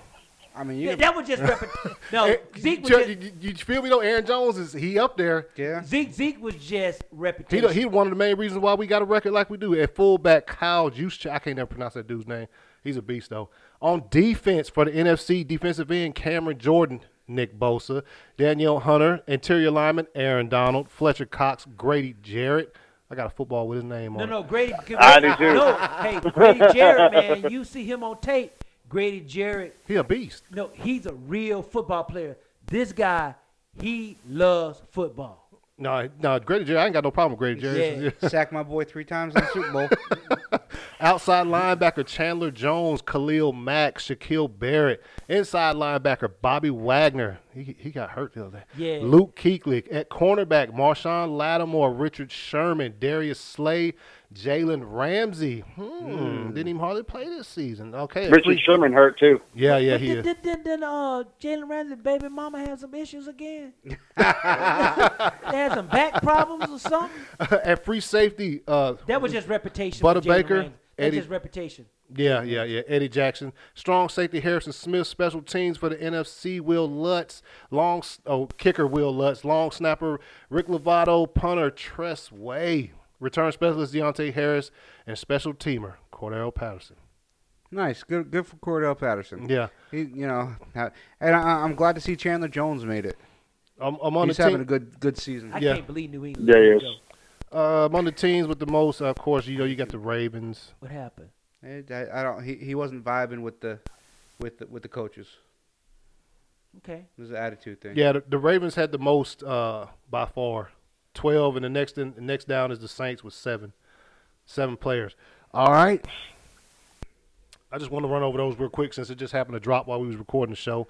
I mean, you Yeah, can- that was just repet- no. Eh, Zeke was you, just, you- you feel me though? Aaron Jones is he up there? yeah. Zeke Zeke was just He repetition. the- he one of the main reasons why we got a record like we do. At fullback, Kyle Juice. I can't never pronounce that dude's name. He's a beast though. On defense for the NFC defensive end, Cameron Jordan, Nick Bosa, Danielle Hunter, interior lineman Aaron Donald, Fletcher Cox, Grady Jarrett, I got a football with his name No, on. no, Grady. Grady I do too. No, hey, Grady Jarrett, man, you see him on tape. Grady Jarrett, It. He a beast. no, he's a real football player. This guy, he loves football. No, no, Grady Jerry. I ain't got no problem with Grady Jerry. Yeah. Sack my boy three times in the Super Bowl. Outside linebacker Chandler Jones, Khalil Mack, Shaquille Barrett. Inside linebacker Bobby Wagner. He, he got hurt the other day. Yeah. Luke Kuechly. At cornerback, Marshawn Lattimore, Richard Sherman, Darius Slay, Jalen Ramsey. Hmm, Didn't even hardly play this season. Okay. a Richard free- Sherman hurt too. Yeah, yeah, But he did, is. did, did, did, uh, Jalen Ramsey, baby mama, have some issues again? they had some back problems or something? At free safety, uh, That was just reputation. Butter for Jalen Baker, Ramsey. That's Eddie- just reputation. Yeah, yeah, yeah. Eddie Jackson, strong safety Harrison Smith, special teams for the NFC Will Lutz, long s- oh kicker Will Lutz, long snapper Rick Lovato, punter Tress Way, return specialist Deontay Harris, and special teamer Cordell Patterson. nice, good, good for Cordell Patterson. Yeah, He, you know, ha- and I, I'm glad to see Chandler Jones made it. I'm, I'm on He's the having team. a good, good season. I Yeah. can't believe New England. There he Yo, is. uh, I'm on the teams with the most. Uh, of course, you know you got the Ravens. What happened? I, Eh, I- I don't. He, he wasn't vibing with the, with the, with the coaches. Okay. It was an attitude thing. Yeah, the, the Ravens had the most uh, by far, twelve, and the next in, the next down is the Saints with seven, seven players. All right. I just want to run over those real quick since it just happened to drop while we was recording the show.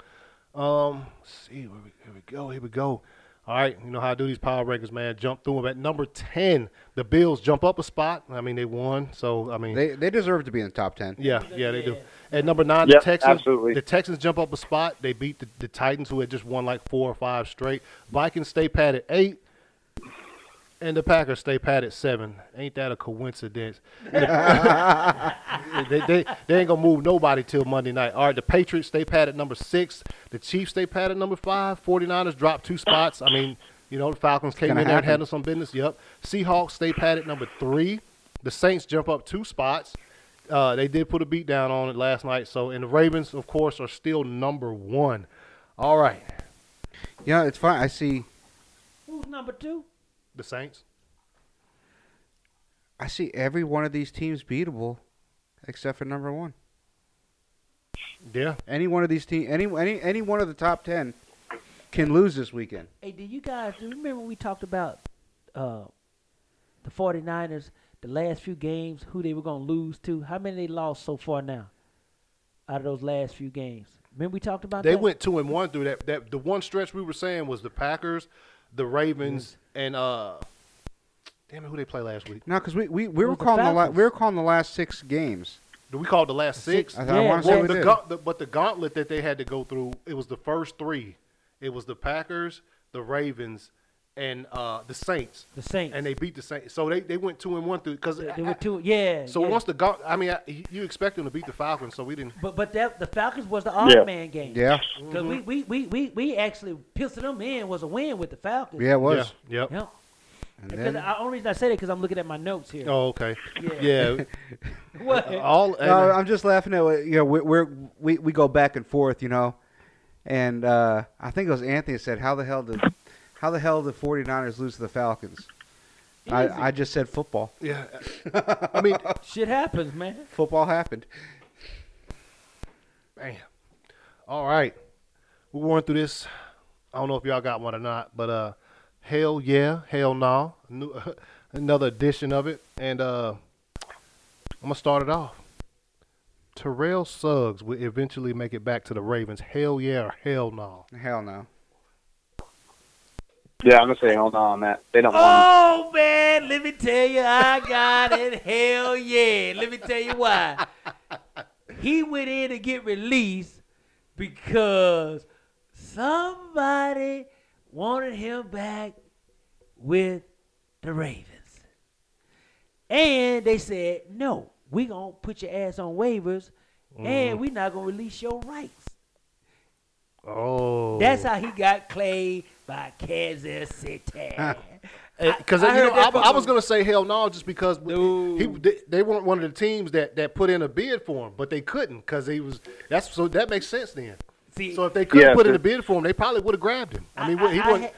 Um, let's see, where we, here we go, here we go. All right, you know how I do these power rankings, man. Jump through them at number ten. The Bills jump up a spot. I mean, they won, so I mean, They they deserve to be in the top ten. yeah, yeah, they do. At number nine, Yep, the Texans. absolutely. The Texans jump up a spot. They beat the, the Titans, who had just won like four or five straight. Vikings stay pat at eight, and the Packers stay pat at seven. Ain't that a coincidence? they, they, they ain't gonna move nobody till Monday night. All right, the Patriots stay pat at number six. The Chiefs stay pat at number five. 49ers dropped two spots. I mean, you know, the Falcons came in gonna there and happen. handled some business. Yep. Seahawks stay pat at number three. The Saints jump up two spots. Uh, they did put a beat down on it last night. So, and the Ravens, of course, are still number one. All right, You know, it's fine. I see. Who's number two? the Saints. I see every one of these teams beatable, except for number one. Yeah, Any one of these team, any any any one of the top ten, can lose this weekend. Hey, do you guys do you remember we talked about uh, the 49ers, the last few games, who they were going to lose to? How many they lost so far now out of those last few games? Remember we talked about they that? went two and one through that. That the one stretch we were saying was the Packers, the Ravens, and uh, damn it, who they play last week? No, because we, we, we It were was the calling the, la- Falcons. we were calling the last six games. Do we call it the last six? I, Yeah, want to say Well, we the did. gaunt- the- but the gauntlet that they had to go through, it was the first three. It was the Packers, the Ravens, and uh, the Saints, The Saints. and they beat the Saints. So they, they went two and one through because they, they were two. Yeah. So yeah. once the gaunt, I mean, I, you expect them to beat the Falcons, so we didn't. But but that the Falcons was the odd Yeah. man game. yeah, Because we, we, we, we, we actually pissing them in was a win with the Falcons. yeah, it was. Yeah. Yep. Yeah. And Because then, the only reason I say that because I'm looking at my notes here. Oh, okay. Yeah. Yeah. What? All. No, I'm just laughing at what- you know we we're, we we go back and forth, you know, and uh, I think it was Anthony that said how the hell did how the hell did 49ers lose to the Falcons? Easy. I, I just said football. yeah. I mean, Shit happens, man. Football happened. Bam. All right. We're going through this. I don't know if y'all got one or not, but uh hell yeah, hell no. New, another edition of it. And uh I'm gonna start it off. Terrell Suggs will eventually make it back to the Ravens. Hell yeah or hell no. Hell no. Yeah, I'm gonna say hell no on that. They don't want. him. Oh man, let me tell you, I got it. Hell yeah. Let me tell you why. He went in to get released because somebody wanted him back with the Ravens. And they said, no, we gonna put your ass on waivers and Mm-hmm. we not gonna release your rights. Oh, That's how he got claimed by Kansas City. because I- Eh, Uh, you I heard know I, that from- I was gonna say hell no just because No. he they, they weren't one of the teams that that put in a bid for him, but they couldn't because he was that's so that makes sense then. See, So if they could Yeah, have put in so- a bid for him, they probably would have grabbed him. I mean, what he I, wasn't. ha-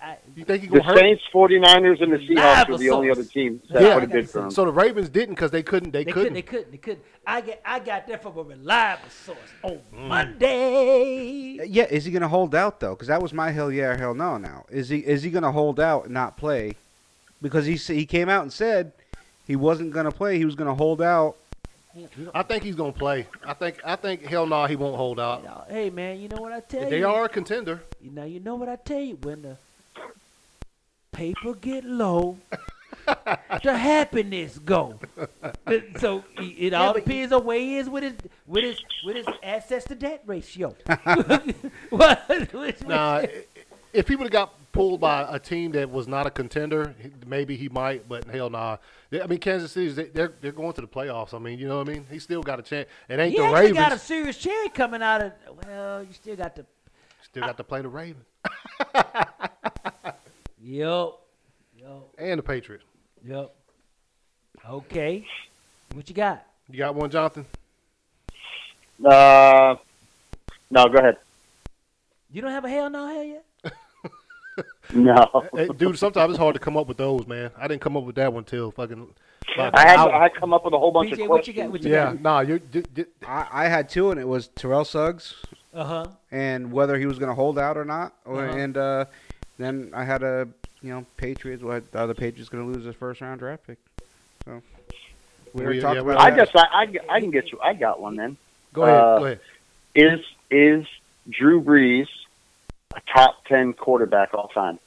I, I, You think he The gonna hurt? Saints, 49ers, and the Seahawks were the Dinosaurs. only other teams that Yeah. would have bid for him. So the Ravens didn't because they couldn't. They, they couldn't. couldn't. They couldn't. They couldn't. I get. I got that from a reliable source on Mm. Monday. Yeah, is he going to hold out though? Because that was my hell yeah, or hell no. Now is he is he going to hold out and not play? Because he s- he came out and said he wasn't going to play. He was going to hold out. I think he's gonna play. I think. I think. Hell no, he won't hold out. Y'all- Hey man, you know what I tell They you? are a contender. Now you know what I tell you when the paper get low, the happiness go. It- So it it all depends on where he is with his with his with his assets to debt ratio. what? which- Nah, i- if he would have got pulled by a team that was not a contender, he- maybe he might. But hell nah. They- I mean, Kansas City's they- they're they're going to the playoffs. I mean, you know what I mean? He still got a chance. It ain't you the actually Ravens. got a serious cherry coming out of. Well, you still got the. Still got to play the Ravens Yup. Yup. and the Patriots. Yup. Okay. What you got? You got one, Jonathan. Uh, no, go ahead. You don't have a hell no hell yet. No. Hey, dude, sometimes it's hard to come up with those, man. I didn't come up with that one till fucking. about I an had hour. I had come up with a whole bunch BJ, of what you questions. got? What you yeah, nah, you're. d- d- I, I had two, and it was Terrell Suggs got? Uh huh. and whether he was going to hold out or not. Or- Uh-huh. And uh, then I had a you know Patriots. What are the Patriots going to lose this first round draft pick? So we already We- talked yeah, we- about. I that. guess I, I, I can get you. I got one then. Go ahead. Uh, go ahead. Is is Drew Brees a top ten quarterback all time?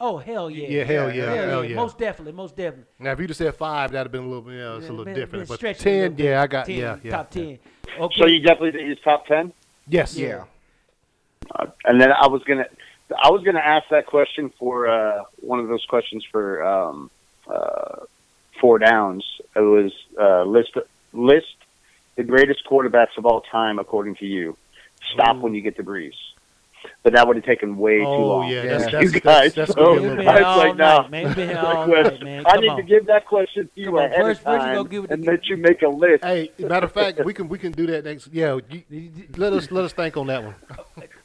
Oh hell yeah. Yeah, hell yeah, hell yeah. Most definitely, most definitely. Now, if you'd have said five, that'd have been a little, yeah, it's a Yeah, little been- different. been But stretched a ten, little bit. yeah, I got, 10, yeah, yeah, top yeah. ten. Okay. So you definitely think he's top ten. Yes, Yeah. Uh, and then I was gonna, I was gonna ask that question for uh, one of those questions for um, uh, four downs. It was uh, list list the greatest quarterbacks of all time according to you. Stop Mm. when you get the breeze. But that would have taken way too Oh long. yeah, Yeah. that's You that's, that's, guys, that's so- gonna be a We've little. been I was all like, night, nah. man. We've been That all night, question. man. I Come need on. to give that question to you Come on, ahead first- of first you time gonna give it to and the- let you make a list. Hey, matter of fact, we can we can do that next. Yeah, you, let us let us think on that one.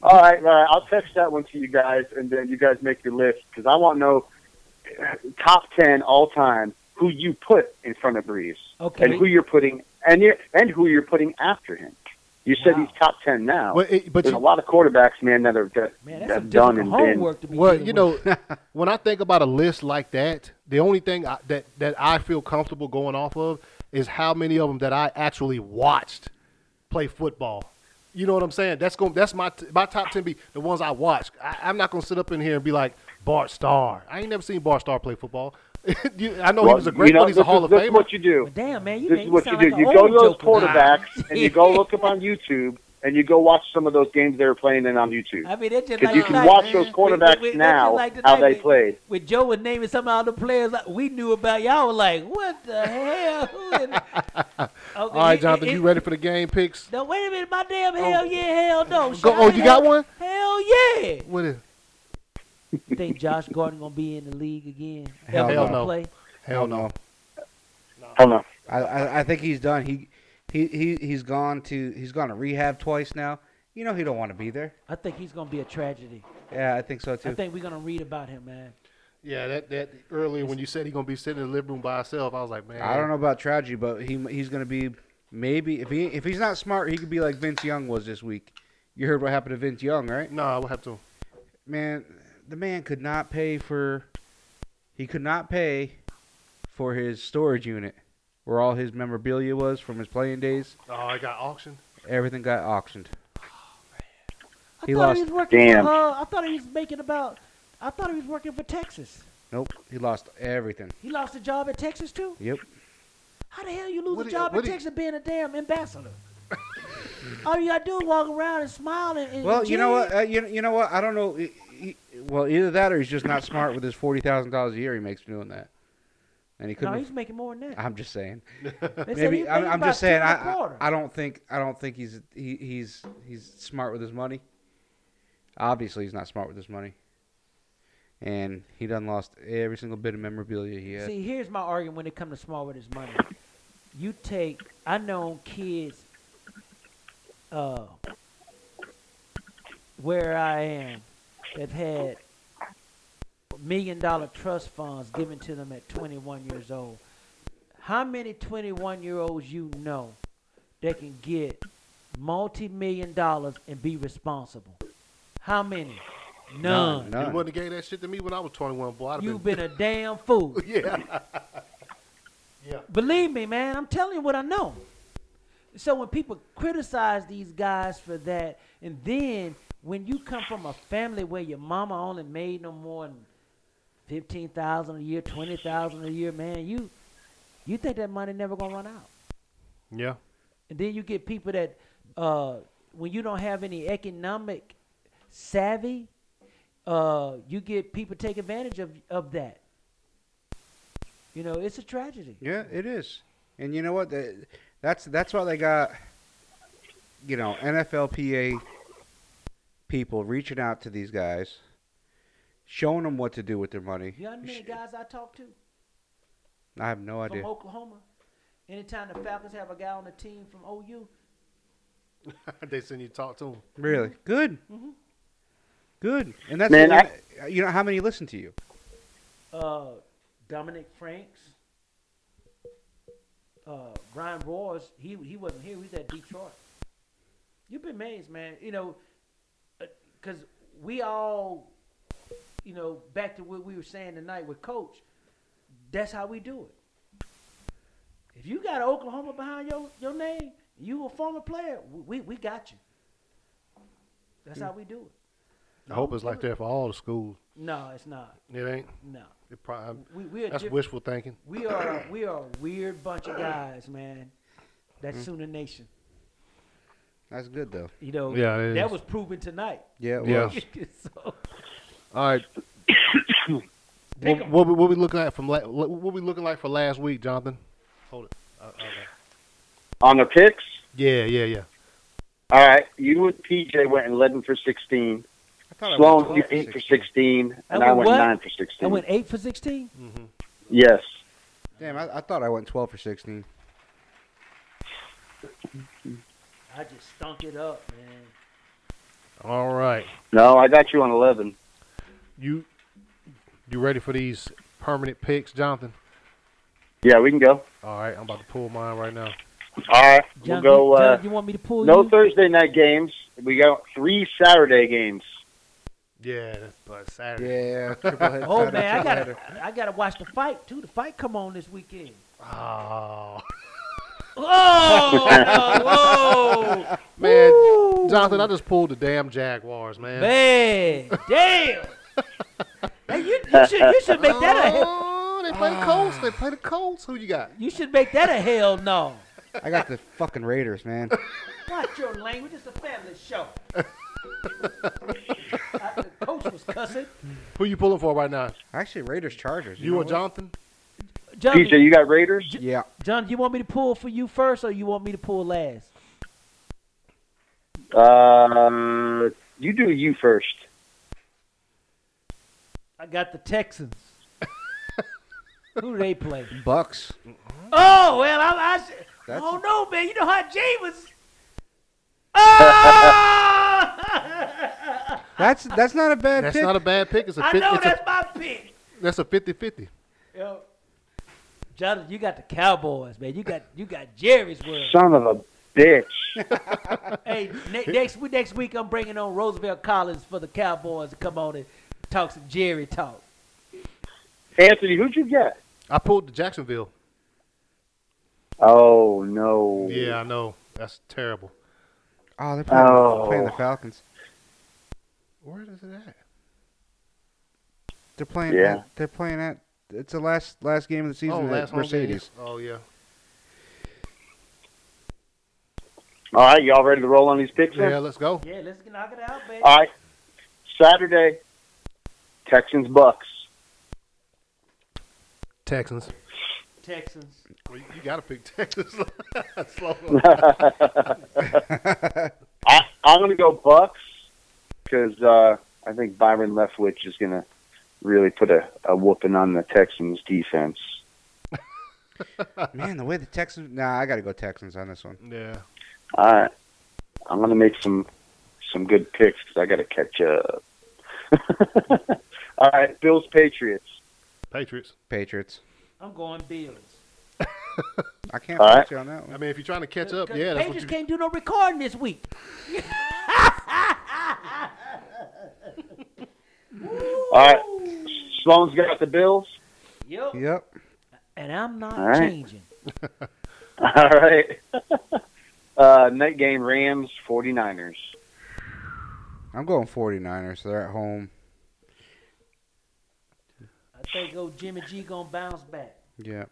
All right, all right. I'll text that one to you guys, and then you guys make your list because I want to know uh, top ten all time who you put in front of Breeze Okay. and who you're putting and you and who you're putting after him. You said Wow. he's top ten now. Well, it, but There's a you, lot of quarterbacks, man, that are that, man, that's some that done and difficult been. homework to be well, dealing you with. know, when I think about a list like that, the only thing I, that that I feel comfortable going off of is how many of them that I actually watched play football. You know what I'm saying? That's going. That's my t- my top ten. Be the ones I watched. I, I'm not gonna sit up in here and be like Bart Starr. I ain't never seen Bart Starr play football. you, I know Well, Oh, he was a great you know, one. He's a this Hall is- of this is Famer. what you do. Well, damn, man, you This make is me what you sound do. like you an go old to those joker now. quarterbacks and you go look them on YouTube and you go watch some of those games they were playing in on YouTube. I mean, that's just Because like you can tonight, watch man. those We- quarterbacks we- we- that's now, just like how tonight they played. With, with Joe was naming some of the players like, we knew about, y'all were like, what the hell? Who in- okay, All All right, Jonathan, you ready for the game picks? No, wait a minute, my damn hell yeah, hell no. Oh. Shit, Go, I oh, mean, you got hell- one? Hell yeah. What is? You think Josh Gordon gonna be in the league again? Hell Ever no. gonna Play? Hell no. Hold on. I, I, I think he's done. He, he he he's gone to he's gone to rehab twice now. You know he don't want to be there. I think he's gonna be a tragedy. Yeah, I think so too. I think we're gonna read about him, man. Yeah, that that earlier when you said he gonna be sitting in the living room by himself, I was like, man, I don't know about tragedy, but he he's gonna be maybe if he if he's not smart, he could be like Vince Young was this week. You heard what happened to Vince Young, right? Nah, what happened to him? Man, the man could not pay for he could not pay for his storage unit where all his memorabilia was from his playing days. Oh, I got auctioned. Everything got auctioned. I He thought lost. he was working. Damn. For, uh, I thought he was making about. I thought he was working for Texas. Nope, he lost everything. He lost a job at Texas too. Yep. How the hell you lose What a he- job what at he- Texas being a damn ambassador? All you gotta do is walk around and smile and. and Well, you know what? cheer. Uh, you, you know what? I don't know. He- he- well, either that or he's just not smart with his forty thousand dollars a year he makes doing that, and he No, couldn't. he's making more than that. I'm just saying. They said he Maybe was I'm, making I'm about just saying. two and a I, I quarter. I don't think I don't think he's he, he's he's smart with his money. Obviously, he's not smart with his money, and he done lost every single bit of memorabilia he had. See, here's my argument when it comes to smart with his money. You take, I know kids uh, where I am that have had million dollar trust funds given to them at 21 years old. How many 21 year olds you know that can get multi million dollars and be responsible? How many? None. You None. wouldn't have gave that shit to me when I was 21, boy. I'd have You've been a damn fool. yeah. Believe me, man, I'm telling you what I know. So when people criticize these guys for that, and then when you come from a family where your mama only made no more than fifteen thousand a year, twenty thousand a year, man, you you think that money never gonna run out. Yeah. And then you get people that, uh, when you don't have any economic savvy, uh, you get people take advantage of, of that. You know, it's a tragedy. Yeah, it is. And you know what? The- That's that's why they got you know NFLPA people reaching out to these guys, showing them what to do with their money. You know how many Sh- guys I talk to I have no from idea. Oklahoma? Anytime the Falcons have a guy on the team from OU, they send you to talk to him. Really Mm-hmm. good. Mhm. Good. And that's Man, you know how many listen to you? uh, Dominic Franks, uh, Brian Roars, he he wasn't here. He was at Detroit. You've been amazed, man. You know, because we all, you know, back to what we were saying tonight with Coach. That's how we do it. If you got Oklahoma behind your your name, you a former player. We we, we got you. That's how we do it. I hope it's like that for all the schools. No, it's not. It ain't. No, It probably, we we are that's diff- wishful thinking. We are we are a weird bunch of guys, man. That Mm-hmm. Sooner Nation, That's good though. you know, Yeah, it that is. was proven tonight. Yeah. It Yeah. Was. so, All right. Take What, 'em. what, we- what we looking at from la- what we looking like for last week, Jonathan? Hold it. Uh, okay. On the picks, Yeah, yeah, yeah. all right, you and PJ went 11 for 16. I thought I was Sloan, 12 you for 8 for 16. 16, and I I went went what? 9 for I 16. went eight for sixteen. Mm-hmm. yes. Damn, I, I thought I went 12 for 16. I just stunk it up, man. All right. No, I got you on 11. You you ready for these permanent picks, Jonathan? Yeah, we can go. All right. I'm about to pull mine right now. All right, we'll John, go. you, Uh, John, you want me to pull no you? Thursday night games. We got three Saturday games. Yeah, that's but Saturday. Yeah. Triple head, oh triple man, I header. gotta I gotta watch the fight too. The fight come on this weekend. Oh Oh, whoa, man, Woo. Jonathan, I just pulled the damn Jaguars, man. man, damn. Hey, you, you should you should make that a hell- Oh, they play the Colts. They play the Colts. Who you got? you should make that a hell no. I got the fucking Raiders, man. Watch your language. It's a family show. I, the coach was cussing. Who you pulling for right now? Actually, Raiders Chargers. You know or what? Jonathan? John, PJ, you got Raiders? Yeah. John, you want me to pull for you first, or you want me to pull last? Uh, you do you first. I got the Texans. Who do they play? Bucks. Oh well, I, I, should, I That's- don't know, man. You know how Jay was. Oh! That's that's not a bad That's pick. not a bad pick. It's a I fif- know it's that's my pick. a that's a 50-50. Yo, Jonathan, you got the Cowboys, man. You got you got Jerry's world. Son of a bitch. hey, ne- next week, next week I'm bringing on Roosevelt Collins for the Cowboys to come on and talk some Jerry talk. Anthony, who'd you get? I pulled the Jacksonville. Oh, no. Yeah, I know. That's terrible. oh, they're playing, Oh. playing the Falcons. Where is it at? They're playing. Yeah. At, they're playing at. It's the last last game of the season. oh, at last home game. Mercedes. Oh yeah. All right, y'all ready to roll on these picks? then? Yeah, let's go. Yeah, let's knock it out, baby. Uh, All right. Saturday, Texans Bucks. Texans. Texans. Well, you, you gotta pick Texans. Slow I, I'm going to go Bucks because uh, I think Byron Leftwich is going to really put a, a whooping on the Texans defense. Man, the way the Texans. Nah, I gotta go Texans on this one. Yeah. All right, I'm going to make some some good picks because I got to catch up. All right, Bills Patriots. Patriots. Patriots. I'm going Bills. I can't All put right. you on that I one. mean, if you're trying to catch up, Because yeah, the that's what Patriots you. can't do no recording this week. All right, Sloan's got the Bills. Yep. Yep. And I'm not All right. changing. All right. uh, night game Rams 49ers. I'm going 49ers. They're at home. I think old Jimmy G gonna bounce back. Yep.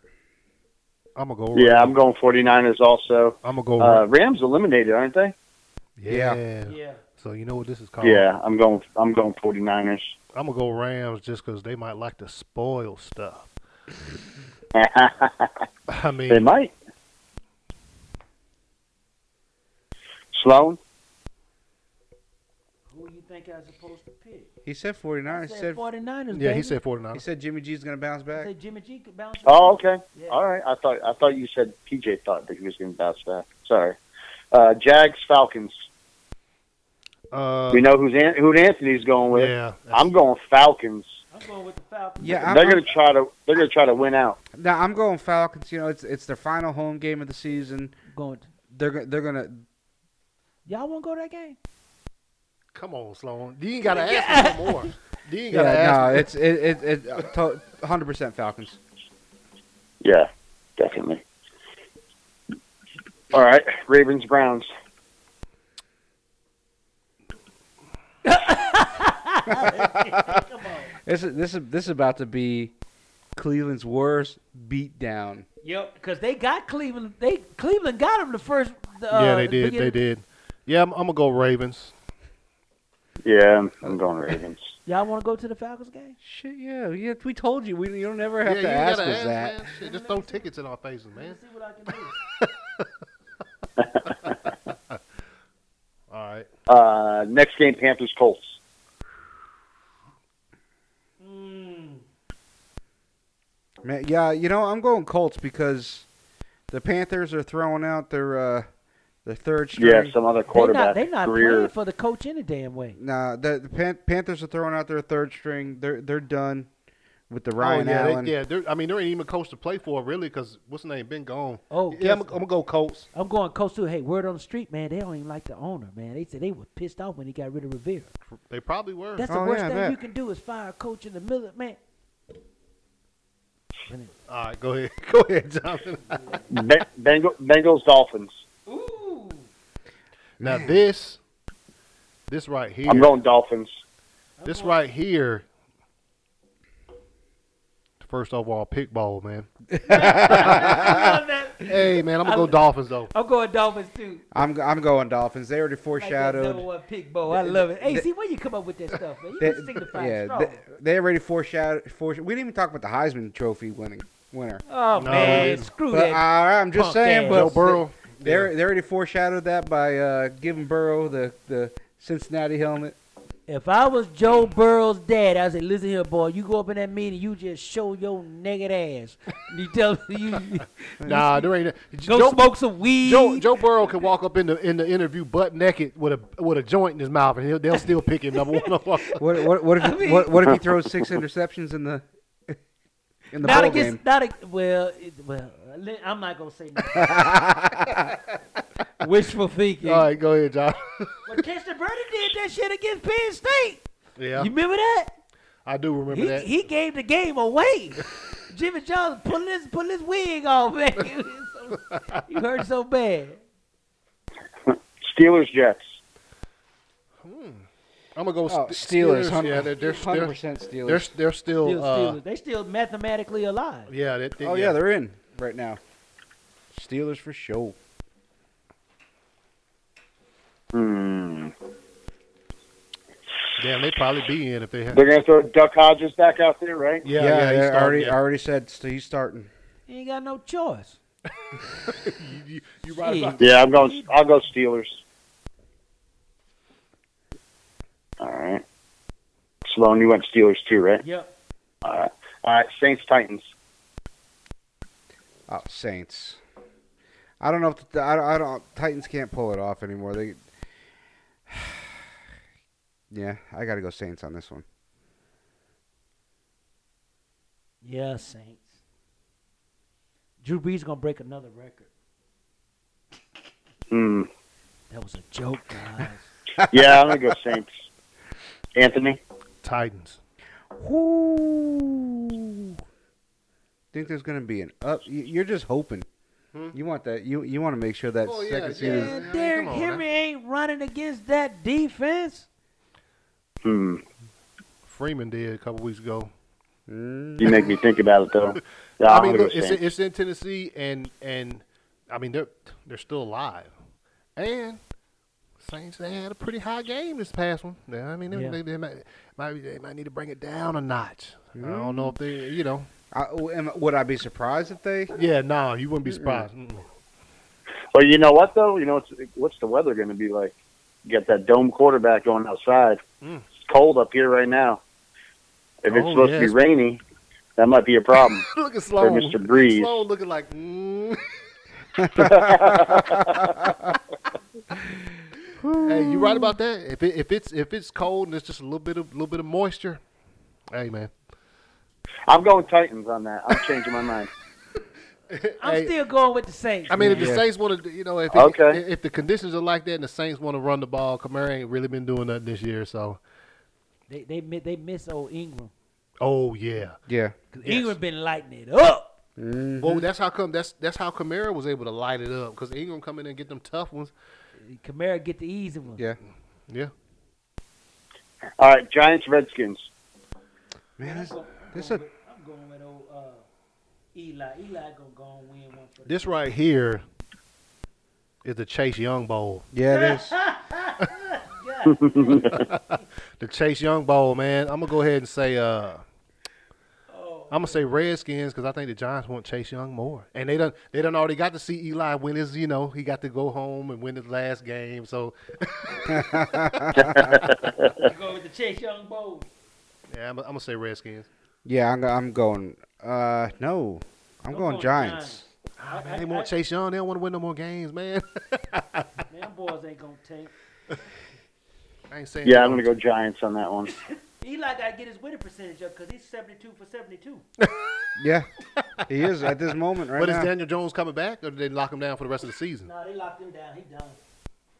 I'm gonna go. Yeah, Rams. I'm going 49ers also. I'm gonna go. Uh, Rams. Rams eliminated, aren't they? yeah. Yeah. So you know what this is called? Yeah, I'm going I'm going 49ers. I'm gonna go Rams just because they might like to spoil stuff. I they mean, might. Sloan? Who you think I'm supposed to pick? He said 49ers. I He said, said, 49ers. yeah, baby. he said 49. he said Jimmy G's going to bounce I back. said Jimmy G could bounce back. Oh, okay. Yeah. All right. I thought I thought you said PJ thought that he was going to bounce back. Sorry. Uh, Jags Falcons. Uh, we know who's An- who Anthony's going with. yeah, I'm going Falcons. I'm going with the Falcons. Yeah, I'm- they're going to try to they're going to try to win out. Now I'm going Falcons. You know, it's it's their final home game of the season. going. They're go- they're gonna. Y'all won't go to that game? come on, Sloan. You ain't gotta ask me no more. You ain't gotta Yeah, no, ask. it's it it it to- 100% Falcons. Yeah, definitely. All right, Ravens Browns. Come on. This is this is this is about to be Cleveland's worst beatdown. Yep, because they got Cleveland. They Cleveland got them the first. Uh, yeah, they did. beginning- They did. Yeah, I'm, I'm gonna go Ravens. Yeah, I'm, I'm going Ravens. Y'all want to go to the Falcons game? Shit, yeah, yeah. We told you. We you don't ever Yeah, have you to ain't ask gotta us ask, that. man. Shit, just throw tickets in our faces, man. Let's see what I can do. All right. Uh, next game Panthers Colts. Mm, Man, yeah, you know I'm going Colts because the Panthers are throwing out their uh their third string. Yeah, some other they not, quarterback. they not playing Greer. for the coach any damn way. Nah, the, the Pan- Panthers are throwing out their third string. They're they're done with the Ryan oh, yeah, Allen. They, yeah, they're, I mean, there ain't even a coach to play for, really, because what's his name? Been gone. Oh, yeah, yeah, I'm, I'm gonna go Colts. I'm going coach too. Hey, word on the street, man, they don't even like the owner, man. They said they were pissed off when he got rid of Revere. They probably were. That's the Oh, worst yeah, I thing bet. you can do is fire a coach in the middle, of, man. All right, go ahead, go ahead, Jonathan. Be- Bengal- Bengals Dolphins. Ooh, now this, this right here, I'm going Dolphins. this right here, the first overall pick ball, man. Hey, man, I'm gonna go Dolphins though. I'm going Dolphins too. I'm I'm going Dolphins. They already Like that foreshadowed. number one pick, Bo. I love it. Hey, see where you come up with that stuff, man. You They- can signify yeah, yeah, they, they already foreshadowed. Foresh- we didn't even talk about the Heisman Trophy winning winner. Oh No, they man, didn't. screw But that. I, I'm just punk saying. ass. But Joe Burrow. They, they're- they already foreshadowed that by uh, giving Burrow the, the Cincinnati helmet. if I was Joe Burrow's dad, I'd say, "Listen here, boy. You go up in that meeting, you just show your naked ass. You tell you Nah, there ain't. go Joe, smoke some weed. Joe Joe Burrow can walk up in the in the interview butt naked with a with a joint in his mouth, and he'll, they'll still pick him number one. overall. What what what if mean- what, what if he throws six interceptions in the in the not bowl against, game? not a, well, it, well. li- I'm not gonna say nothing. Wishful thinking. All right, go ahead, John. But Chester Burner did that shit against Penn State. yeah, You remember that? I do remember He, that. he gave the game away. Jimmy Johnson pulling his pulling his wig off, man. It was so- you hurt so bad. Steelers Jets. I'm gonna go Oh, Ste- Steelers, Yeah, they're they're, hundred they're, percent Steelers. they're, they're still. Still, uh, Steelers. they still mathematically alive. Yeah, they, they- oh yeah, they're in right now. Steelers for sure. Hmm. damn, they probably be in if they had. They're going to throw Duck Hodges back out there, right? Yeah, yeah, yeah, they he's starting, already yeah. already said st- he's starting. You ain't got no choice. You, you, you right about Yeah, I'm going. I'll go Steelers. All right. Sloan, you went Steelers too, right? Yep. All right. All right. Saints Titans. Oh, Saints. I don't know if the, I, don't- I don't Titans can't pull it off anymore. They Yeah, I got to go Saints on this one. Yeah, Saints. Drew Brees gonna break another record. Hmm. That was a joke, guys. Yeah, I'm gonna go Saints. Anthony, Titans. Ooh. Think there's gonna be an up? y- You're just hoping. Hmm? You want that? You you want to make sure that Oh, yeah, second yeah. I season. Man, mean, Derrick come on, Henry ain't running against that defense. hmm, Freeman did a couple weeks ago. Mm. you make me think about it though. Yeah, I I'm mean, gonna look, go it's Saints. it's in Tennessee, and and I mean they're they're still alive, and Saints they had a pretty high game this past one. Now, I mean, they, Yeah. they, they might might be- they might need to bring it down a notch. I Mm-hmm. don't know if they, you know. I, oh, am, would I be surprised if they? Yeah, no, you wouldn't be surprised. Mm-mm. Well, you know what though? You know it's, what's the weather gonna be like? You got that dome quarterback going outside. Mm. It's cold up here right now. If it's Oh, supposed to yes. be rainy, that might be a problem. Look at Sloan. Mr. Breeze. Sloan looking like. Mm. hey, you right about that? If it, if it's if it's cold and it's just a little bit of little bit of moisture, hey man. I'm going Titans on that. I'm changing my mind. I'm Hey, still going with the Saints. I mean, if the Yeah. Saints want to, you know, if, Okay. if the conditions are like that and the Saints want to run the ball, Kamara ain't really been doing nothing this year. So, they they mi- they miss old Ingram. oh yeah, Yeah. 'Cause Yes. Ingram been lighting it up. Mm. well that's how come that's that's how Kamara was able to light it up because Ingram come in and get them tough ones. Kamara get the easy one. Yeah. Yeah, All right, Giants Redskins. Man, that's, that's a I'm going with- I'm going with old uh, Eli. Eli gonna go and win one for the this right here is the Chase Young Bowl. yeah. It is. The Chase Young Bowl, man. I'm gonna go ahead and say, uh, Oh. I'm gonna say Redskins because I think the Giants want Chase Young more, and they done they done already got to see Eli win his, you know, he got to go home and win his last game. So, I'm going with the Chase Young Bowl. yeah, I'm, I'm gonna say Redskins. Yeah. I'm, go- I'm going. Uh, no. I'm, I'm going, going Giants. I, Ah, Man, they want Chase Young. They don't want to win no more games, man. man, them boys ain't gonna tank. I ain't saying. Yeah, I'm gonna go Giants on that one. Eli gotta get his winning percentage up because he's 72 for 72. Yeah. He is at this moment right But is now. Daniel Jones coming back, or did they lock him down for the rest of the season? No, they locked him down. He done.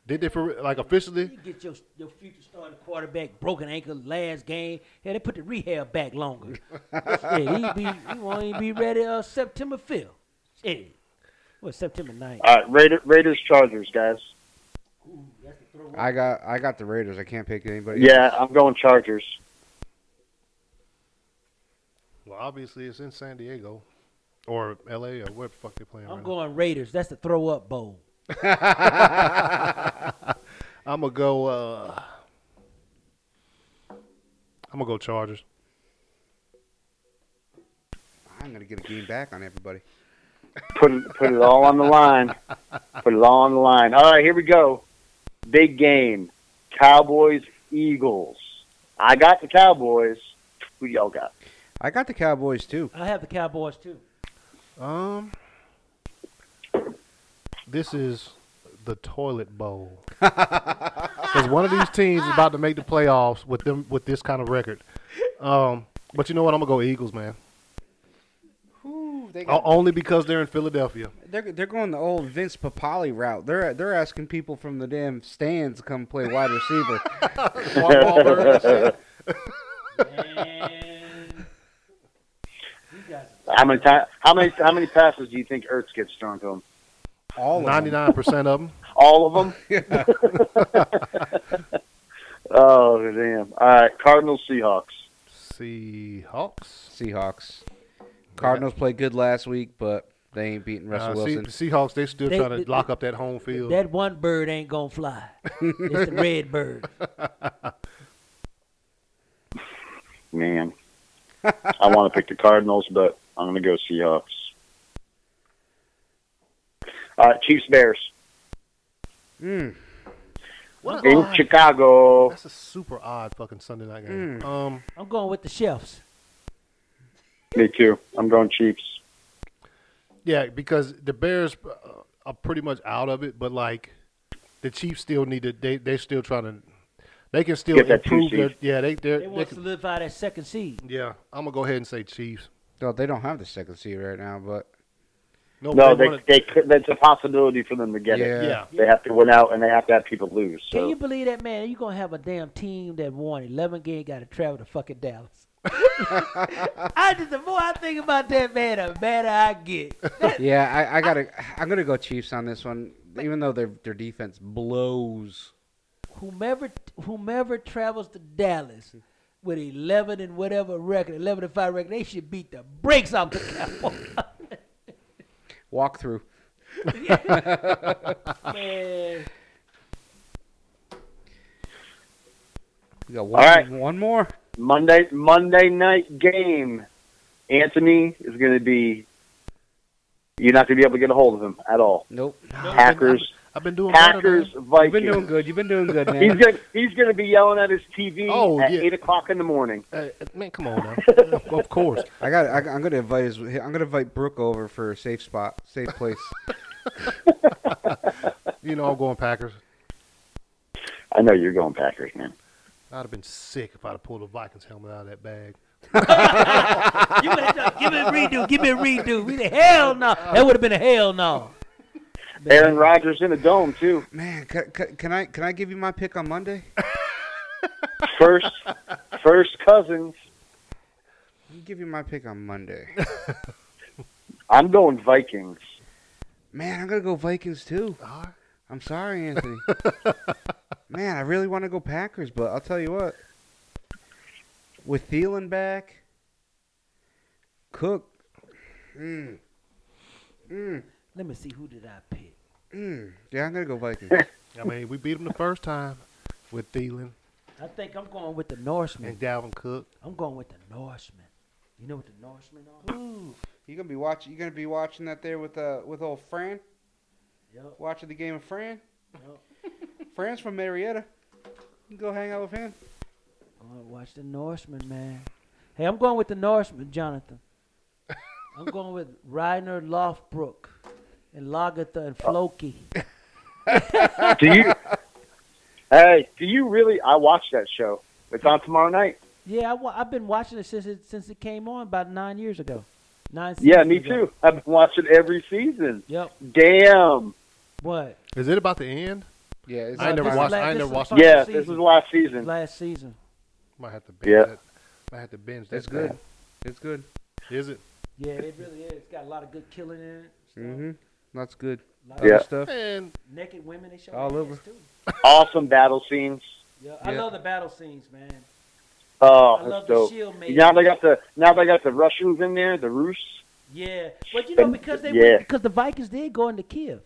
Did they for like You officially? get your your future starting quarterback broken ankle last game. Yeah, they put the rehab back longer. yeah, he be he won't even be ready uh, September 5th. Shit. Well, September 9th. All right, Raider, Raiders Chargers, guys. Ooh, that's the throw. I got I got the Raiders. I can't pick anybody. Yeah, I'm going Chargers. Well, obviously it's in San Diego, or L.A. or where the fuck they playing. I'm right going Raiders. That's the throw up bowl. I'm gonna go. Uh, I'm gonna go Chargers. I'm gonna get a game back on everybody. Put it, put it all on the line. Put it all on the line. All right, here we go. Big game. Cowboys Eagles. I got the Cowboys. Who y'all got? I got the Cowboys too. I have the Cowboys too. Um, this is the toilet bowl because one of these teams is about to make the playoffs with them with this kind of record. Um, but you know what? I'm gonna go Eagles, man. Ooh, Oh. they O- Only because they're in Philadelphia. They're they're going the old Vince Papali route. They're they're asking people from the damn stands to come play wide receiver. Mark Wahlberg and shit. Man. you guys How many time, How many? How many passes do you think Ertz gets thrown to him? All of them. 99% of them. All of them. oh damn! All right, Cardinals Seahawks. e- Seahawks. Seahawks. Cardinals played good last week, but they ain't beating Russell Uh, Se- Wilson. the Seahawks, they still They- trying to they- lock up that home field. That one bird ain't gonna fly. it's the red bird. Man, I want to pick the Cardinals, but I'm going to go Seahawks. Uh, Chiefs Bears Mm, What an Oh, in odd- Chicago. that's a super odd fucking Sunday night game. Hmm. Um, I'm going with the chefs. Me too. I'm going Chiefs. yeah, because the Bears uh, are pretty much out of it, but like the Chiefs still need to. They they still trying to. They can still Get that two improve their. seed. Yeah, they they're, They they want to can, solidify that second seed. yeah. I'm gonna go ahead and say Chiefs. No, they don't have the second seed right now, but No, No, they they, wanted- they, could that's a possibility for them to get Yeah. it. yeah. They have to win out and they have to have people lose. Can you So believe that, man? you going to have a damn team that won 11 games, got to travel to fucking Dallas. I just, the more I think about that, man, the better I get. yeah, I, I gotta I'm gonna go Chiefs on this one, even though their their defense blows. whomever whomever travels to Dallas with 11 and whatever record, 11 and 5 record, they should beat the brakes off the Cowboys. Walk through. man. We got one, right. one more. Monday Monday night game, Anthony is going to be. You're not going to be able to get a hold of him at all. Nope. Packers, I've been doing better than- Packers, You've Vikings. been doing good. You've been doing good, He's man. gonna he's gonna be yelling at his TV Oh, at yeah. eight o'clock in the morning. Uh, man, come on now. of, of course. I got. I, I'm gonna invite his. I'm gonna invite Brooke over for a safe spot, safe place. You know I'm going Packers. I know you're going Packers, man. I'd have been sick if I'd have pulled a Vikings helmet out of that bag. You better tell- give me a redo. Give me a redo. We said, hell no. That would have been a hell no. Aaron Rodgers in the dome too. Man, can, can, can I can I give you my pick on Monday? First, first cousins. I'll give you my pick on Monday. I'm going Vikings. Man, I'm gonna go Vikings too. All right. I'm sorry, Anthony. Man, I really want to go Packers, but I'll tell you what. With Thielen back, Cook, mm, mm, Let me see. Who did I pick? mm. yeah, I'm gonna go Vikings. I mean, we beat them the first time with Thielen I think I'm going with the and Norseman. Dalvin Cook. I'm going with the Norseman. You know what the Norsemen are? you gonna be watching. You gonna be watching that there with uh with old Fran, Yup. watching the game of Fran. Yup. Fran's from Marietta. You can go hang out with him. I'm going to uh, watch the Norseman, man. Hey, I'm going with the Norseman, Jonathan. I'm going with Reiner Lofbrook and Lagatha and Floki. Do you? hey, do you really? I watched that show. It's on tomorrow night. Yeah, I wa- I've been watching it since it since it came on about nine years ago. Nine. Yeah, seasons me ago. too. I've been watching every season. Yep. Damn. What? Uh, Is it about the end? Yeah, it's I ain't This never is watched- la- I ain't this never is watched the it. Yeah, final this is season, last season. last season. Might have to binge Yeah. that. Might have to binge that. It's good. It's good. Is it? Yeah, it really is. It's got a lot of good killing in it. stuff. Mm-hmm. That's good. Lot of Other Yeah. stuff. And Naked women they show. All their over. ass, Too. Awesome battle scenes. Yeah, I Yeah. love the battle scenes, man. I Oh, love that's the dope. shield man. Now they got the now they got the Russians in there, the Rus. Yeah, but you know And- because they yeah. went, because the Vikings did go into Kiev.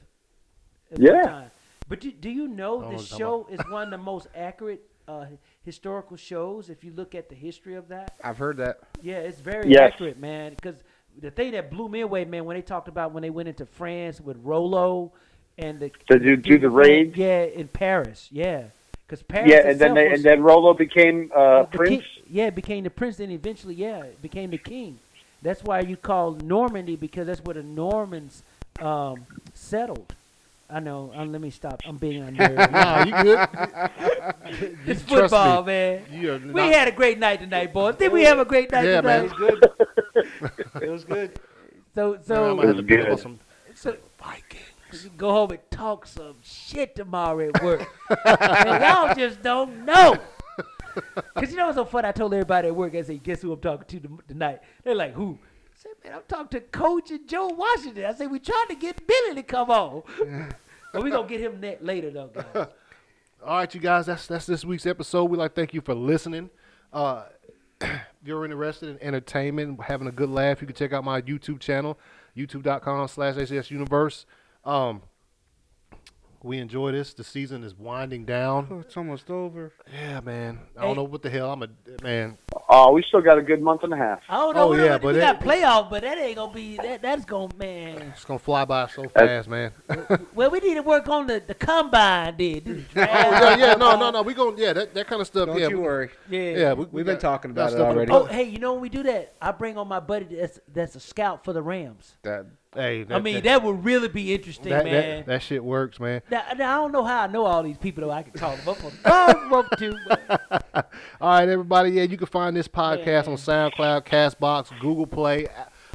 at one Yeah. time. But do, do you know don't know this what you're show is one of the most accurate uh, historical shows if you look at the history of that? I've heard that. Yeah, it's very Yes. accurate, man. Because the thing that blew me away, man, when they talked about when they went into France with Rolo and the To do- do the raids? yeah, in Paris, yeah, because Paris, Oh, Yeah, and then they and then Rolo became uh, the prince. king- yeah, became the prince, and eventually, yeah, became the king. That's why you call Normandy because that's where the Normans um, settled. I know. Um, let me stop. I'm being unfair. nah, you good? it's trust me. football, man. You are We not- had a great night tonight, boys. Did we have a great night Yeah, tonight? man. good. it was good. So, Man, I so, might have to Good. pull up some so Vikings. You go home and talk some shit tomorrow at work. and y'all just don't know. Because you know what's so funny? I told everybody at work, I said, guess who I'm talking to tom- tonight? They're like, who? I said, man, I'm talking to Coach and Joe Washington. I said, we trying to get Billy to come on. but we going to get him net later, though, guys. All right, you guys, that's that's this week's episode. We like to thank you for listening. Uh, if you're interested in entertainment, having a good laugh, you can check out my YouTube channel, youtube.com slash ACS Universe. Um, we enjoy this. The season is winding down. Oh, it's almost over. Yeah, man. I don't know what the hell. I'm a man. Oh, we still got a good month and a half. I don't know. Oh, we yeah, yeah, but we that- got playoff, but that ain't going to be, that, that's going to, man. It's gonna fly by so fast, man. Well, we need to work on the, the combine, then. do the draft. Oh, yeah, yeah, no, no, no. We gonna yeah, that, that kind of stuff. Don't yeah, you we- worry. yeah. Yeah, we, We've been got- talking got about it stuff in the already. Oh, hey, you know when we do that, I bring on my buddy that's that's a scout for the Rams. That Hey, I mean, that would really be interesting, that, man. that shit works, man. now, now, I don't know how I know all these people though. I could call them up on phone, up to. but- All right, everybody. Yeah, you can find this podcast on SoundCloud, Castbox, Google Play,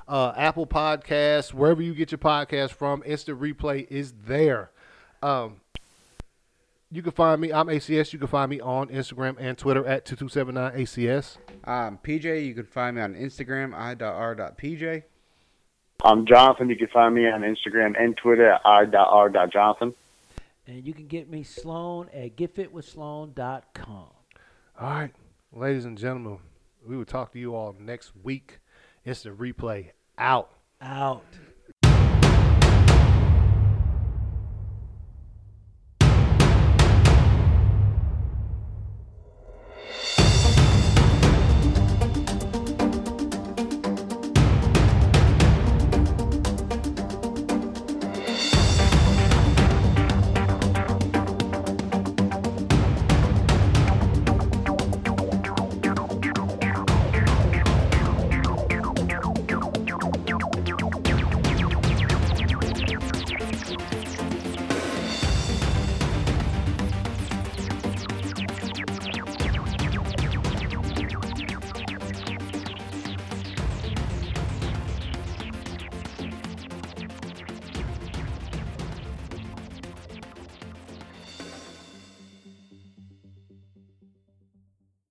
uh, Apple Podcasts, wherever you get your podcast from. Instant replay is there. Um, you can find me. I'm ACS. You can find me on Instagram and Twitter at 2279ACS. Um, PJ, you can find me on Instagram, i.r.pj. I'm Jonathan. You can find me on Instagram and Twitter at i.r.jonathan. And you can get me Sloan at getfitwithsloan.com. All right, ladies and gentlemen, we will talk to you all next week. Instant replay out. Out.